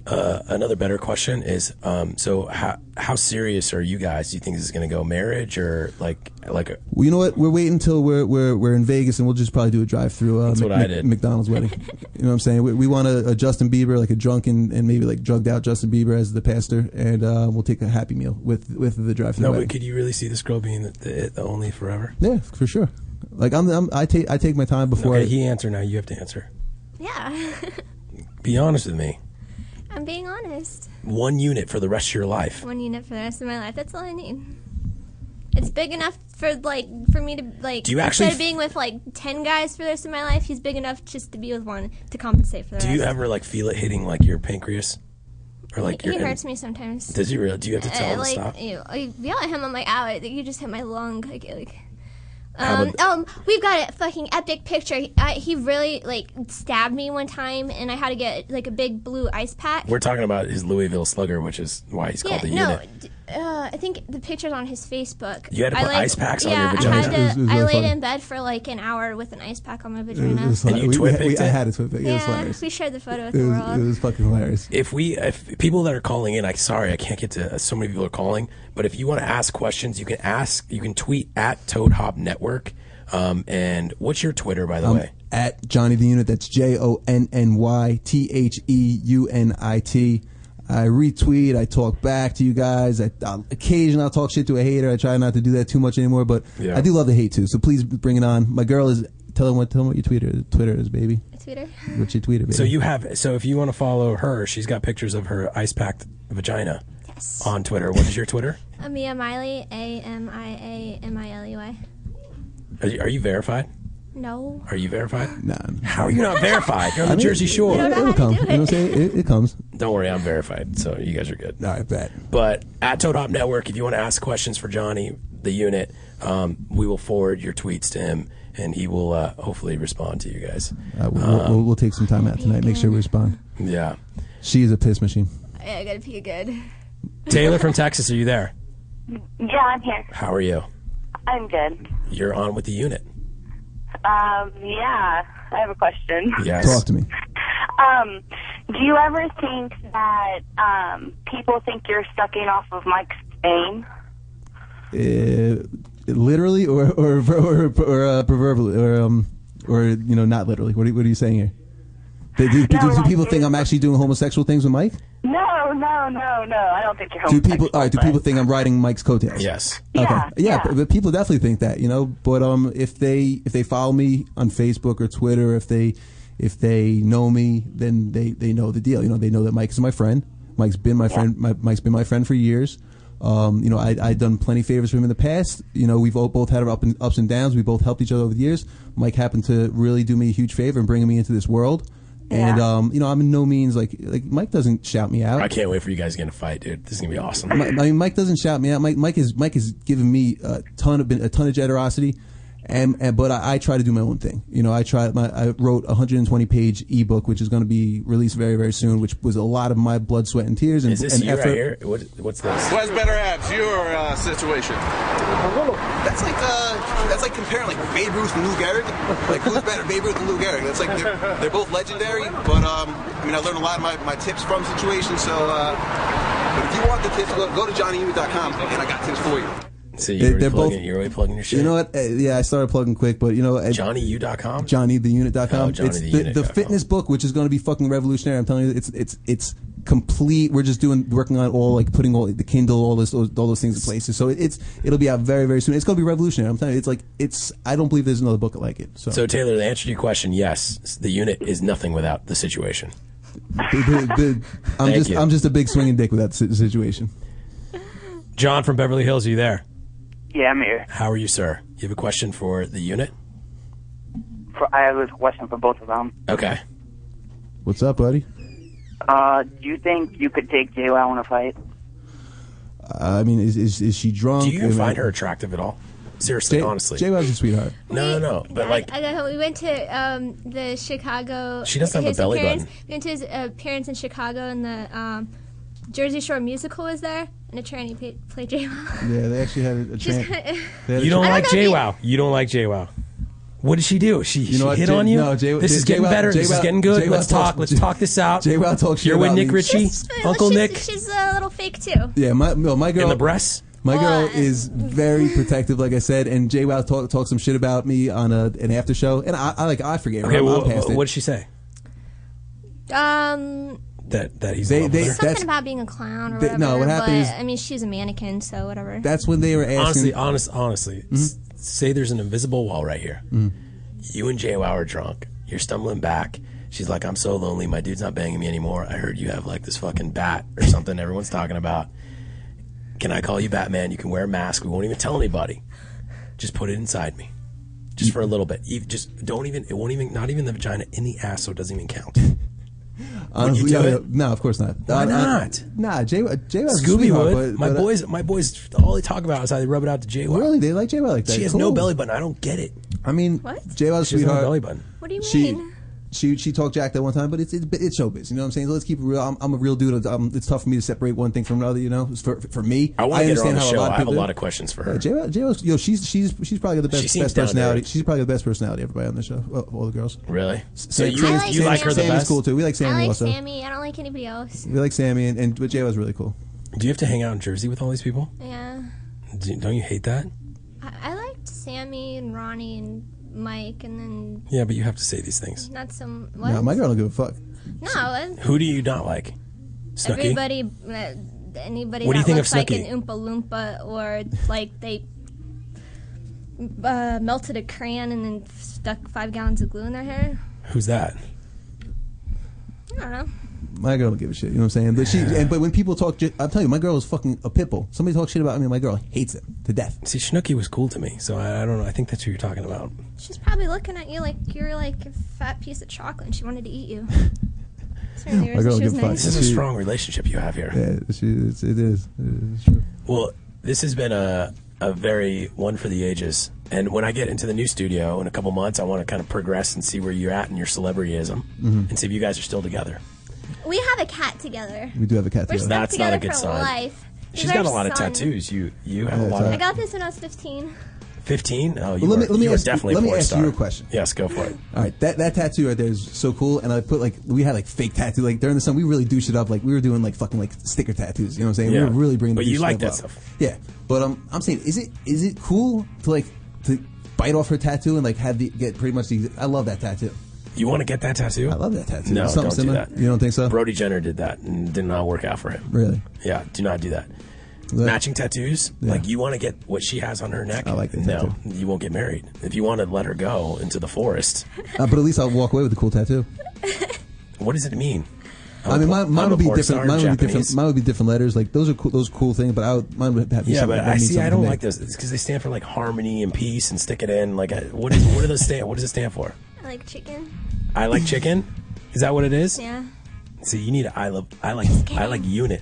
Speaker 4: Uh, another better question is, um, so how how serious are you guys? Do you think this is going to go marriage or like like a,
Speaker 15: Well, you know what? We're waiting until we're we're we're in Vegas, and we'll just probably do a drive-through. Uh,
Speaker 4: That's what I did.
Speaker 15: McDonald's wedding. you know what I'm saying? We, we want a, a Justin Bieber, like a drunken and maybe like drugged out Justin Bieber as the pastor, and uh, we'll take a happy meal with with the drive-through.
Speaker 4: no?
Speaker 15: wedding.
Speaker 4: But could you really see this girl being the, the, the only forever?
Speaker 15: yeah, for sure. Like I'm, I'm I take I take my time before.
Speaker 4: okay,
Speaker 15: I,
Speaker 4: he answer now. You have to answer.
Speaker 7: Yeah,
Speaker 4: Be honest with me.
Speaker 7: I'm being honest.
Speaker 4: One unit for the rest of your life.
Speaker 7: One unit for the rest of my life. That's all I need. It's big enough for like for me to like.
Speaker 4: Do you actually
Speaker 7: instead of being with like ten guys for the rest of my life, he's big enough just to be with one to compensate for the
Speaker 4: Do
Speaker 7: rest.
Speaker 4: you ever like feel it hitting like your pancreas, or like
Speaker 7: he
Speaker 4: your?
Speaker 7: hurts me sometimes.
Speaker 4: Does he really? Do you have to tell
Speaker 7: Uh,
Speaker 4: him to
Speaker 7: like,
Speaker 4: stop?
Speaker 7: You I yell at him. I'm like, ow! I think you just hit my lung. Like, like.
Speaker 4: How
Speaker 7: Um,
Speaker 4: about
Speaker 7: um, we've got a fucking epic picture. He, I, he really like stabbed me one time, and I had to get like a big blue ice pack.
Speaker 4: We're talking about his Louisville Slugger, which is why he's called the
Speaker 7: no,
Speaker 4: unit.
Speaker 7: d- uh, I think the picture's on his Facebook.
Speaker 4: You had to
Speaker 7: I
Speaker 4: put
Speaker 7: laid-
Speaker 4: ice packs on
Speaker 7: yeah,
Speaker 4: your vagina.
Speaker 7: I, had to,
Speaker 4: It was- it was
Speaker 7: I
Speaker 4: really
Speaker 7: laid
Speaker 4: funny.
Speaker 7: in bed for like an hour with an ice pack on my
Speaker 15: It was-
Speaker 7: vagina.
Speaker 15: it was
Speaker 4: And you
Speaker 15: we- we-
Speaker 4: twit picked
Speaker 15: we- I
Speaker 4: it?
Speaker 15: had a twit pick. It was
Speaker 7: yeah,
Speaker 15: hilarious.
Speaker 7: we shared the photo with
Speaker 15: It
Speaker 7: the
Speaker 15: was,
Speaker 7: world.
Speaker 15: it was fucking hilarious.
Speaker 4: If we, if people that are calling in, I sorry, I can't get to. So many people are calling, but if you want to ask questions, you can ask. You can tweet at Toad Hop Network. Um, and what's your Twitter, by the
Speaker 15: I'm
Speaker 4: way?
Speaker 15: At Johnny the Unit. That's J O N N Y T H E U N I T. I retweet. I talk back to you guys. I, I occasionally I'll talk shit to a hater. I try not to do that too much anymore, but
Speaker 4: Yeah.
Speaker 15: I do love the hate too. So please bring it on. My girl is tell them what tell them what your Twitter Twitter is, baby.
Speaker 7: Twitter.
Speaker 15: What's your Twitter? Baby?
Speaker 4: So you have. So if you want to follow her, she's got pictures of her ice packed vagina on Twitter. What is your Twitter?
Speaker 7: Amia Miley, A M I A M I L E Y.
Speaker 4: Are you, are you verified?
Speaker 7: No.
Speaker 4: Are you verified?
Speaker 15: No.
Speaker 4: How are you not verified? You're on
Speaker 15: I
Speaker 4: the
Speaker 15: mean,
Speaker 4: Jersey Shore.
Speaker 15: It'll, it'll come. You know what I'm saying? It, it comes.
Speaker 4: Don't worry, I'm verified, so you guys are good.
Speaker 15: All right, bet.
Speaker 4: But at Toad Hop Network, if you want to ask questions for Johnny, the unit, um, we will forward your tweets to him, and he will uh, hopefully respond to you guys. Um,
Speaker 15: Uh, we'll, we'll, we'll take some time out tonight. Make sure we respond.
Speaker 4: Yeah.
Speaker 15: She is a piss machine.
Speaker 7: I gotta pee good.
Speaker 4: Taylor from Texas, are you there?
Speaker 8: Yeah, I'm here.
Speaker 4: How are you?
Speaker 8: I'm good.
Speaker 4: You're on with the unit.
Speaker 8: Um, yeah, I have a question.
Speaker 4: Yes. Talk
Speaker 15: to me.
Speaker 8: Um, do you ever think that um, people think you're sucking off of Mike's fame?
Speaker 15: Uh, literally or or or, or uh, proverbially or um or you know not literally. What are, what are you saying here? Do, do, do- do people think I'm actually doing homosexual things with Mike?
Speaker 8: No, no, no, no. I don't think you're
Speaker 15: Do
Speaker 8: homosexual.
Speaker 15: people? All right. Do people think I'm riding Mike's coattails?
Speaker 4: Yes.
Speaker 15: Okay. Yeah. But, but people definitely think that, you know. But um, if they if they follow me on Facebook or Twitter, if they if they know me, then they they know the deal. You know, they know that Mike is my friend. Mike's been my friend. My, Mike's been my friend for years. Um, you know, I I've done plenty of favors for him in the past. You know, we've all, both had our up and, ups and downs. We both helped each other over the years. Mike happened to really do me a huge favor in bringing me into this world. And um, you know, I'm in no means like like Mike doesn't shout me out.
Speaker 4: I can't wait for you guys to get in a fight, dude. This is going to be awesome.
Speaker 15: Mi- I mean, Mike doesn't shout me out. Mike, Mike is Mike is giving me a ton of a ton of generosity, and, and but I, I try to do my own thing. You know, I try. My, I wrote a 120 page ebook, which is going to be released very very soon, which was a lot of my blood, sweat, and tears and,
Speaker 4: Is this
Speaker 15: and
Speaker 4: you
Speaker 15: effort.
Speaker 4: right here? What, what's this?
Speaker 9: Who has better abs, you or uh, situation?
Speaker 23: That's like uh, that's like comparing like Babe Ruth and Lou Gehrig. Like who's better, Babe Ruth and Lou Gehrig? That's like they're, they're both legendary. But um, I mean, I learned a lot of my, my tips from situations. So, uh, but if you want the tips, go, go to johnnyhewitt.com and I got tips for you.
Speaker 4: See,
Speaker 15: They-
Speaker 4: you're,
Speaker 15: they're
Speaker 4: already plugging,
Speaker 15: both-
Speaker 4: you're already plugging your shit.
Speaker 15: You know what? Uh, yeah, I started plugging quick, but you know, uh,
Speaker 4: JohnnyU.com?
Speaker 15: johnnytheunit.com.
Speaker 4: Oh,
Speaker 15: it's the, the
Speaker 4: johnnytheunit.com.
Speaker 15: fitness book, which is going to be fucking revolutionary. I'm telling you, it's it's it's complete. We're just doing working on all like putting all the Kindle, all this, all those things in places. So it, it's it'll be out very very soon. It's going to be revolutionary. I'm telling you, it's like it's. I don't believe there's another book like it. So,
Speaker 4: So, Taylor, the answer to your question, yes, the unit is nothing without the situation.
Speaker 15: I'm
Speaker 4: Thank
Speaker 15: just
Speaker 4: you.
Speaker 15: I'm just a big swinging dick with that si- situation.
Speaker 4: John from Beverly Hills, are you there?
Speaker 6: Yeah, I'm here.
Speaker 4: How are you, sir? You have a question for the unit?
Speaker 6: For, I have a question for both of them.
Speaker 4: Okay.
Speaker 15: What's up, buddy?
Speaker 6: Uh, do you think you could take JL in a fight?
Speaker 15: I mean, is is, is she drunk?
Speaker 4: Do you
Speaker 15: I mean,
Speaker 4: find her attractive at all? Seriously,
Speaker 15: Jay-
Speaker 4: honestly.
Speaker 15: Jay was a sweetheart.
Speaker 4: No, no, no. But like,
Speaker 7: I know we went to um, the Chicago.
Speaker 4: She doesn't have a
Speaker 7: his
Speaker 4: belly
Speaker 7: appearance,
Speaker 4: button.
Speaker 7: We went to his appearance in Chicago, and the um, Jersey Shore musical was there, and a tranny pa- played J.
Speaker 15: Yeah, they actually had a, a
Speaker 7: She's
Speaker 15: tran-
Speaker 7: kinda-
Speaker 15: they had a
Speaker 4: you don't
Speaker 15: tran-
Speaker 4: like JWoww. You don't like JWoww. What did she do? She,
Speaker 15: know
Speaker 4: she
Speaker 15: what,
Speaker 4: hit
Speaker 15: Jay-
Speaker 4: on you.
Speaker 15: no, Jay-
Speaker 4: this
Speaker 15: Jay-
Speaker 4: is getting
Speaker 15: JWoww-
Speaker 4: better. this is
Speaker 15: JWoww-
Speaker 4: getting good.
Speaker 15: JWoww
Speaker 4: Let's talk.
Speaker 15: talks-
Speaker 4: Let's talk this out.
Speaker 15: JWoww talks shit
Speaker 4: You're with
Speaker 15: about
Speaker 4: Nick
Speaker 15: me.
Speaker 4: Ritchie, Uncle
Speaker 7: she's,
Speaker 4: Nick.
Speaker 7: She's a little fake too.
Speaker 15: Yeah, my no, my girl
Speaker 4: In the breasts?
Speaker 7: Oh,
Speaker 15: My girl is very protective, like I said, and Jay Wow talk, talked some shit about me on a, an after show, and I, I like I forgave her.
Speaker 4: Okay,
Speaker 15: I'm,
Speaker 4: well,
Speaker 15: I'm past it.
Speaker 4: what did she say?
Speaker 7: Um,
Speaker 4: That that he's
Speaker 15: They-
Speaker 4: in love with
Speaker 15: they-
Speaker 4: her?
Speaker 7: something about being a clown or
Speaker 15: they-
Speaker 7: whatever.
Speaker 15: no, what happened is-
Speaker 7: but, I mean, she's a mannequin, so whatever.
Speaker 15: That's when they were asking. Mm-hmm.
Speaker 4: Honestly, honest, honestly, s- say there's an invisible wall right here.
Speaker 15: Mm.
Speaker 4: You and JWoww are drunk. You're stumbling back. She's like, I'm so lonely. My dude's not banging me anymore. I heard you have like this fucking bat or something everyone's talking about. Can I call you Batman? You can wear a mask. We won't even tell anybody. Just put it inside me.
Speaker 15: Mm.
Speaker 4: Just for a little bit. Eve- Just don't even, it won't even, not even the vagina in the ass, so it doesn't even count.
Speaker 15: honestly,
Speaker 4: would you do
Speaker 15: no,
Speaker 4: it?
Speaker 15: Um, no, no, of course not.
Speaker 4: Why
Speaker 15: I- I-
Speaker 4: not?
Speaker 15: nah, Jay Jay Wow's a
Speaker 4: Scooby
Speaker 15: sweetheart,
Speaker 4: would.
Speaker 15: but-
Speaker 4: my
Speaker 15: but uh, I-
Speaker 4: boys, my boys, all they talk about is how they rub it out to JWoww.
Speaker 15: Really, they like Jay Wow like that.
Speaker 4: She has
Speaker 15: Cool.
Speaker 4: no belly button. I don't get it.
Speaker 15: I mean, Jay Wow's
Speaker 4: She doesn't have
Speaker 15: sweetheart.
Speaker 4: a belly button.
Speaker 7: What do you
Speaker 15: She, she she talked Jack that one time, but it's it's, it's showbiz. You know what I'm saying? Let's keep it real. I'm, I'm a real dude. i it's tough for me to separate one thing from another. You know, It's for for me,
Speaker 4: I want to get her on
Speaker 15: understand
Speaker 4: the
Speaker 15: how
Speaker 4: show.
Speaker 15: a lot
Speaker 4: I
Speaker 15: of
Speaker 4: have a
Speaker 15: people do
Speaker 4: lot
Speaker 15: it.
Speaker 4: of questions for
Speaker 15: Yeah,
Speaker 4: her.
Speaker 15: J Lo, J Lo's, yo, she's she's she's probably got the
Speaker 4: She
Speaker 15: best,
Speaker 4: seems
Speaker 15: best
Speaker 4: down to
Speaker 15: personality. She's probably got the best personality everybody on the show. Well, all the girls.
Speaker 4: Really?
Speaker 15: S-
Speaker 4: So
Speaker 15: Sammy's-
Speaker 4: you- you
Speaker 15: Sammy's-
Speaker 4: like her the
Speaker 15: Sammy's
Speaker 4: best?
Speaker 15: cool too. We like Sammy
Speaker 7: I like
Speaker 15: also.
Speaker 7: Sammy. I don't like anybody else.
Speaker 15: We like Sammy, and, and but J Lo's really cool.
Speaker 4: Do you have to hang out in Jersey with all these people?
Speaker 7: Yeah,
Speaker 4: Do, don't you hate that?
Speaker 7: I, I liked Sammy and Ronnie and Mike, and then
Speaker 4: Yeah, but you have to say these things.
Speaker 7: not some. What?
Speaker 15: No, my girl don't give a fuck.
Speaker 7: No, it's-
Speaker 4: Who do you not like? Snooki.
Speaker 7: Everybody, uh, anybody
Speaker 4: What do you
Speaker 7: that
Speaker 4: think of
Speaker 7: looks like an
Speaker 4: Snooki?
Speaker 7: Oompa Loompa or like they uh, melted a crayon and then stuck five gallons of glue in their hair.
Speaker 4: Who's that?
Speaker 7: I don't know.
Speaker 15: My girl don't give a shit. You know what I'm saying? But she and but when people talk, J- I'm telling you, my girl is fucking a pitbull. Somebody talks shit about me, my girl hates it to death.
Speaker 4: See, Snooki was cool to me, so I, I don't know. I think that's who you're talking about.
Speaker 7: She's probably looking at you like you're like a fat piece of chocolate and she wanted to eat you. Certainly
Speaker 15: My girl
Speaker 7: she was
Speaker 15: give a fuck.
Speaker 7: nice.
Speaker 4: This is a
Speaker 15: She-
Speaker 4: strong relationship you have here.
Speaker 15: Yeah, she, it's, it is. It's true.
Speaker 4: Well, this has been a a very one for the ages. And when I get into the new studio in a couple months, I want to kind of progress and see where you're at in your celebrityism,
Speaker 15: Mhm.
Speaker 4: and see if you guys are still together.
Speaker 7: We have a cat together.
Speaker 15: We do have a cat
Speaker 7: We're
Speaker 15: together.
Speaker 7: stuck
Speaker 4: That's not
Speaker 7: together
Speaker 4: a good
Speaker 7: for
Speaker 4: sign.
Speaker 7: life. He's
Speaker 4: She's got
Speaker 7: our
Speaker 4: a lot of
Speaker 7: son.
Speaker 4: tattoos. You you have a
Speaker 15: Yeah,
Speaker 4: lot
Speaker 7: I
Speaker 4: of
Speaker 7: got this when I was 15.
Speaker 4: fifteen. Oh, you
Speaker 15: Well, let
Speaker 4: are,
Speaker 15: me- let me
Speaker 4: you are
Speaker 15: ask-
Speaker 4: definitely
Speaker 15: let
Speaker 4: a
Speaker 15: me
Speaker 4: porn
Speaker 15: ask
Speaker 4: star.
Speaker 15: you a question.
Speaker 4: Yes, go for it.
Speaker 15: All right, that, that tattoo right there is so cool, and I put like we had like fake tattoo like during the summer we really do shit up like we were doing like fucking like sticker tattoos, you know what I'm saying?
Speaker 4: Yeah.
Speaker 15: We were really bringing. the
Speaker 4: But you
Speaker 15: douche
Speaker 4: like that
Speaker 15: up.
Speaker 4: stuff.
Speaker 15: yeah. But um, I'm saying, is it is it cool to like to bite off her tattoo and like have the get pretty much the I love that tattoo.
Speaker 4: You want to get that tattoo? I
Speaker 15: love that tattoo.
Speaker 4: No,
Speaker 15: Something
Speaker 4: don't
Speaker 15: similar?
Speaker 4: do that.
Speaker 15: You don't think so?
Speaker 4: Brody Jenner did that and did not work out for him.
Speaker 15: Really?
Speaker 4: Yeah, do not do that. Matching tattoos,
Speaker 15: Yeah.
Speaker 4: like you want to get what she has on her neck.
Speaker 15: I like that
Speaker 4: No,
Speaker 15: tattoo.
Speaker 4: you won't get married if you want to let her go into the forest.
Speaker 15: Uh, but at least I'll walk away with a cool tattoo.
Speaker 4: What does it mean? I'm
Speaker 15: I mean,
Speaker 4: a
Speaker 15: mine,
Speaker 4: por-
Speaker 15: mine
Speaker 4: I'm a
Speaker 15: would be
Speaker 4: porn
Speaker 15: different.
Speaker 4: star,
Speaker 15: mine would be different.
Speaker 4: Japanese.
Speaker 15: Mine would be different letters. Like those are cool. Those are cool things. But I would, mine would have.
Speaker 4: Yeah,
Speaker 15: something
Speaker 4: but
Speaker 15: that
Speaker 4: I
Speaker 15: means
Speaker 4: see. I
Speaker 15: something
Speaker 4: don't
Speaker 15: to me.
Speaker 4: like those because they stand for like harmony and peace and stick it in. Like, I, what is what do those stand? What does it stand for?
Speaker 7: I like chicken.
Speaker 4: I like chicken. Is that what it is?
Speaker 7: Yeah.
Speaker 4: See, you need. A, I love. I like. I like unit.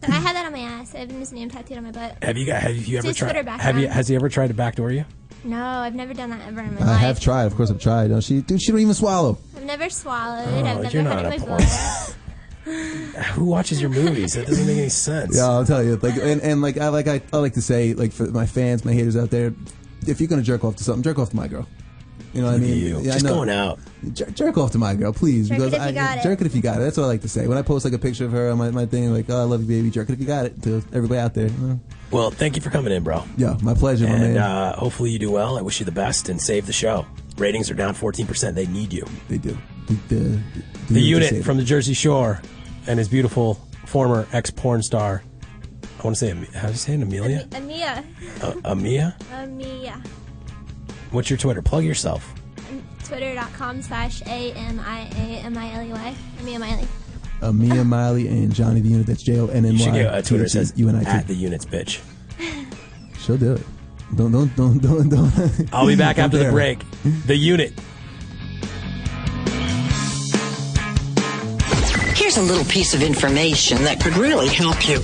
Speaker 7: But I had that on my ass. I have his name tattooed on my butt.
Speaker 4: Have you got? Have
Speaker 7: It's
Speaker 4: you ever
Speaker 7: his
Speaker 4: tried?
Speaker 7: Twitter
Speaker 4: Have you?
Speaker 7: background.
Speaker 4: Has he ever tried to backdoor you?
Speaker 7: No, I've never done that ever in my
Speaker 15: I
Speaker 7: life.
Speaker 15: have tried. Of course, I've tried. No, she, dude, she don't even swallow.
Speaker 7: I've never swallowed.
Speaker 4: Oh,
Speaker 7: I've never
Speaker 4: you're
Speaker 7: had
Speaker 4: not
Speaker 7: it
Speaker 4: a
Speaker 7: in my
Speaker 4: porn
Speaker 7: butt.
Speaker 4: Who watches your movies? That doesn't make any sense.
Speaker 15: Yeah, I'll tell you. Like, and, and like I like I, I like to say like for my fans, my haters out there, if you're gonna jerk off to something, jerk off to my girl. You know what I
Speaker 4: Look at
Speaker 15: mean?
Speaker 4: you.
Speaker 15: I
Speaker 4: Just
Speaker 15: know.
Speaker 4: going out.
Speaker 15: Jer- jerk off to my girl, please.
Speaker 7: Jerk it
Speaker 15: because
Speaker 7: if you
Speaker 15: I,
Speaker 7: got it.
Speaker 15: jerk it if you got it. That's what I like to say. When I post like a picture of her on my, my thing, like, oh, I love you, baby. Jerk it if you got it. To everybody out there. Uh,
Speaker 4: Well, thank you for coming in, bro.
Speaker 15: Yeah, my pleasure, my
Speaker 4: And
Speaker 15: man.
Speaker 4: uh, hopefully you do well. I wish you the best and save the show. Ratings are down 14%. They need you.
Speaker 15: They do. The, the-
Speaker 4: The
Speaker 15: unit
Speaker 4: unit
Speaker 15: saved
Speaker 4: from the Jersey Shore. and his beautiful former ex porn star. I want to say, Am- how do you say it? Amelia?
Speaker 7: Amia.
Speaker 4: Uh, Amia?
Speaker 7: Amia.
Speaker 4: What's your Twitter? Plug yourself.
Speaker 7: Twitter.com slash A M I A M I L E Y. Amia Miley.
Speaker 15: Uh, Mia Miley and Johnny the Unit. That's J O N N
Speaker 4: You should get
Speaker 15: Y.
Speaker 4: a Twitter that says
Speaker 15: U N I T.
Speaker 4: at the units, bitch.
Speaker 15: She'll do it. Don't don't don't don't don't.
Speaker 4: I'll be back after the
Speaker 15: Compare.
Speaker 4: break. The unit.
Speaker 10: Here's a little piece of information that could really help you.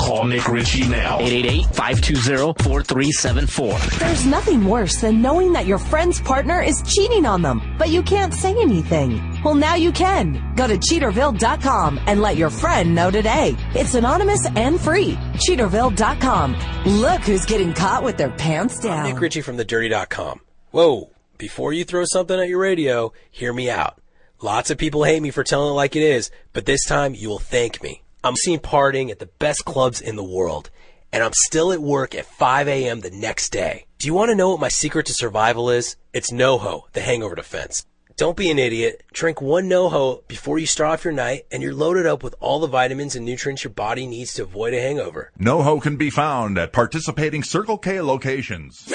Speaker 2: Call Nick Ritchie now. 888-520-4374.
Speaker 11: There's nothing worse than knowing that your friend's partner is cheating on them, but you can't say anything. Well, now you can. Go to cheaterville.com and let your friend know today. It's anonymous and free. Cheaterville.com. Look who's getting caught with their pants down.
Speaker 4: Nick Ritchie from thedirty.com. Whoa, before you throw something at your radio, hear me out. Lots of people hate me for telling it like it is, but this time you will thank me. I'm seen partying at the best clubs in the world, and I'm still at work at 5 a.m. the next day. Do you want to know what my secret to survival is? It's NoHo, the hangover defense. Don't be an idiot. Drink one NoHo before you start off your night, and you're loaded up with all the vitamins and nutrients your body needs to avoid a hangover.
Speaker 12: NoHo can be found at participating Circle K locations.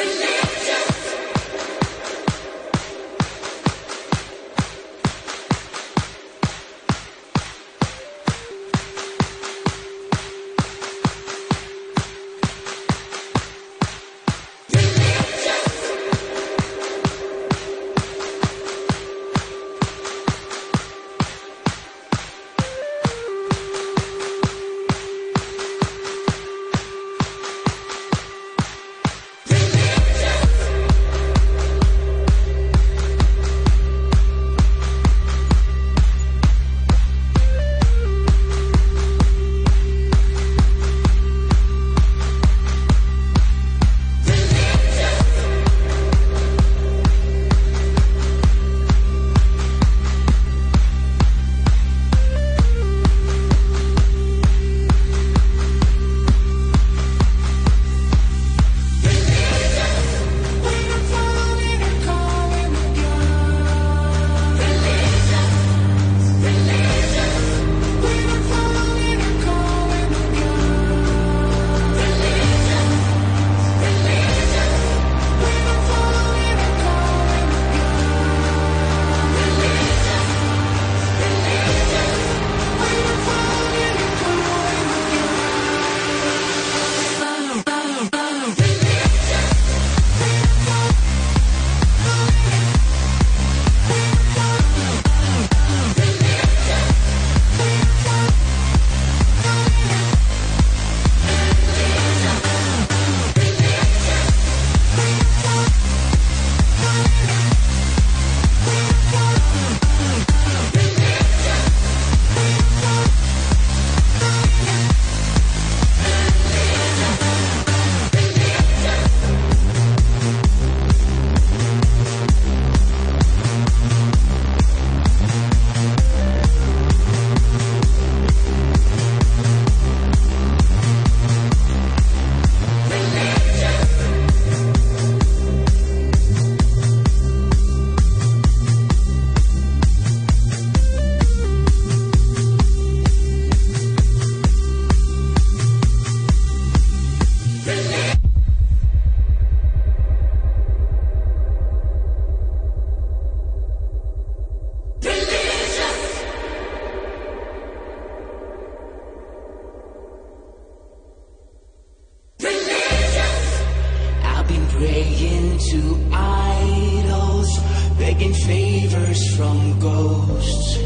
Speaker 10: I've been praying to idols, begging favors from ghosts.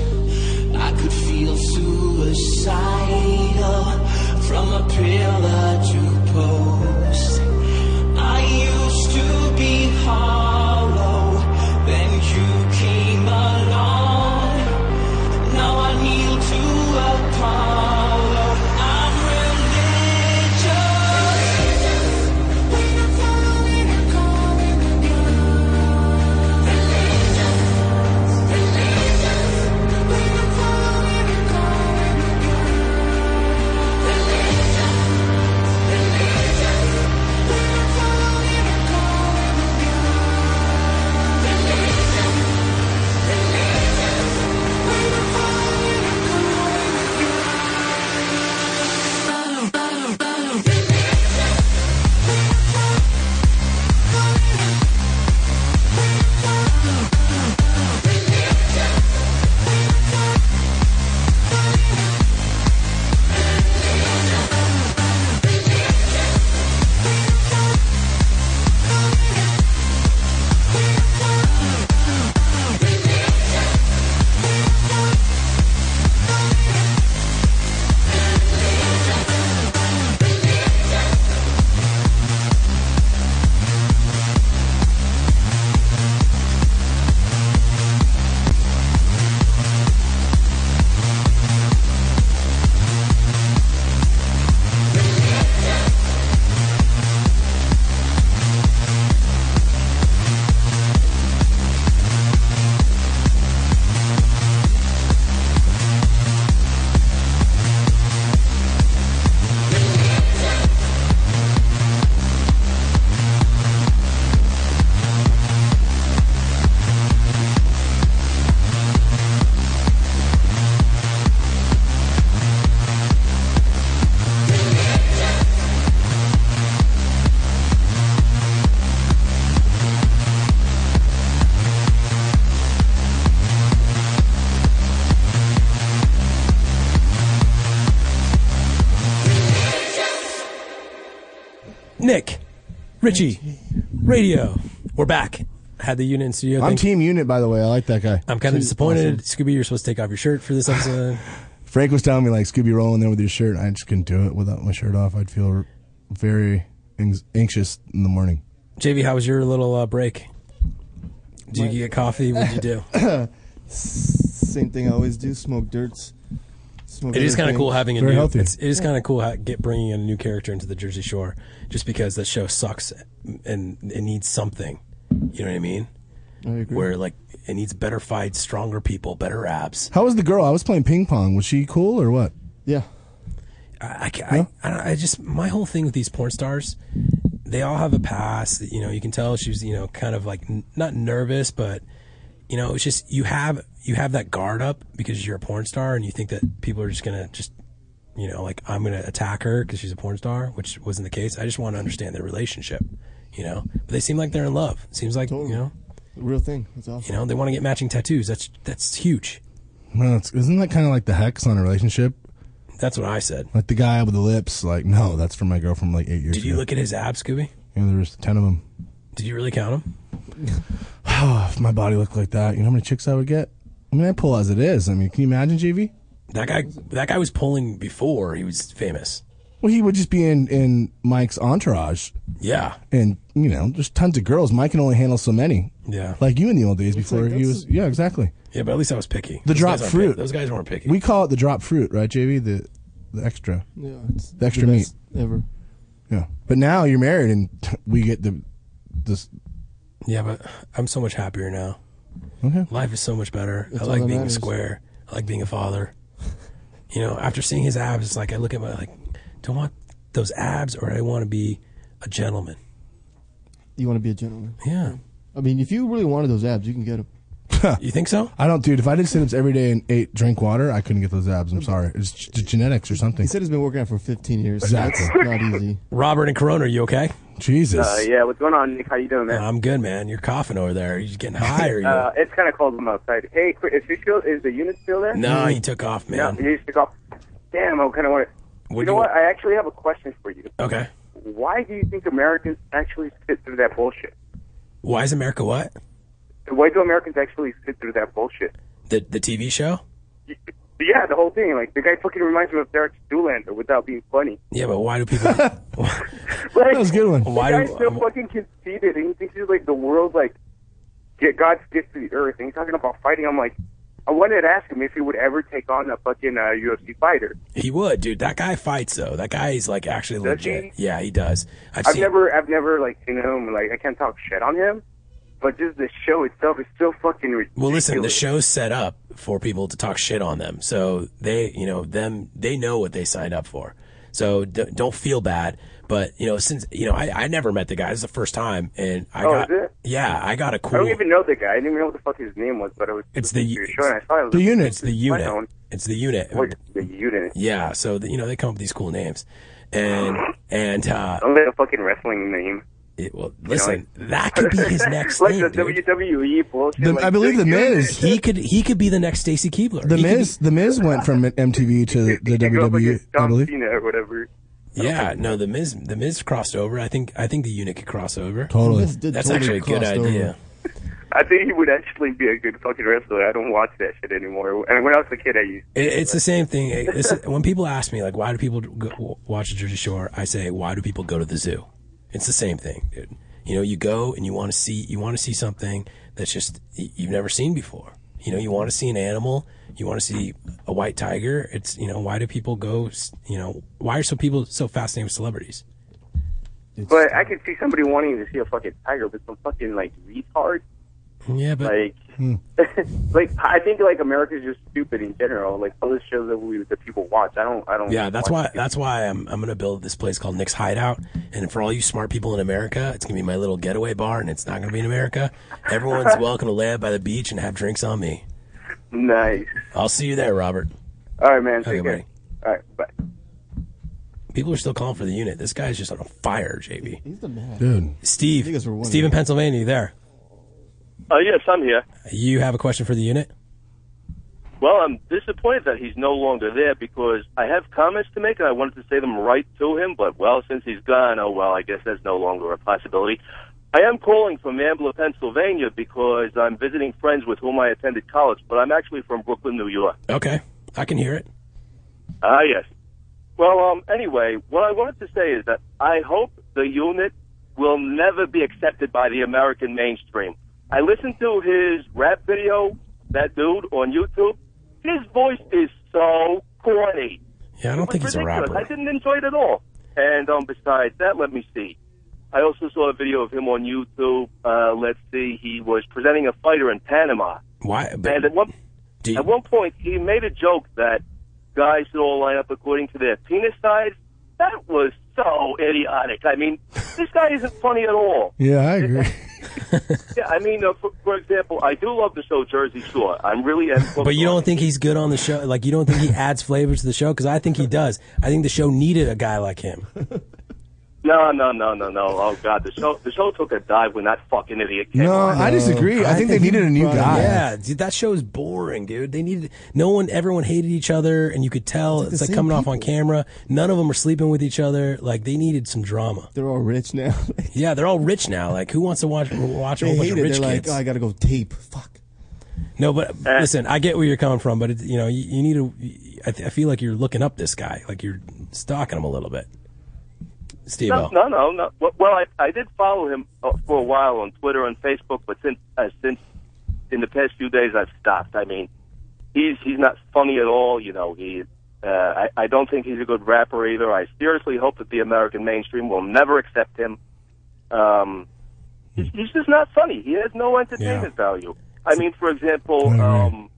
Speaker 10: I could feel suicidal from a pillar to post. I used to be hollow, then you came along. Now I kneel to Apollo. I'm religious.
Speaker 19: Religious.
Speaker 4: Nick, Richie, radio. We're back. Had the unit in studio.
Speaker 5: I'm
Speaker 4: thing.
Speaker 5: Team Unit, by the way. I like that guy.
Speaker 4: I'm kind of disappointed. Scooby, you're supposed to take off your shirt for this episode.
Speaker 5: Frank was telling me like Scooby rolling there with your shirt. I just couldn't do it without my shirt off. I'd feel r- very anx- anxious in the morning.
Speaker 4: JV, how was your little uh, break? Did you get coffee? What did you do?
Speaker 6: Same thing I always do: smoke dirts. Smoke
Speaker 4: It is kind of
Speaker 6: everything.
Speaker 4: cool having a new. It's, it is kind of cool ha- get bringing in a new character into the Jersey Shore, just because that show sucks and it needs something. You know what I mean?
Speaker 5: I agree.
Speaker 4: Where like it needs better fights, stronger people, better abs.
Speaker 5: How was the girl? I was playing ping pong. Was she cool or what?
Speaker 6: Yeah.
Speaker 4: I, I, ca- I, I, don't- I just my whole thing with these porn stars, they all have a past. You know, you can tell she was you know kind of like n- not nervous, but you know it's just you have you have that guard up because you're a porn star and you think that people are just gonna just you know like I'm gonna attack her because she's a porn star, which wasn't the case. I just want to understand their relationship. You know, but they seem like they're in love. Seems like you know
Speaker 6: Real thing. It's awesome.
Speaker 4: you know they want to get matching tattoos. That's that's huge.
Speaker 5: No, it's, isn't that kind of like the hex on a relationship?
Speaker 4: That's what I said.
Speaker 5: Like the guy with the lips. Like no, that's from my girl from like eight years.
Speaker 4: Did you
Speaker 5: ago.
Speaker 4: look at his abs, Scooby?
Speaker 5: Yeah, there was ten of them.
Speaker 4: Did you really count them?
Speaker 5: if my body looked like that, you know how many chicks I would get? I mean, I pull as it is. I mean, can you imagine, JV?
Speaker 4: That guy, that guy was pulling before he was famous.
Speaker 5: Well, he would just be in, in Mike's entourage.
Speaker 4: Yeah.
Speaker 5: And, you know, just tons of girls. Mike can only handle so many.
Speaker 4: Yeah.
Speaker 5: Like you in the old days before he was. yeah, exactly.
Speaker 4: Yeah, but at least I was picky.
Speaker 5: The
Speaker 4: Those
Speaker 5: drop
Speaker 4: guys aren't
Speaker 5: fruit.
Speaker 4: pick- those guys weren't picky.
Speaker 5: We call it the drop fruit, right, JV? The, the extra.
Speaker 6: Yeah, it's
Speaker 5: The extra
Speaker 6: the
Speaker 5: meat.
Speaker 6: best ever.
Speaker 5: Yeah. But now you're married and we get the. this.
Speaker 4: Yeah, but I'm so much happier now.
Speaker 5: Okay.
Speaker 4: Life is so much better.
Speaker 5: That's
Speaker 4: I
Speaker 5: all
Speaker 4: like
Speaker 5: that
Speaker 4: being
Speaker 5: matters.
Speaker 4: square. I like being a father. You know, after seeing his abs, it's like I look at my like, do I want those abs or I want to be a gentleman?
Speaker 6: You want to be a gentleman.
Speaker 4: Yeah.
Speaker 6: I mean, if you really wanted those abs, you can get them.
Speaker 4: you think so?
Speaker 5: I don't, dude. If I did sit ups every day and ate, drink water, I couldn't get those abs. I'm sorry. It's g- genetics or something.
Speaker 6: He said he's been working out for 15 years.
Speaker 5: Exactly.
Speaker 6: So that's not easy.
Speaker 4: Robert and Corona, are you okay?
Speaker 5: Jesus.
Speaker 17: Uh, yeah, what's going on, Nick? How you doing, man?
Speaker 4: I'm good, man. You're coughing over there. You're just getting high. Or you...
Speaker 17: Uh, it's kind of cold. I'm outside. Hey, Chris, is, she still, is the unit still there?
Speaker 4: no, he took off,
Speaker 17: No,
Speaker 4: man.
Speaker 17: you just took off. Damn, I kind of want to. You know what? I actually have a question for you.
Speaker 4: Okay.
Speaker 17: Why do you think Americans actually sit through that bullshit?
Speaker 4: Why is America what?
Speaker 17: Why do Americans actually sit through that bullshit?
Speaker 4: The the TV show?
Speaker 17: But yeah, the whole thing. Like the guy fucking reminds me of Derek Zoolander without being funny.
Speaker 4: Yeah, but why do people?
Speaker 17: Like, that
Speaker 5: was a good one.
Speaker 17: Why
Speaker 4: Why
Speaker 17: the guy's
Speaker 4: do-
Speaker 17: so fucking conceited, and he thinks he's like the world, like get God's gift to the earth, and he's talking about fighting. I'm like, I wanted to ask him if he would ever take on a fucking uh, UFC fighter.
Speaker 4: He would, dude. That guy fights though. That guy is like actually legit. Yeah, he does. I've,
Speaker 17: I've,
Speaker 4: seen.
Speaker 17: never, I've never like seen him. Like I can't talk shit on him, but just the show itself is so fucking ridiculous.
Speaker 4: Well, listen, the show's set up for people to talk shit on them, so they, you know, them, they know what they signed up for. So d- don't feel bad. But you know, since you know, I, I never met the guy. This is the first time, and I
Speaker 17: Oh,
Speaker 4: got
Speaker 17: is it?
Speaker 4: yeah, I got a
Speaker 17: I
Speaker 4: cool.
Speaker 17: don't even know the guy. I didn't even know what the fuck his name was, but it was.
Speaker 4: It's the
Speaker 17: your show, and I saw it.
Speaker 4: the unit. It's the unit. It's the unit.
Speaker 17: What the unit?
Speaker 4: Yeah, so the, you know they come up with these cool names, and and uh,
Speaker 17: Don't get a fucking wrestling name.
Speaker 4: It, well, listen, that could be his next
Speaker 17: like
Speaker 4: thing,
Speaker 17: the
Speaker 4: dude.
Speaker 17: WWE bullshit. like, unit.
Speaker 4: He could he could be the next Stacy Keebler.
Speaker 5: The
Speaker 4: He could
Speaker 5: Miz, the Miz went from MTV to the, the WWE, I
Speaker 17: John
Speaker 5: believe.
Speaker 17: Cena or whatever.
Speaker 4: be- yeah, no, the Miz the Miz crossed over. I think I think the unit could cross over.
Speaker 5: Totally. The
Speaker 4: that's
Speaker 5: Miz did totally
Speaker 4: actually a good
Speaker 5: crossed
Speaker 4: idea.
Speaker 5: over.
Speaker 17: I think he would actually be a good fucking wrestler. I don't watch that shit anymore. And when I was a kid, I used.
Speaker 4: It, it's the same thing. It- it's- when people ask me like, why do people go, w- watch the Jersey Shore? I say, why do people go to the zoo? It's the same thing, dude. You know, you go and you want to see you want to see something that's just y- you've never seen before. You know, you want to see an animal. You want to see a white tiger. It's you know, why do people go? s- You know, why are so people so fascinated with celebrities?
Speaker 17: But I could see somebody wanting to see a fucking tiger, but some fucking like retard.
Speaker 4: Yeah, but
Speaker 17: like, like I think like America's just stupid in general. Like all the shows that we that people watch, I don't, I don't.
Speaker 4: Yeah, that's
Speaker 17: watch
Speaker 4: why. That's why I'm I'm gonna build this place called Nick's Hideout, and for all you smart people in America, it's gonna be my little getaway bar, and it's not gonna be in America. Everyone's welcome to lay out by the beach and have drinks on me.
Speaker 17: Nice.
Speaker 4: I'll see you there, Robert.
Speaker 17: All right, man.
Speaker 4: Okay,
Speaker 17: Take care.
Speaker 4: buddy.
Speaker 17: All right, bye.
Speaker 4: People are still calling for the unit. This guy's just on fire, JB.
Speaker 6: He's the man.
Speaker 5: Dude,
Speaker 4: Steve, Steve in Pennsylvania, you there.
Speaker 1: Uh, yes, I'm here.
Speaker 4: You have a question for the unit?
Speaker 1: Well, I'm disappointed that he's no longer there because I have comments to make and I wanted to say them right to him, but well, since he's gone, oh well, I guess that's no longer a possibility. I am calling from Ambler, Pennsylvania because I'm visiting friends with whom I attended college, but I'm actually from Brooklyn, New York.
Speaker 4: Okay, I can hear it.
Speaker 1: Ah, yes. Well, um, anyway, what I wanted to say is that I hope the unit will never be accepted by the American mainstream. I listened to his rap video, that dude on YouTube. His voice is so corny.
Speaker 4: Yeah, I don't think he's a
Speaker 1: Ridiculous.
Speaker 4: rapper.
Speaker 1: I didn't enjoy it at all. And um, besides that, let me see. I also saw a video of him on YouTube. Uh, let's see, he was presenting a fighter in Panama.
Speaker 4: Why?
Speaker 1: And at one, at one point, he made a joke that guys should all line up according to their penis size. That was so idiotic. I mean, this guy isn't funny at all.
Speaker 5: Yeah, I agree.
Speaker 1: Yeah, I mean, uh, for, for example, I do love the show Jersey Shore. I'm really am
Speaker 4: But you don't think he's good on the show? Like you don't think he adds flavor to the show? Because I think he does. I think the show needed a guy like him.
Speaker 1: No, no, no, no, no. Oh God, the show the show took a dive when that fucking idiot came.
Speaker 5: No,
Speaker 1: on.
Speaker 5: I disagree. I, think, they needed a new guy.
Speaker 4: Yeah, dude, that show is boring, dude. They needed no one. Everyone hated each other, and you could tell it's,
Speaker 6: the
Speaker 4: like
Speaker 6: same
Speaker 4: coming off on camera. None of them were sleeping with each other. Like they needed some drama.
Speaker 6: They're all rich now.
Speaker 4: yeah, they're all rich now. Like who wants to watch watch a
Speaker 6: they
Speaker 4: whole bunch
Speaker 6: hate
Speaker 4: of
Speaker 6: it.
Speaker 4: rich
Speaker 6: They're like,
Speaker 4: kids?
Speaker 6: oh, I gotta go tape. Fuck.
Speaker 4: No, but listen, I get where you're coming from, but it, you know, you, you need to. I, th- I feel like you're looking up this guy, like you're stalking him a little bit. Steve,
Speaker 1: No, no, no, no. Well- Well, I, I did follow him uh, for a while on Twitter and Facebook, but since uh, since in the past few days I've stopped. I mean, he's he's not funny at all. You know, he. Uh, I, I don't think he's a good rapper either. I seriously hope that the American mainstream will never accept him. Um, he's,
Speaker 4: Hmm.
Speaker 1: he's just not funny. He has no entertainment value. I mean, for example, um,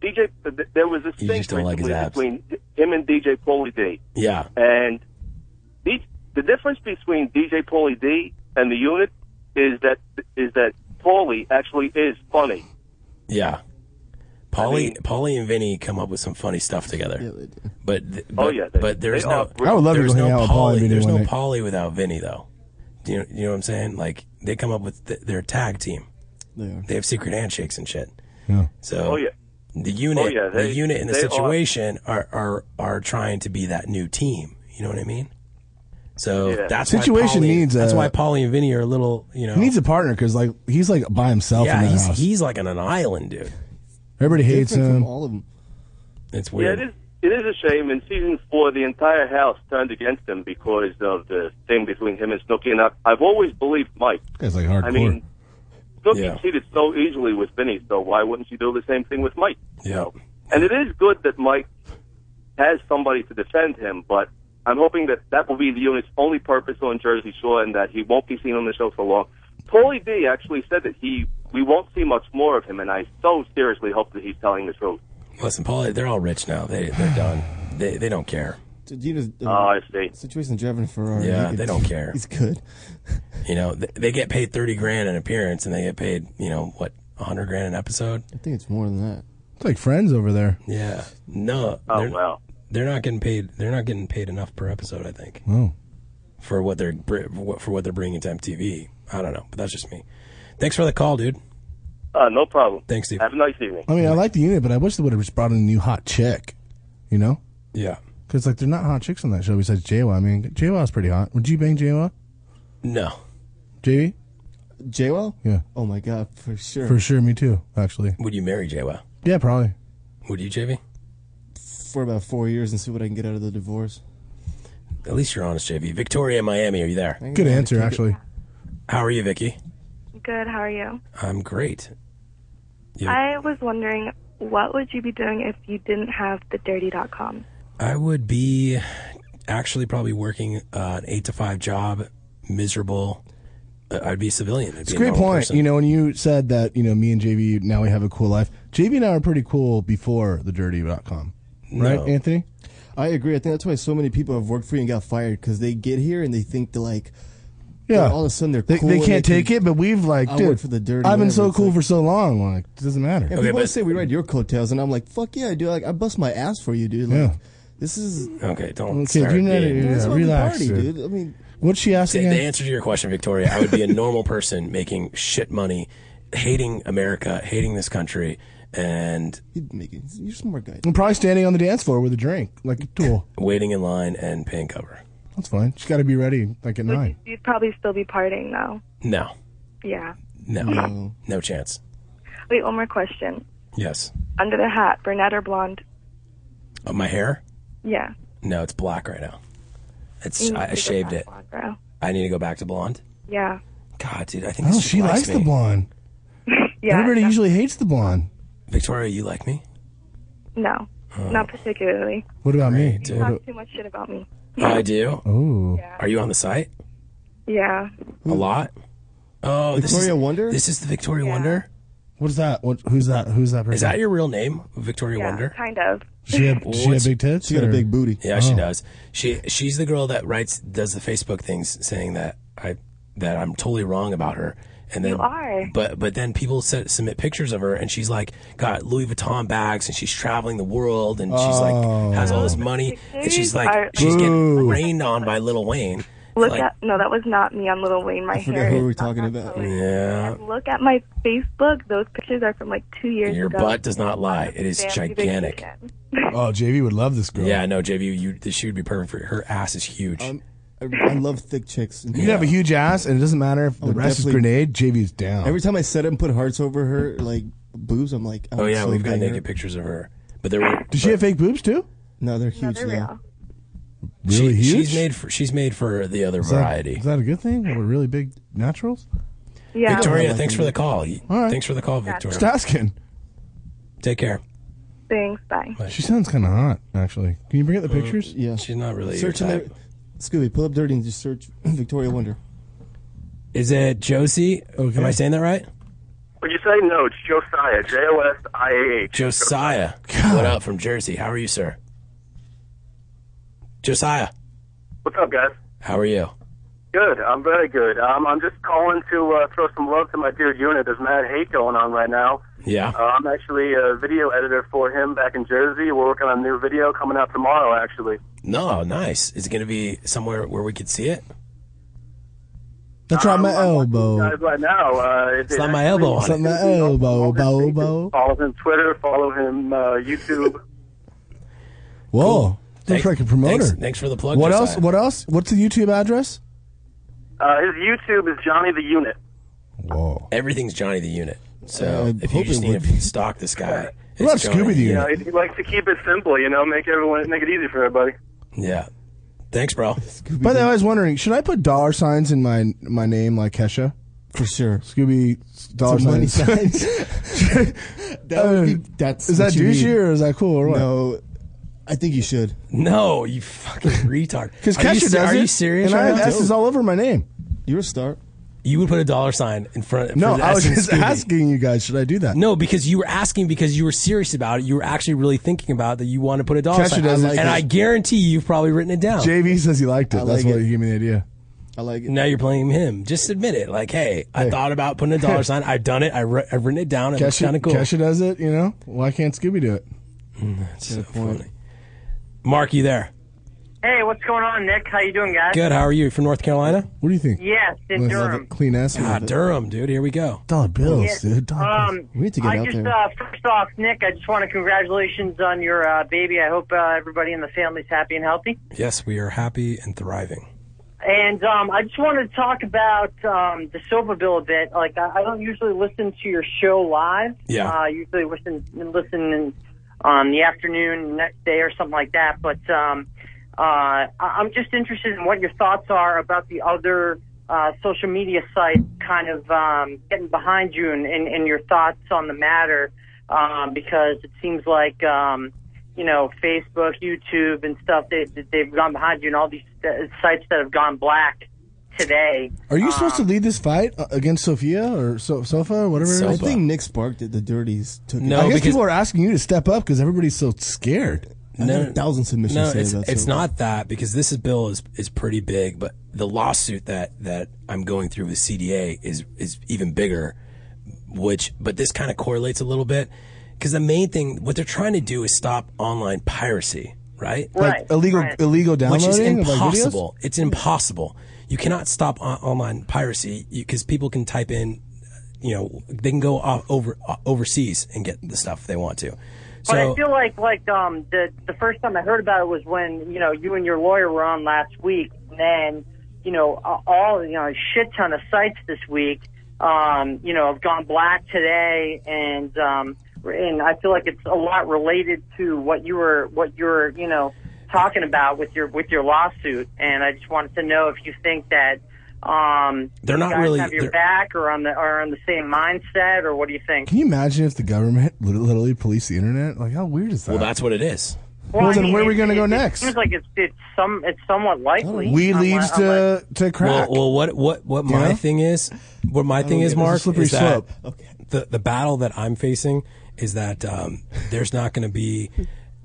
Speaker 1: DJ. th- There was this thing
Speaker 4: don't like his
Speaker 1: recently
Speaker 4: abs.
Speaker 1: between him and DJ Paulie D.
Speaker 4: yeah,
Speaker 1: And the, the difference between DJ Paulie D and the unit is that is that Paulie actually is funny.
Speaker 4: yeah. Polly, Polly, and Vinny come up with some funny stuff together. But, th- but
Speaker 1: Oh, yeah, they-
Speaker 4: but there's
Speaker 1: they
Speaker 4: no.
Speaker 5: are- I would love to
Speaker 4: there's
Speaker 5: go hang
Speaker 4: no
Speaker 5: out with Paul and
Speaker 4: Polly.
Speaker 5: Vinny
Speaker 4: There's
Speaker 5: one
Speaker 4: no
Speaker 5: night.
Speaker 4: Polly without Vinny, though. Do you, you know what I'm saying? Like they come up with th- their tag team.
Speaker 6: Yeah.
Speaker 4: They have secret handshakes and shit.
Speaker 5: Yeah.
Speaker 4: So
Speaker 1: Oh, yeah.
Speaker 4: the unit,
Speaker 1: Oh, yeah,
Speaker 4: the
Speaker 1: they-
Speaker 4: unit and the
Speaker 1: they are-
Speaker 4: situation are, are are trying to be that new team. You know what I mean? So
Speaker 5: Yeah.
Speaker 4: that's
Speaker 5: Situation
Speaker 4: why Pauly,
Speaker 5: needs
Speaker 4: That's
Speaker 5: a-
Speaker 4: why Polly and Vinny are a little, you know.
Speaker 5: He needs a partner because like he's like by himself. in
Speaker 4: yeah,
Speaker 5: that
Speaker 4: he's
Speaker 5: house.
Speaker 4: he's like on an island, dude.
Speaker 5: Everybody hates
Speaker 1: different
Speaker 5: him.
Speaker 1: from
Speaker 6: All of them.
Speaker 4: It's weird.
Speaker 1: Yeah, it is. It is a shame. In season four, the entire house turned against him because of the thing between him and Snooki. And I, I've always believed Mike.
Speaker 5: It's like hardcore.
Speaker 1: I mean, Snooki
Speaker 5: Yeah.
Speaker 1: cheated so easily with Vinny, so why wouldn't she do the same thing with Mike?
Speaker 4: yeah.
Speaker 1: And it is good that Mike has somebody to defend him, but I'm hoping that that will be the unit's only purpose on Jersey Shore and that he won't be seen on the show for long. Paulie D actually said that he we won't see much more of him, and I so seriously hope that he's telling the truth.
Speaker 4: Listen, Pauly, they're all rich now. They they're done. They they don't care.
Speaker 6: Dude, you just,
Speaker 1: Oh, I see.
Speaker 6: Situation Driving Ferrari.
Speaker 4: Yeah,
Speaker 6: he could-
Speaker 4: they don't care.
Speaker 6: He's good.
Speaker 4: You know, they, they get paid thirty grand an appearance, and they get paid, you know, what hundred grand an episode.
Speaker 6: I think it's more than that.
Speaker 5: It's like friends over there.
Speaker 4: Yeah. No. Oh they're, wow. They're not getting paid. They're not getting paid enough per episode. I think
Speaker 5: Oh.
Speaker 4: for what they're br- for what they're bringing to MTV. I don't know, but that's just me. Thanks for the call, dude.
Speaker 1: Uh, no problem.
Speaker 4: Thanks, Steve.
Speaker 1: Have a nice evening.
Speaker 5: I mean, I like the unit, but I wish they would have just brought in a new hot chick. You know?
Speaker 4: Yeah.
Speaker 5: Because like they're not hot chicks on that show besides JWoww. I mean, JWoww's pretty hot. Would you bang JWoww?
Speaker 4: No.
Speaker 5: JV?
Speaker 6: JWoww?
Speaker 5: Yeah.
Speaker 6: Oh my god, for sure.
Speaker 5: For sure, me too. Actually.
Speaker 4: Would you marry JWoww?
Speaker 5: Yeah, probably.
Speaker 4: Would you, JV?
Speaker 6: For about four years and see what I can get out of the divorce.
Speaker 4: At least you're honest, JV. Victoria in Miami, are you there?
Speaker 6: Good answer,
Speaker 5: Take it. actually.
Speaker 4: How are you, Vicky?
Speaker 16: Good. How are you?
Speaker 4: I'm great. Yeah.
Speaker 16: I was wondering, what would you be doing if you didn't have the dirty.com?
Speaker 4: I would be actually probably working uh, an eight to five job, miserable. Uh, I'd be a civilian. I'd
Speaker 5: It's
Speaker 4: be
Speaker 5: a great
Speaker 4: normal
Speaker 5: point.
Speaker 4: person.
Speaker 5: You know, when you said that, you know, me and JV now we have a cool life. JV and I were pretty cool before the dirty.com. Right,
Speaker 6: No.
Speaker 5: Anthony?
Speaker 6: I agree. I think that's why so many people have worked for you and got fired because they get here and they think they're like,
Speaker 5: Yeah.
Speaker 6: all of a sudden they're
Speaker 5: They,
Speaker 6: cool
Speaker 5: they
Speaker 6: and
Speaker 5: can't
Speaker 6: can-
Speaker 5: take it, but we've like,
Speaker 6: I
Speaker 5: dude,
Speaker 6: work for the dirty,
Speaker 5: I've been so
Speaker 6: whatever,
Speaker 5: cool for so long. Like, it doesn't matter.
Speaker 6: Yeah, people always say we ride your coattails, and I'm like, fuck yeah, I do. Like, I bust my ass for you, dude. Like, this is
Speaker 4: Okay, don't
Speaker 5: Okay,
Speaker 4: start
Speaker 5: you're not-
Speaker 4: being-
Speaker 5: yeah,
Speaker 6: That's why we
Speaker 5: relax,
Speaker 6: party,
Speaker 5: dude.
Speaker 6: dude. I mean,
Speaker 5: What's she
Speaker 4: The,
Speaker 5: asking?
Speaker 4: the answer to your question, Victoria, I would be a normal person making shit money, hating America, hating this country, and
Speaker 13: You're a smart guy.
Speaker 5: I'm probably standing on the dance floor with a drink, like a tool.
Speaker 4: waiting in line and paying cover.
Speaker 5: That's fine. She's got to be ready, like at nine.
Speaker 16: You'd probably still be partying though.
Speaker 4: No,
Speaker 16: Yeah.
Speaker 4: no,
Speaker 16: No.
Speaker 5: Oh.
Speaker 4: no, chance.
Speaker 16: Wait, one more question.
Speaker 4: Yes,
Speaker 16: Under the hat, brunette or blonde?
Speaker 4: uh, my hair.
Speaker 16: Yeah.
Speaker 4: No, it's black right now. It's
Speaker 16: You need
Speaker 4: I,
Speaker 16: to
Speaker 4: I
Speaker 16: get
Speaker 4: shaved it.
Speaker 16: Bro.
Speaker 4: I need to go back to blonde.
Speaker 16: Yeah.
Speaker 4: God, dude, I think
Speaker 5: Oh,
Speaker 4: this
Speaker 5: she
Speaker 4: likes
Speaker 5: likes
Speaker 4: me.
Speaker 5: the blonde.
Speaker 16: Yeah.
Speaker 5: Everybody usually hates the blonde.
Speaker 4: Victoria, you like me?
Speaker 16: No.
Speaker 6: Oh.
Speaker 16: Not particularly.
Speaker 5: What about me?
Speaker 4: Dude.
Speaker 16: Talk too much shit about me.
Speaker 4: Oh, I do.
Speaker 5: Oh,
Speaker 4: are you on the site
Speaker 16: Yeah.
Speaker 4: a lot? Oh, this
Speaker 5: Victoria
Speaker 4: is,
Speaker 5: Wonder?
Speaker 4: This is the Victoria Wonder.
Speaker 5: What is that? What? Who's that? Who's that person?
Speaker 4: Is that your real name, Victoria Wonder?
Speaker 16: Kind of.
Speaker 5: She had, she had
Speaker 4: What's-
Speaker 5: big tits. or-
Speaker 4: Yeah, she
Speaker 5: Oh.
Speaker 4: does. She she's the girl that writes does the Facebook things saying that I that I'm totally wrong about her. And then,
Speaker 16: You are.
Speaker 4: but but then people set, submit pictures of her, and she's like got Louis Vuitton bags, and she's traveling the world, and she's
Speaker 5: Oh.
Speaker 4: like has all this money, and she's like
Speaker 16: Are-
Speaker 4: she's getting
Speaker 16: Boo.
Speaker 4: rained on by Lil Wayne.
Speaker 16: Look
Speaker 4: Like-
Speaker 16: at no, that was not me on Little Wayne. My hair. is-
Speaker 4: were talking about. Yeah,
Speaker 16: Look at my Facebook. Those pictures are from like two years
Speaker 4: your
Speaker 16: ago.
Speaker 4: butt does not lie. It is
Speaker 16: Fancy
Speaker 4: gigantic.
Speaker 5: Oh, JV would love this girl.
Speaker 4: Yeah, no, JV, you this she would be perfect for you. Her ass is huge.
Speaker 13: Um, I, I love thick chicks.
Speaker 5: You can have a huge ass, and it doesn't matter if the
Speaker 13: would
Speaker 5: rest is
Speaker 13: Oh, definitely-
Speaker 5: grenade. JV's down.
Speaker 13: Every time I set up and put hearts over her, like boobs, I'm like,
Speaker 4: oh yeah, we've got naked pictures of her, but there were
Speaker 5: Does she have fake boobs too?
Speaker 13: No, they're huge.
Speaker 16: they're
Speaker 13: now.
Speaker 5: Really
Speaker 4: she,
Speaker 5: huge?
Speaker 4: She's made for she's made for the other
Speaker 5: Is that-
Speaker 4: variety.
Speaker 5: Is that a good thing? We're really big naturals.
Speaker 16: Yeah.
Speaker 4: Victoria, thanks for the call. Thanks for the call,
Speaker 16: Yeah.
Speaker 4: Victoria.
Speaker 5: Just asking.
Speaker 4: Take care.
Speaker 16: Thanks. Bye.
Speaker 5: She sounds kind of hot, actually. Can you bring up the pictures?
Speaker 13: Yeah.
Speaker 4: She's not really your
Speaker 13: Search in there.
Speaker 4: type.
Speaker 13: Scooby, pull up dirty and just search Victoria Wonder.
Speaker 4: Is it Josie? oh, Am I saying that right?
Speaker 14: Would you say no? It's Josiah. J O S I A H.
Speaker 4: Josiah. What up from Jersey? How are you, sir? Josiah,
Speaker 14: What's up, guys?
Speaker 4: how are you?
Speaker 14: Good. I'm very good. Um, I'm just calling to uh, throw some love to my dude unit. There's mad hate going on right now.
Speaker 4: Yeah.
Speaker 14: Uh, I'm actually a video editor for him back in Jersey. We're working on a new video coming out tomorrow, actually.
Speaker 4: No, nice. Is it going to be somewhere where we could see it?
Speaker 5: That's not my elbow.
Speaker 14: Guys, right now, uh, it-
Speaker 4: It's not my elbow on
Speaker 5: That's not
Speaker 4: it.
Speaker 5: my elbow, bow, bow.
Speaker 14: Follow him Twitter. Follow him uh, YouTube.
Speaker 5: Whoa, looks like a promoter.
Speaker 4: Thanks, thanks for the plug.
Speaker 5: What
Speaker 4: Josiah.
Speaker 5: else? What else? What's the YouTube address?
Speaker 14: Uh, his YouTube is Johnny the Unit.
Speaker 4: Everything's Johnny the Unit.
Speaker 14: Uh,
Speaker 4: So if you
Speaker 14: hope
Speaker 4: just
Speaker 14: it
Speaker 4: need
Speaker 14: would.
Speaker 4: to stalk this guy. it's Johnny
Speaker 14: You know, he, he likes to keep it simple. You know, make everyone make it easy for everybody.
Speaker 4: Yeah. Thanks, bro.
Speaker 5: By the way, I was wondering, should I put dollar signs in my my name like Kesha?
Speaker 13: For sure.
Speaker 5: Scooby dollar
Speaker 13: Some money
Speaker 5: signs.
Speaker 13: signs. that would be, that's
Speaker 5: Uh, is
Speaker 13: what
Speaker 5: that
Speaker 13: you need.
Speaker 5: douchey or is that cool or what?
Speaker 13: No, I think you should.
Speaker 4: No, you fucking retard.
Speaker 5: Because
Speaker 4: Are you
Speaker 5: Kesha
Speaker 4: se-
Speaker 5: does
Speaker 4: Are
Speaker 5: it,
Speaker 4: you serious?
Speaker 5: And
Speaker 4: right
Speaker 5: I
Speaker 4: now?
Speaker 5: have S's all over my name.
Speaker 13: You're a star.
Speaker 4: You would put a dollar sign in front.
Speaker 5: No,
Speaker 4: for the
Speaker 5: I was
Speaker 4: S in
Speaker 5: just
Speaker 4: Scooby.
Speaker 5: asking you guys, should I do that?
Speaker 4: No, because you were asking because you were serious about it. You were actually really thinking about that you want to put a dollar
Speaker 5: Kesha
Speaker 4: sign.
Speaker 5: does it.
Speaker 4: and I guarantee you've probably written it down.
Speaker 5: JV says he liked it.
Speaker 4: I
Speaker 5: That's
Speaker 4: like
Speaker 5: why
Speaker 4: it.
Speaker 5: he gave me the idea.
Speaker 13: I like it.
Speaker 4: Now you're playing him. Just admit it. Like, hey, I thought about putting a dollar sign. I've done it. I re- I've written it down. It looks kind
Speaker 5: Kesha,
Speaker 4: of cool. Mm,
Speaker 5: Kesha does it, you know? Why can't Scooby do it?
Speaker 4: That's so funny. Mark, you there?
Speaker 3: Hey, what's going on, Nick? How you doing, guys?
Speaker 4: Good. How are you? From North Carolina?
Speaker 5: What do you think?
Speaker 3: Yes, in Durham.
Speaker 5: Clean ass.
Speaker 4: Ah, Durham, dude. Here we go.
Speaker 5: Dollar bills,
Speaker 3: Yes.
Speaker 5: dude. Dollar bills.
Speaker 3: Um, I just, Uh, first off, Nick, I just want to congratulations on your uh, baby. I hope uh, everybody in the family's happy and healthy.
Speaker 4: Yes, we are happy and thriving.
Speaker 3: And um, I just wanted to talk about um, the sofa bill a bit. Like, I, I don't usually listen to your show live.
Speaker 17: Yeah.
Speaker 3: Uh, I usually listen listen in, on the afternoon next day or something like that. But um, uh, I- I'm just interested in what your thoughts are about the other uh, social media sites kind of um, getting behind you and, and, and your thoughts on the matter um, because it seems like. Um, you know, Facebook, YouTube, and stuff. They they've gone behind you, and all these uh, sites that have gone black today.
Speaker 5: Are you supposed to lead this fight uh, against Sophia or so- Sofa or whatever? it is?
Speaker 13: I think Nick Spark did the dirties. Took
Speaker 5: I guess people are asking you to step up because everybody's so scared.
Speaker 13: I had a thousand submissions
Speaker 4: No,
Speaker 13: today
Speaker 4: it's,
Speaker 13: about
Speaker 4: it's
Speaker 13: Sofa.
Speaker 4: not that because this is bill is is pretty big, but the lawsuit that that I'm going through with CDA is is even bigger. Which, but this kind of correlates a little bit because the main thing what they're trying to do is stop online piracy, right?
Speaker 5: Like Right, illegal- right. illegal
Speaker 4: which is
Speaker 5: downloading of, like, videos?
Speaker 4: impossible. it's impossible. You cannot stop on- online piracy because people can type in you know, they can go off over overseas and get the stuff they want to.
Speaker 3: But I
Speaker 4: So
Speaker 3: feel like like um the the first time I heard about it was when you know you and your lawyer were on last week, and then you know a- all you know a shit ton of sites this week. Um, you know, have gone black today, and um, and I feel like it's a lot related to what you were what you're you know talking about with your with your lawsuit. And I just wanted to know if you think that um
Speaker 5: They're
Speaker 3: you
Speaker 5: not
Speaker 3: guys
Speaker 5: really-
Speaker 3: have your
Speaker 5: they're-
Speaker 3: back or on the or on the same mindset, or what do you think?
Speaker 5: Can you imagine if the government lit- literally policed the internet? Like, how weird is that?
Speaker 4: Well, that's what it is.
Speaker 5: Well, then where are we
Speaker 3: it-
Speaker 5: gonna
Speaker 3: it-
Speaker 5: go
Speaker 3: it
Speaker 5: next?
Speaker 3: Seems like it's it's some it's somewhat likely.
Speaker 5: Weed
Speaker 3: Unle-
Speaker 5: leads to
Speaker 3: unless-
Speaker 5: to crack. Oh,
Speaker 4: Well, well what what what
Speaker 5: You
Speaker 4: my
Speaker 5: know?
Speaker 4: thing is, what my
Speaker 5: don't
Speaker 4: thing
Speaker 5: get
Speaker 4: is,
Speaker 5: it. It's a
Speaker 4: Mark,
Speaker 5: slippery
Speaker 4: is that
Speaker 5: slope.
Speaker 4: the the battle that I'm facing is that um, there's not going to be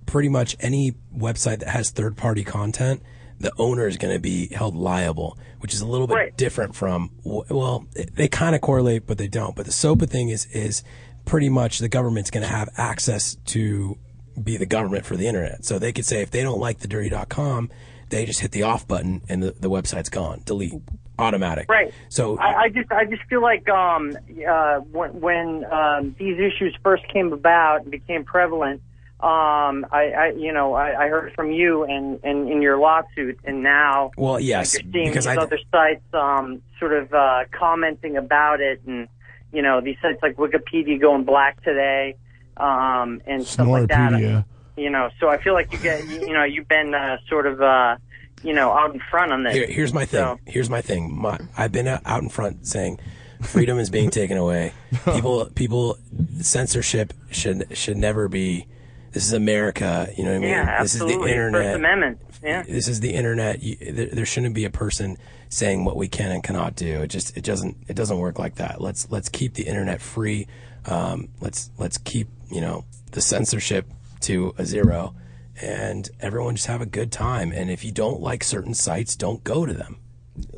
Speaker 4: pretty much any website that has third party content. The owner is going to be held liable, which is a little bit different from wh- well, they kind of correlate, but they don't. But the SOPA thing is is pretty much the government's going to have access to be the government for the internet. So they could say if they don't like the dirty.com, they just hit the off button and the, the website's gone. Delete. Automatic.
Speaker 3: Right.
Speaker 4: So
Speaker 3: I, I just I just feel like um uh when, when um these issues first came about and became prevalent, um I, I you know I, I heard from you and and in your lawsuit and now
Speaker 4: Well, yes,
Speaker 3: like you're seeing
Speaker 4: because
Speaker 3: these
Speaker 4: I-
Speaker 3: other sites um sort of uh commenting about it and you know these sites like Wikipedia going black today um and stuff like that.
Speaker 5: Snorpedia.
Speaker 3: You know, so I feel like you get you, you know you've been uh, sort of uh you know out in front on this.
Speaker 4: Here, here's my thing.
Speaker 3: So-
Speaker 4: Here's my thing. My, I've been out out in front saying freedom is being taken away. People, people, censorship should should never be. This is America. You know what I mean?
Speaker 3: yeah,
Speaker 4: this is the
Speaker 3: absolutely. First
Speaker 4: internet.
Speaker 3: Amendment. Yeah.
Speaker 4: This is the internet. You, there, there shouldn't be a person saying what we can and cannot do. It just it doesn't it doesn't work like that. Let's let's keep the internet free. Um, let's let's keep you know the censorship to a zero, and everyone just have a good time. And if you don't like certain sites, don't go to them.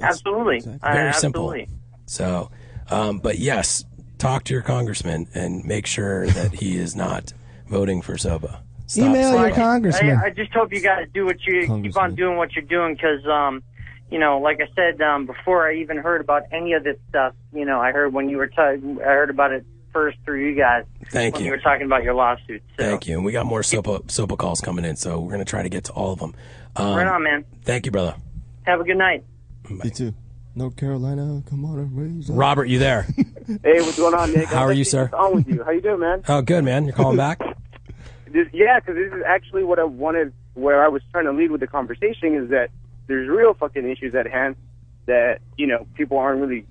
Speaker 3: Absolutely. Uh,
Speaker 4: Very
Speaker 3: absolutely.
Speaker 4: simple. So, um, but yes, talk to your congressman and make sure that he is not voting for SOBA. Stop
Speaker 5: Email
Speaker 4: SOBA.
Speaker 5: your congressman.
Speaker 3: I, I just hope you guys do what you keep on
Speaker 4: Congressman.
Speaker 3: doing what you're doing because, um, you know, like I said um, before, I even heard about any of this stuff. You know, I heard when you were t- I heard about it first through you guys.
Speaker 4: Thank
Speaker 3: when
Speaker 4: you.
Speaker 3: You were talking about your lawsuit.
Speaker 4: Thank you. And we got more SOPA, SOPA calls coming in, so we're going to try to get to all of them. Um,
Speaker 3: right on, man.
Speaker 4: Thank you, brother.
Speaker 3: Have a good night.
Speaker 13: You too. North Carolina, come on, and raise up.
Speaker 4: Robert, you there?
Speaker 17: Hey, what's going on, Nick?
Speaker 4: How
Speaker 17: I'm
Speaker 4: are you,
Speaker 17: actually
Speaker 4: sir?
Speaker 17: just On with you. How you doing, man?
Speaker 4: Oh, good, man. You're calling back?
Speaker 17: This, yeah, because this is actually what I wanted. Where I was trying to lead with the conversation is that there's real fucking issues at hand that you know people aren't really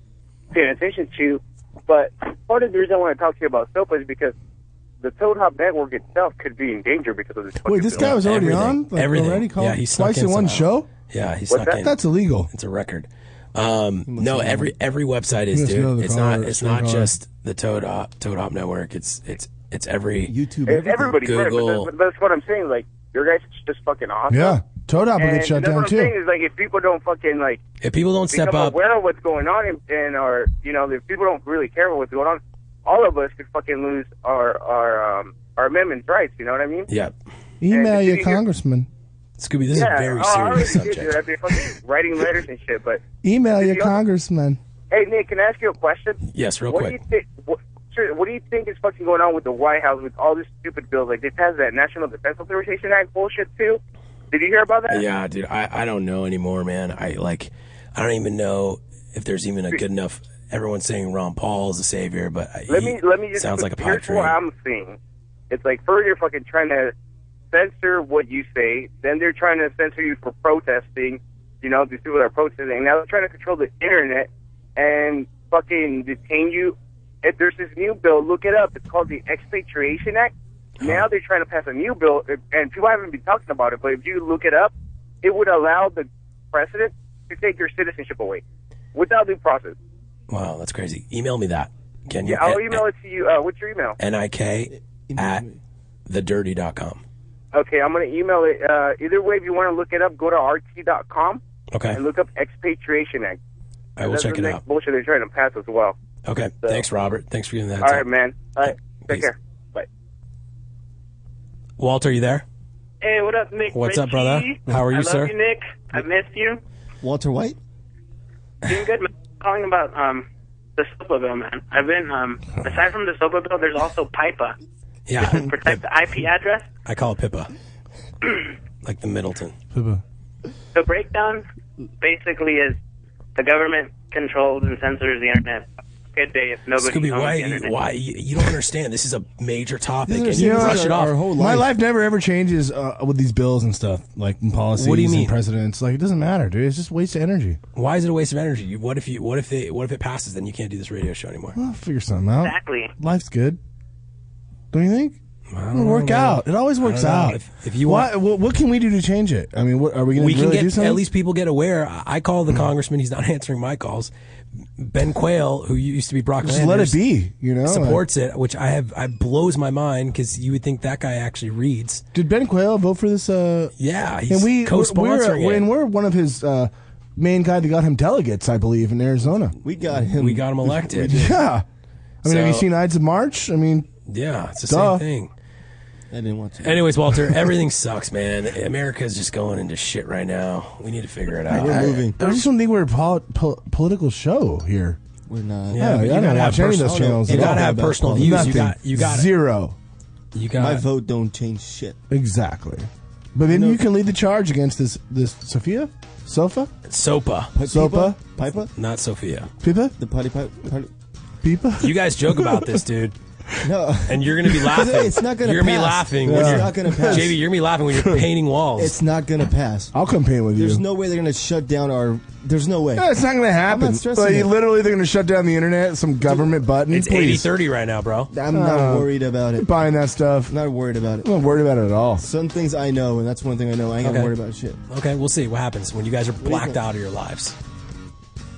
Speaker 17: paying attention to. But part of the reason I want to talk to you about SOPA is because the Toad Hop network itself could be in danger because of this.
Speaker 5: Wait, this guy was already
Speaker 4: Everything.
Speaker 5: on. Like,
Speaker 4: Everything.
Speaker 5: Already called
Speaker 4: Yeah, he snuck
Speaker 5: twice in one
Speaker 4: somehow.
Speaker 5: show.
Speaker 4: Yeah, he
Speaker 5: What's
Speaker 4: snuck
Speaker 5: that?
Speaker 4: in.
Speaker 5: That's illegal.
Speaker 4: It's a record. Um, no,
Speaker 5: know.
Speaker 4: every every website
Speaker 5: He
Speaker 4: is,
Speaker 5: must know
Speaker 4: dude.
Speaker 5: the
Speaker 4: It's
Speaker 5: caller.
Speaker 4: not. It's
Speaker 5: It's the
Speaker 4: not
Speaker 5: caller.
Speaker 4: just the Toad Hop, Toad Hop Network. It's it's it's every YouTube.
Speaker 17: Everybody's right, but
Speaker 4: Google.
Speaker 17: that's- but that's what I'm saying. Like your guys are just fucking awesome.
Speaker 5: Yeah, Toad Hop will
Speaker 17: And
Speaker 5: get shut down
Speaker 17: another thing
Speaker 5: too.
Speaker 17: is like if people don't fucking like
Speaker 4: If people don't step
Speaker 17: become
Speaker 4: up,
Speaker 17: aware of what's going on, and, and are you know, if people don't really care about what's going on, all of us could fucking lose our our um, our amendments rights. You know what I mean?
Speaker 4: yeah.
Speaker 5: Email your congressman.
Speaker 4: Scooby, this
Speaker 17: yeah.
Speaker 4: is very
Speaker 17: oh, I already
Speaker 4: serious
Speaker 17: did,
Speaker 4: subject.
Speaker 17: dude. I've been fucking writing letters and shit. But
Speaker 5: Email your congressman.
Speaker 17: hey, Nick, can I ask you a question?
Speaker 4: Yes, real
Speaker 17: what
Speaker 4: quick.
Speaker 17: Do you think, what, sir, what do you think is fucking going on with the White House with all this stupid bills? Like they passed that National Defense Authorization Act bullshit too. Did you hear about that?
Speaker 4: Yeah, dude, I, I don't know anymore, man. I like, I don't even know if there's even a good enough. Everyone's saying Ron Paul is the savior, but I-
Speaker 17: Let
Speaker 4: he
Speaker 17: me let me just
Speaker 4: sounds like a pipe
Speaker 17: here's
Speaker 4: dream.
Speaker 17: what I'm seeing. It's like first you're fucking trying to censor what you say, then they're trying to censor you for protesting. You know these people that are protesting. Now they're trying to control the internet and fucking detain you. If there's this new bill, look it up. It's called the Expatriation Act. Now they're trying to pass a new bill, and people haven't been talking about it. But if you look it up, it would allow the president to take your citizenship away without due process.
Speaker 4: Wow, that's crazy. Email me that. Can you?
Speaker 17: Yeah, I'll email it to you. Uh, what's your email?
Speaker 4: Nik at thedirty.com.
Speaker 17: Okay, I'm going to email it. Uh, either way, if you want to look it up, go to rt.com
Speaker 4: Okay,
Speaker 17: and look up Expatriation Act.
Speaker 4: I will
Speaker 17: That's
Speaker 4: check
Speaker 17: the
Speaker 4: it
Speaker 17: next
Speaker 4: out.
Speaker 17: Bullshit they're trying to pass as well.
Speaker 4: Okay, thanks, Robert. Thanks for giving that.
Speaker 17: All right,
Speaker 4: tip.
Speaker 17: man. All right, take
Speaker 4: Peace.
Speaker 17: care. Bye.
Speaker 4: Walter, you there?
Speaker 18: Hey, what up, Nick?
Speaker 4: What's up,
Speaker 18: Richie?
Speaker 4: brother? How are you,
Speaker 18: I
Speaker 4: sir?
Speaker 18: love you, Nick. I missed you.
Speaker 13: Walter White.
Speaker 18: Doing good. man. Calling about um,
Speaker 17: the SOPA bill, man. I've been um, aside from the SOPA bill, there's also PIPA,
Speaker 4: Yeah,
Speaker 17: protect the IP address.
Speaker 4: I call it Pippa, like the Middleton.
Speaker 17: The breakdown basically is the government controls and censors the internet. Good day if nobody.
Speaker 4: Scooby,
Speaker 17: owns
Speaker 4: why,
Speaker 17: the internet.
Speaker 4: why you, you don't understand? This is a major topic,
Speaker 5: You
Speaker 4: and you
Speaker 5: know,
Speaker 4: brush it off.
Speaker 5: My life never ever changes uh, with these bills and stuff, like and policies
Speaker 4: mean?
Speaker 5: and presidents. Like it doesn't matter, dude. It's just a waste of energy.
Speaker 4: Why is it a waste of energy? You- What if you? What if they? What if it passes? Then you can't do this radio show anymore.
Speaker 5: Well, figure something out.
Speaker 4: Exactly.
Speaker 5: Life's good. Don't you think?
Speaker 4: know,
Speaker 5: It'll work
Speaker 4: man.
Speaker 5: out. It always
Speaker 4: I don't
Speaker 5: works
Speaker 4: know.
Speaker 5: out.
Speaker 4: If- if you
Speaker 5: Why- what, what can we do to change it? I mean, what are we going to
Speaker 4: we
Speaker 5: really
Speaker 4: can
Speaker 5: do
Speaker 4: get
Speaker 5: something? Mm.
Speaker 4: at least people get aware. I- I call the congressman; he's not answering my calls. Ben Quayle, who used to be Brock,
Speaker 5: Just let it
Speaker 4: Landers,
Speaker 5: be, you know, like-
Speaker 4: supports it, which I have. I blows my mind because you would think that guy actually reads.
Speaker 5: Did Ben Quayle vote for this? Uh,
Speaker 4: Yeah, he's
Speaker 5: and we
Speaker 4: co-sponsoring
Speaker 5: we're,
Speaker 4: it.
Speaker 5: and we're one of his uh, main guy that got him delegates, I believe, in Arizona.
Speaker 6: We got him.
Speaker 4: We got him elected.
Speaker 5: Yeah. I mean, have you
Speaker 4: So-
Speaker 5: seen Ides of March? I mean,
Speaker 4: Yeah, it's the
Speaker 5: duh.
Speaker 4: same thing.
Speaker 6: I didn't want to.
Speaker 4: Anyways, Walter, everything sucks, man. America is just going into shit right now. We need to figure it out.
Speaker 5: I, I, I just don't think we're a pol- pol- political show here.
Speaker 6: We're not.
Speaker 5: Yeah,
Speaker 4: but
Speaker 5: I
Speaker 4: you
Speaker 5: don't
Speaker 4: gotta have
Speaker 5: watch any of
Speaker 4: personal-
Speaker 5: those channels.
Speaker 4: you
Speaker 5: at
Speaker 4: gotta
Speaker 5: all.
Speaker 4: have
Speaker 5: Nothing.
Speaker 4: personal views. You
Speaker 5: Nothing.
Speaker 4: got- you got-
Speaker 5: zero.
Speaker 4: You
Speaker 6: My vote don't change shit.
Speaker 5: Exactly. But maybe you can lead the charge against this this Sophia, Sofa,
Speaker 4: Sopa.
Speaker 5: Sopa,
Speaker 6: Pipa,
Speaker 4: Not Sophia.
Speaker 5: Pipa,
Speaker 6: the putty pipe, putty.
Speaker 5: Pipa.
Speaker 4: You guys joke about this, dude.
Speaker 6: No.
Speaker 4: And you're gonna be laughing.
Speaker 6: It's not gonna
Speaker 4: You're gonna be
Speaker 6: pass.
Speaker 4: laughing. when
Speaker 6: It's
Speaker 4: you're-
Speaker 6: not gonna pass.
Speaker 4: JB, you're gonna be laughing when you're painting walls.
Speaker 6: It's not gonna pass.
Speaker 5: I'll come paint with
Speaker 6: There's
Speaker 5: you.
Speaker 6: no way they're gonna shut down our. There's no way.
Speaker 5: No, it's not going to happen.
Speaker 6: I'm not stressing
Speaker 5: Like,
Speaker 6: it.
Speaker 5: Literally, they're going to shut down the internet. Some government button.
Speaker 4: It's
Speaker 5: Please.
Speaker 4: 80-30 right now, bro.
Speaker 6: I'm not
Speaker 5: Uh,
Speaker 6: worried about it.
Speaker 5: Buying that stuff.
Speaker 6: Not worried about it.
Speaker 5: I'm not worried about it at all.
Speaker 6: Some things I know, and that's one thing I know. I ain't
Speaker 4: Okay.
Speaker 6: gonna worry about shit.
Speaker 4: Okay, we'll see what happens when you guys are blacked out of your lives.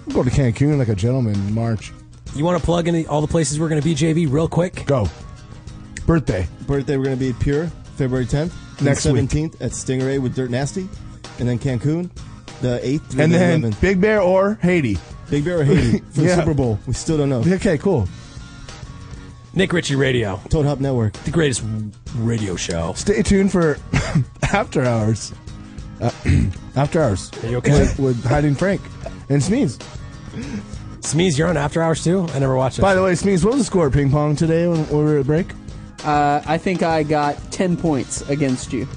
Speaker 5: I'll go to Cancun like a gentleman in March.
Speaker 4: You want to plug in all the places we're gonna be, JB, real quick?
Speaker 5: Go. Birthday.
Speaker 6: Birthday, we're gonna be at Pure February 10th, and
Speaker 5: Next week.
Speaker 6: 17th at Stingray with Dirt Nasty, and then Cancun, the 8th through
Speaker 5: And
Speaker 6: the
Speaker 5: then
Speaker 6: 11th.
Speaker 5: Big Bear or Haiti.
Speaker 6: Big Bear or Haiti for
Speaker 5: Yeah.
Speaker 6: the Super Bowl. We still don't know.
Speaker 5: Okay, cool.
Speaker 4: Nick Ritchie Radio,
Speaker 6: Toad Hop Network.
Speaker 4: the greatest radio show.
Speaker 5: Stay tuned for After Hours. Uh, after Hours.
Speaker 4: Are you okay?
Speaker 5: With, with Hiding Frank and Sneeze.
Speaker 4: Smeeze, you're on After Hours too. I never watched it.
Speaker 5: By the way, Sneeze, what was the score at ping pong today when when we were at break?
Speaker 3: Uh, I think I got 10 points against you.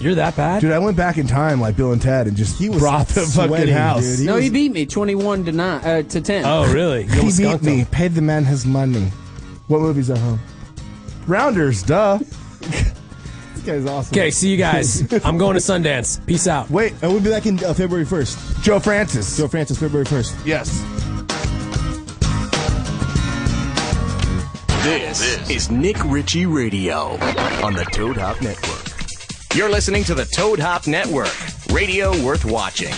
Speaker 4: You're that bad?
Speaker 5: Dude, I went back in time like Bill and Ted and just he
Speaker 6: was
Speaker 5: brought the
Speaker 6: sweating,
Speaker 5: fucking house.
Speaker 6: dude. He
Speaker 3: no,
Speaker 6: was-
Speaker 3: he beat me 21 to 9 uh, to 10.
Speaker 4: Oh, really?
Speaker 5: He beat me. Paid the man his money. What movies at home? Rounders, duh.
Speaker 6: This guy's awesome.
Speaker 4: Okay, see you guys. I'm going to Sundance. Peace out.
Speaker 5: Wait,
Speaker 6: And we'll be back in uh, February 1st.
Speaker 5: Joe Francis.
Speaker 6: Joe Francis, February 1st.
Speaker 5: Yes.
Speaker 2: This, is Nick Ritchie Radio on the Toad Hop Network. You're listening to the Toad Hop Network, radio worth watching.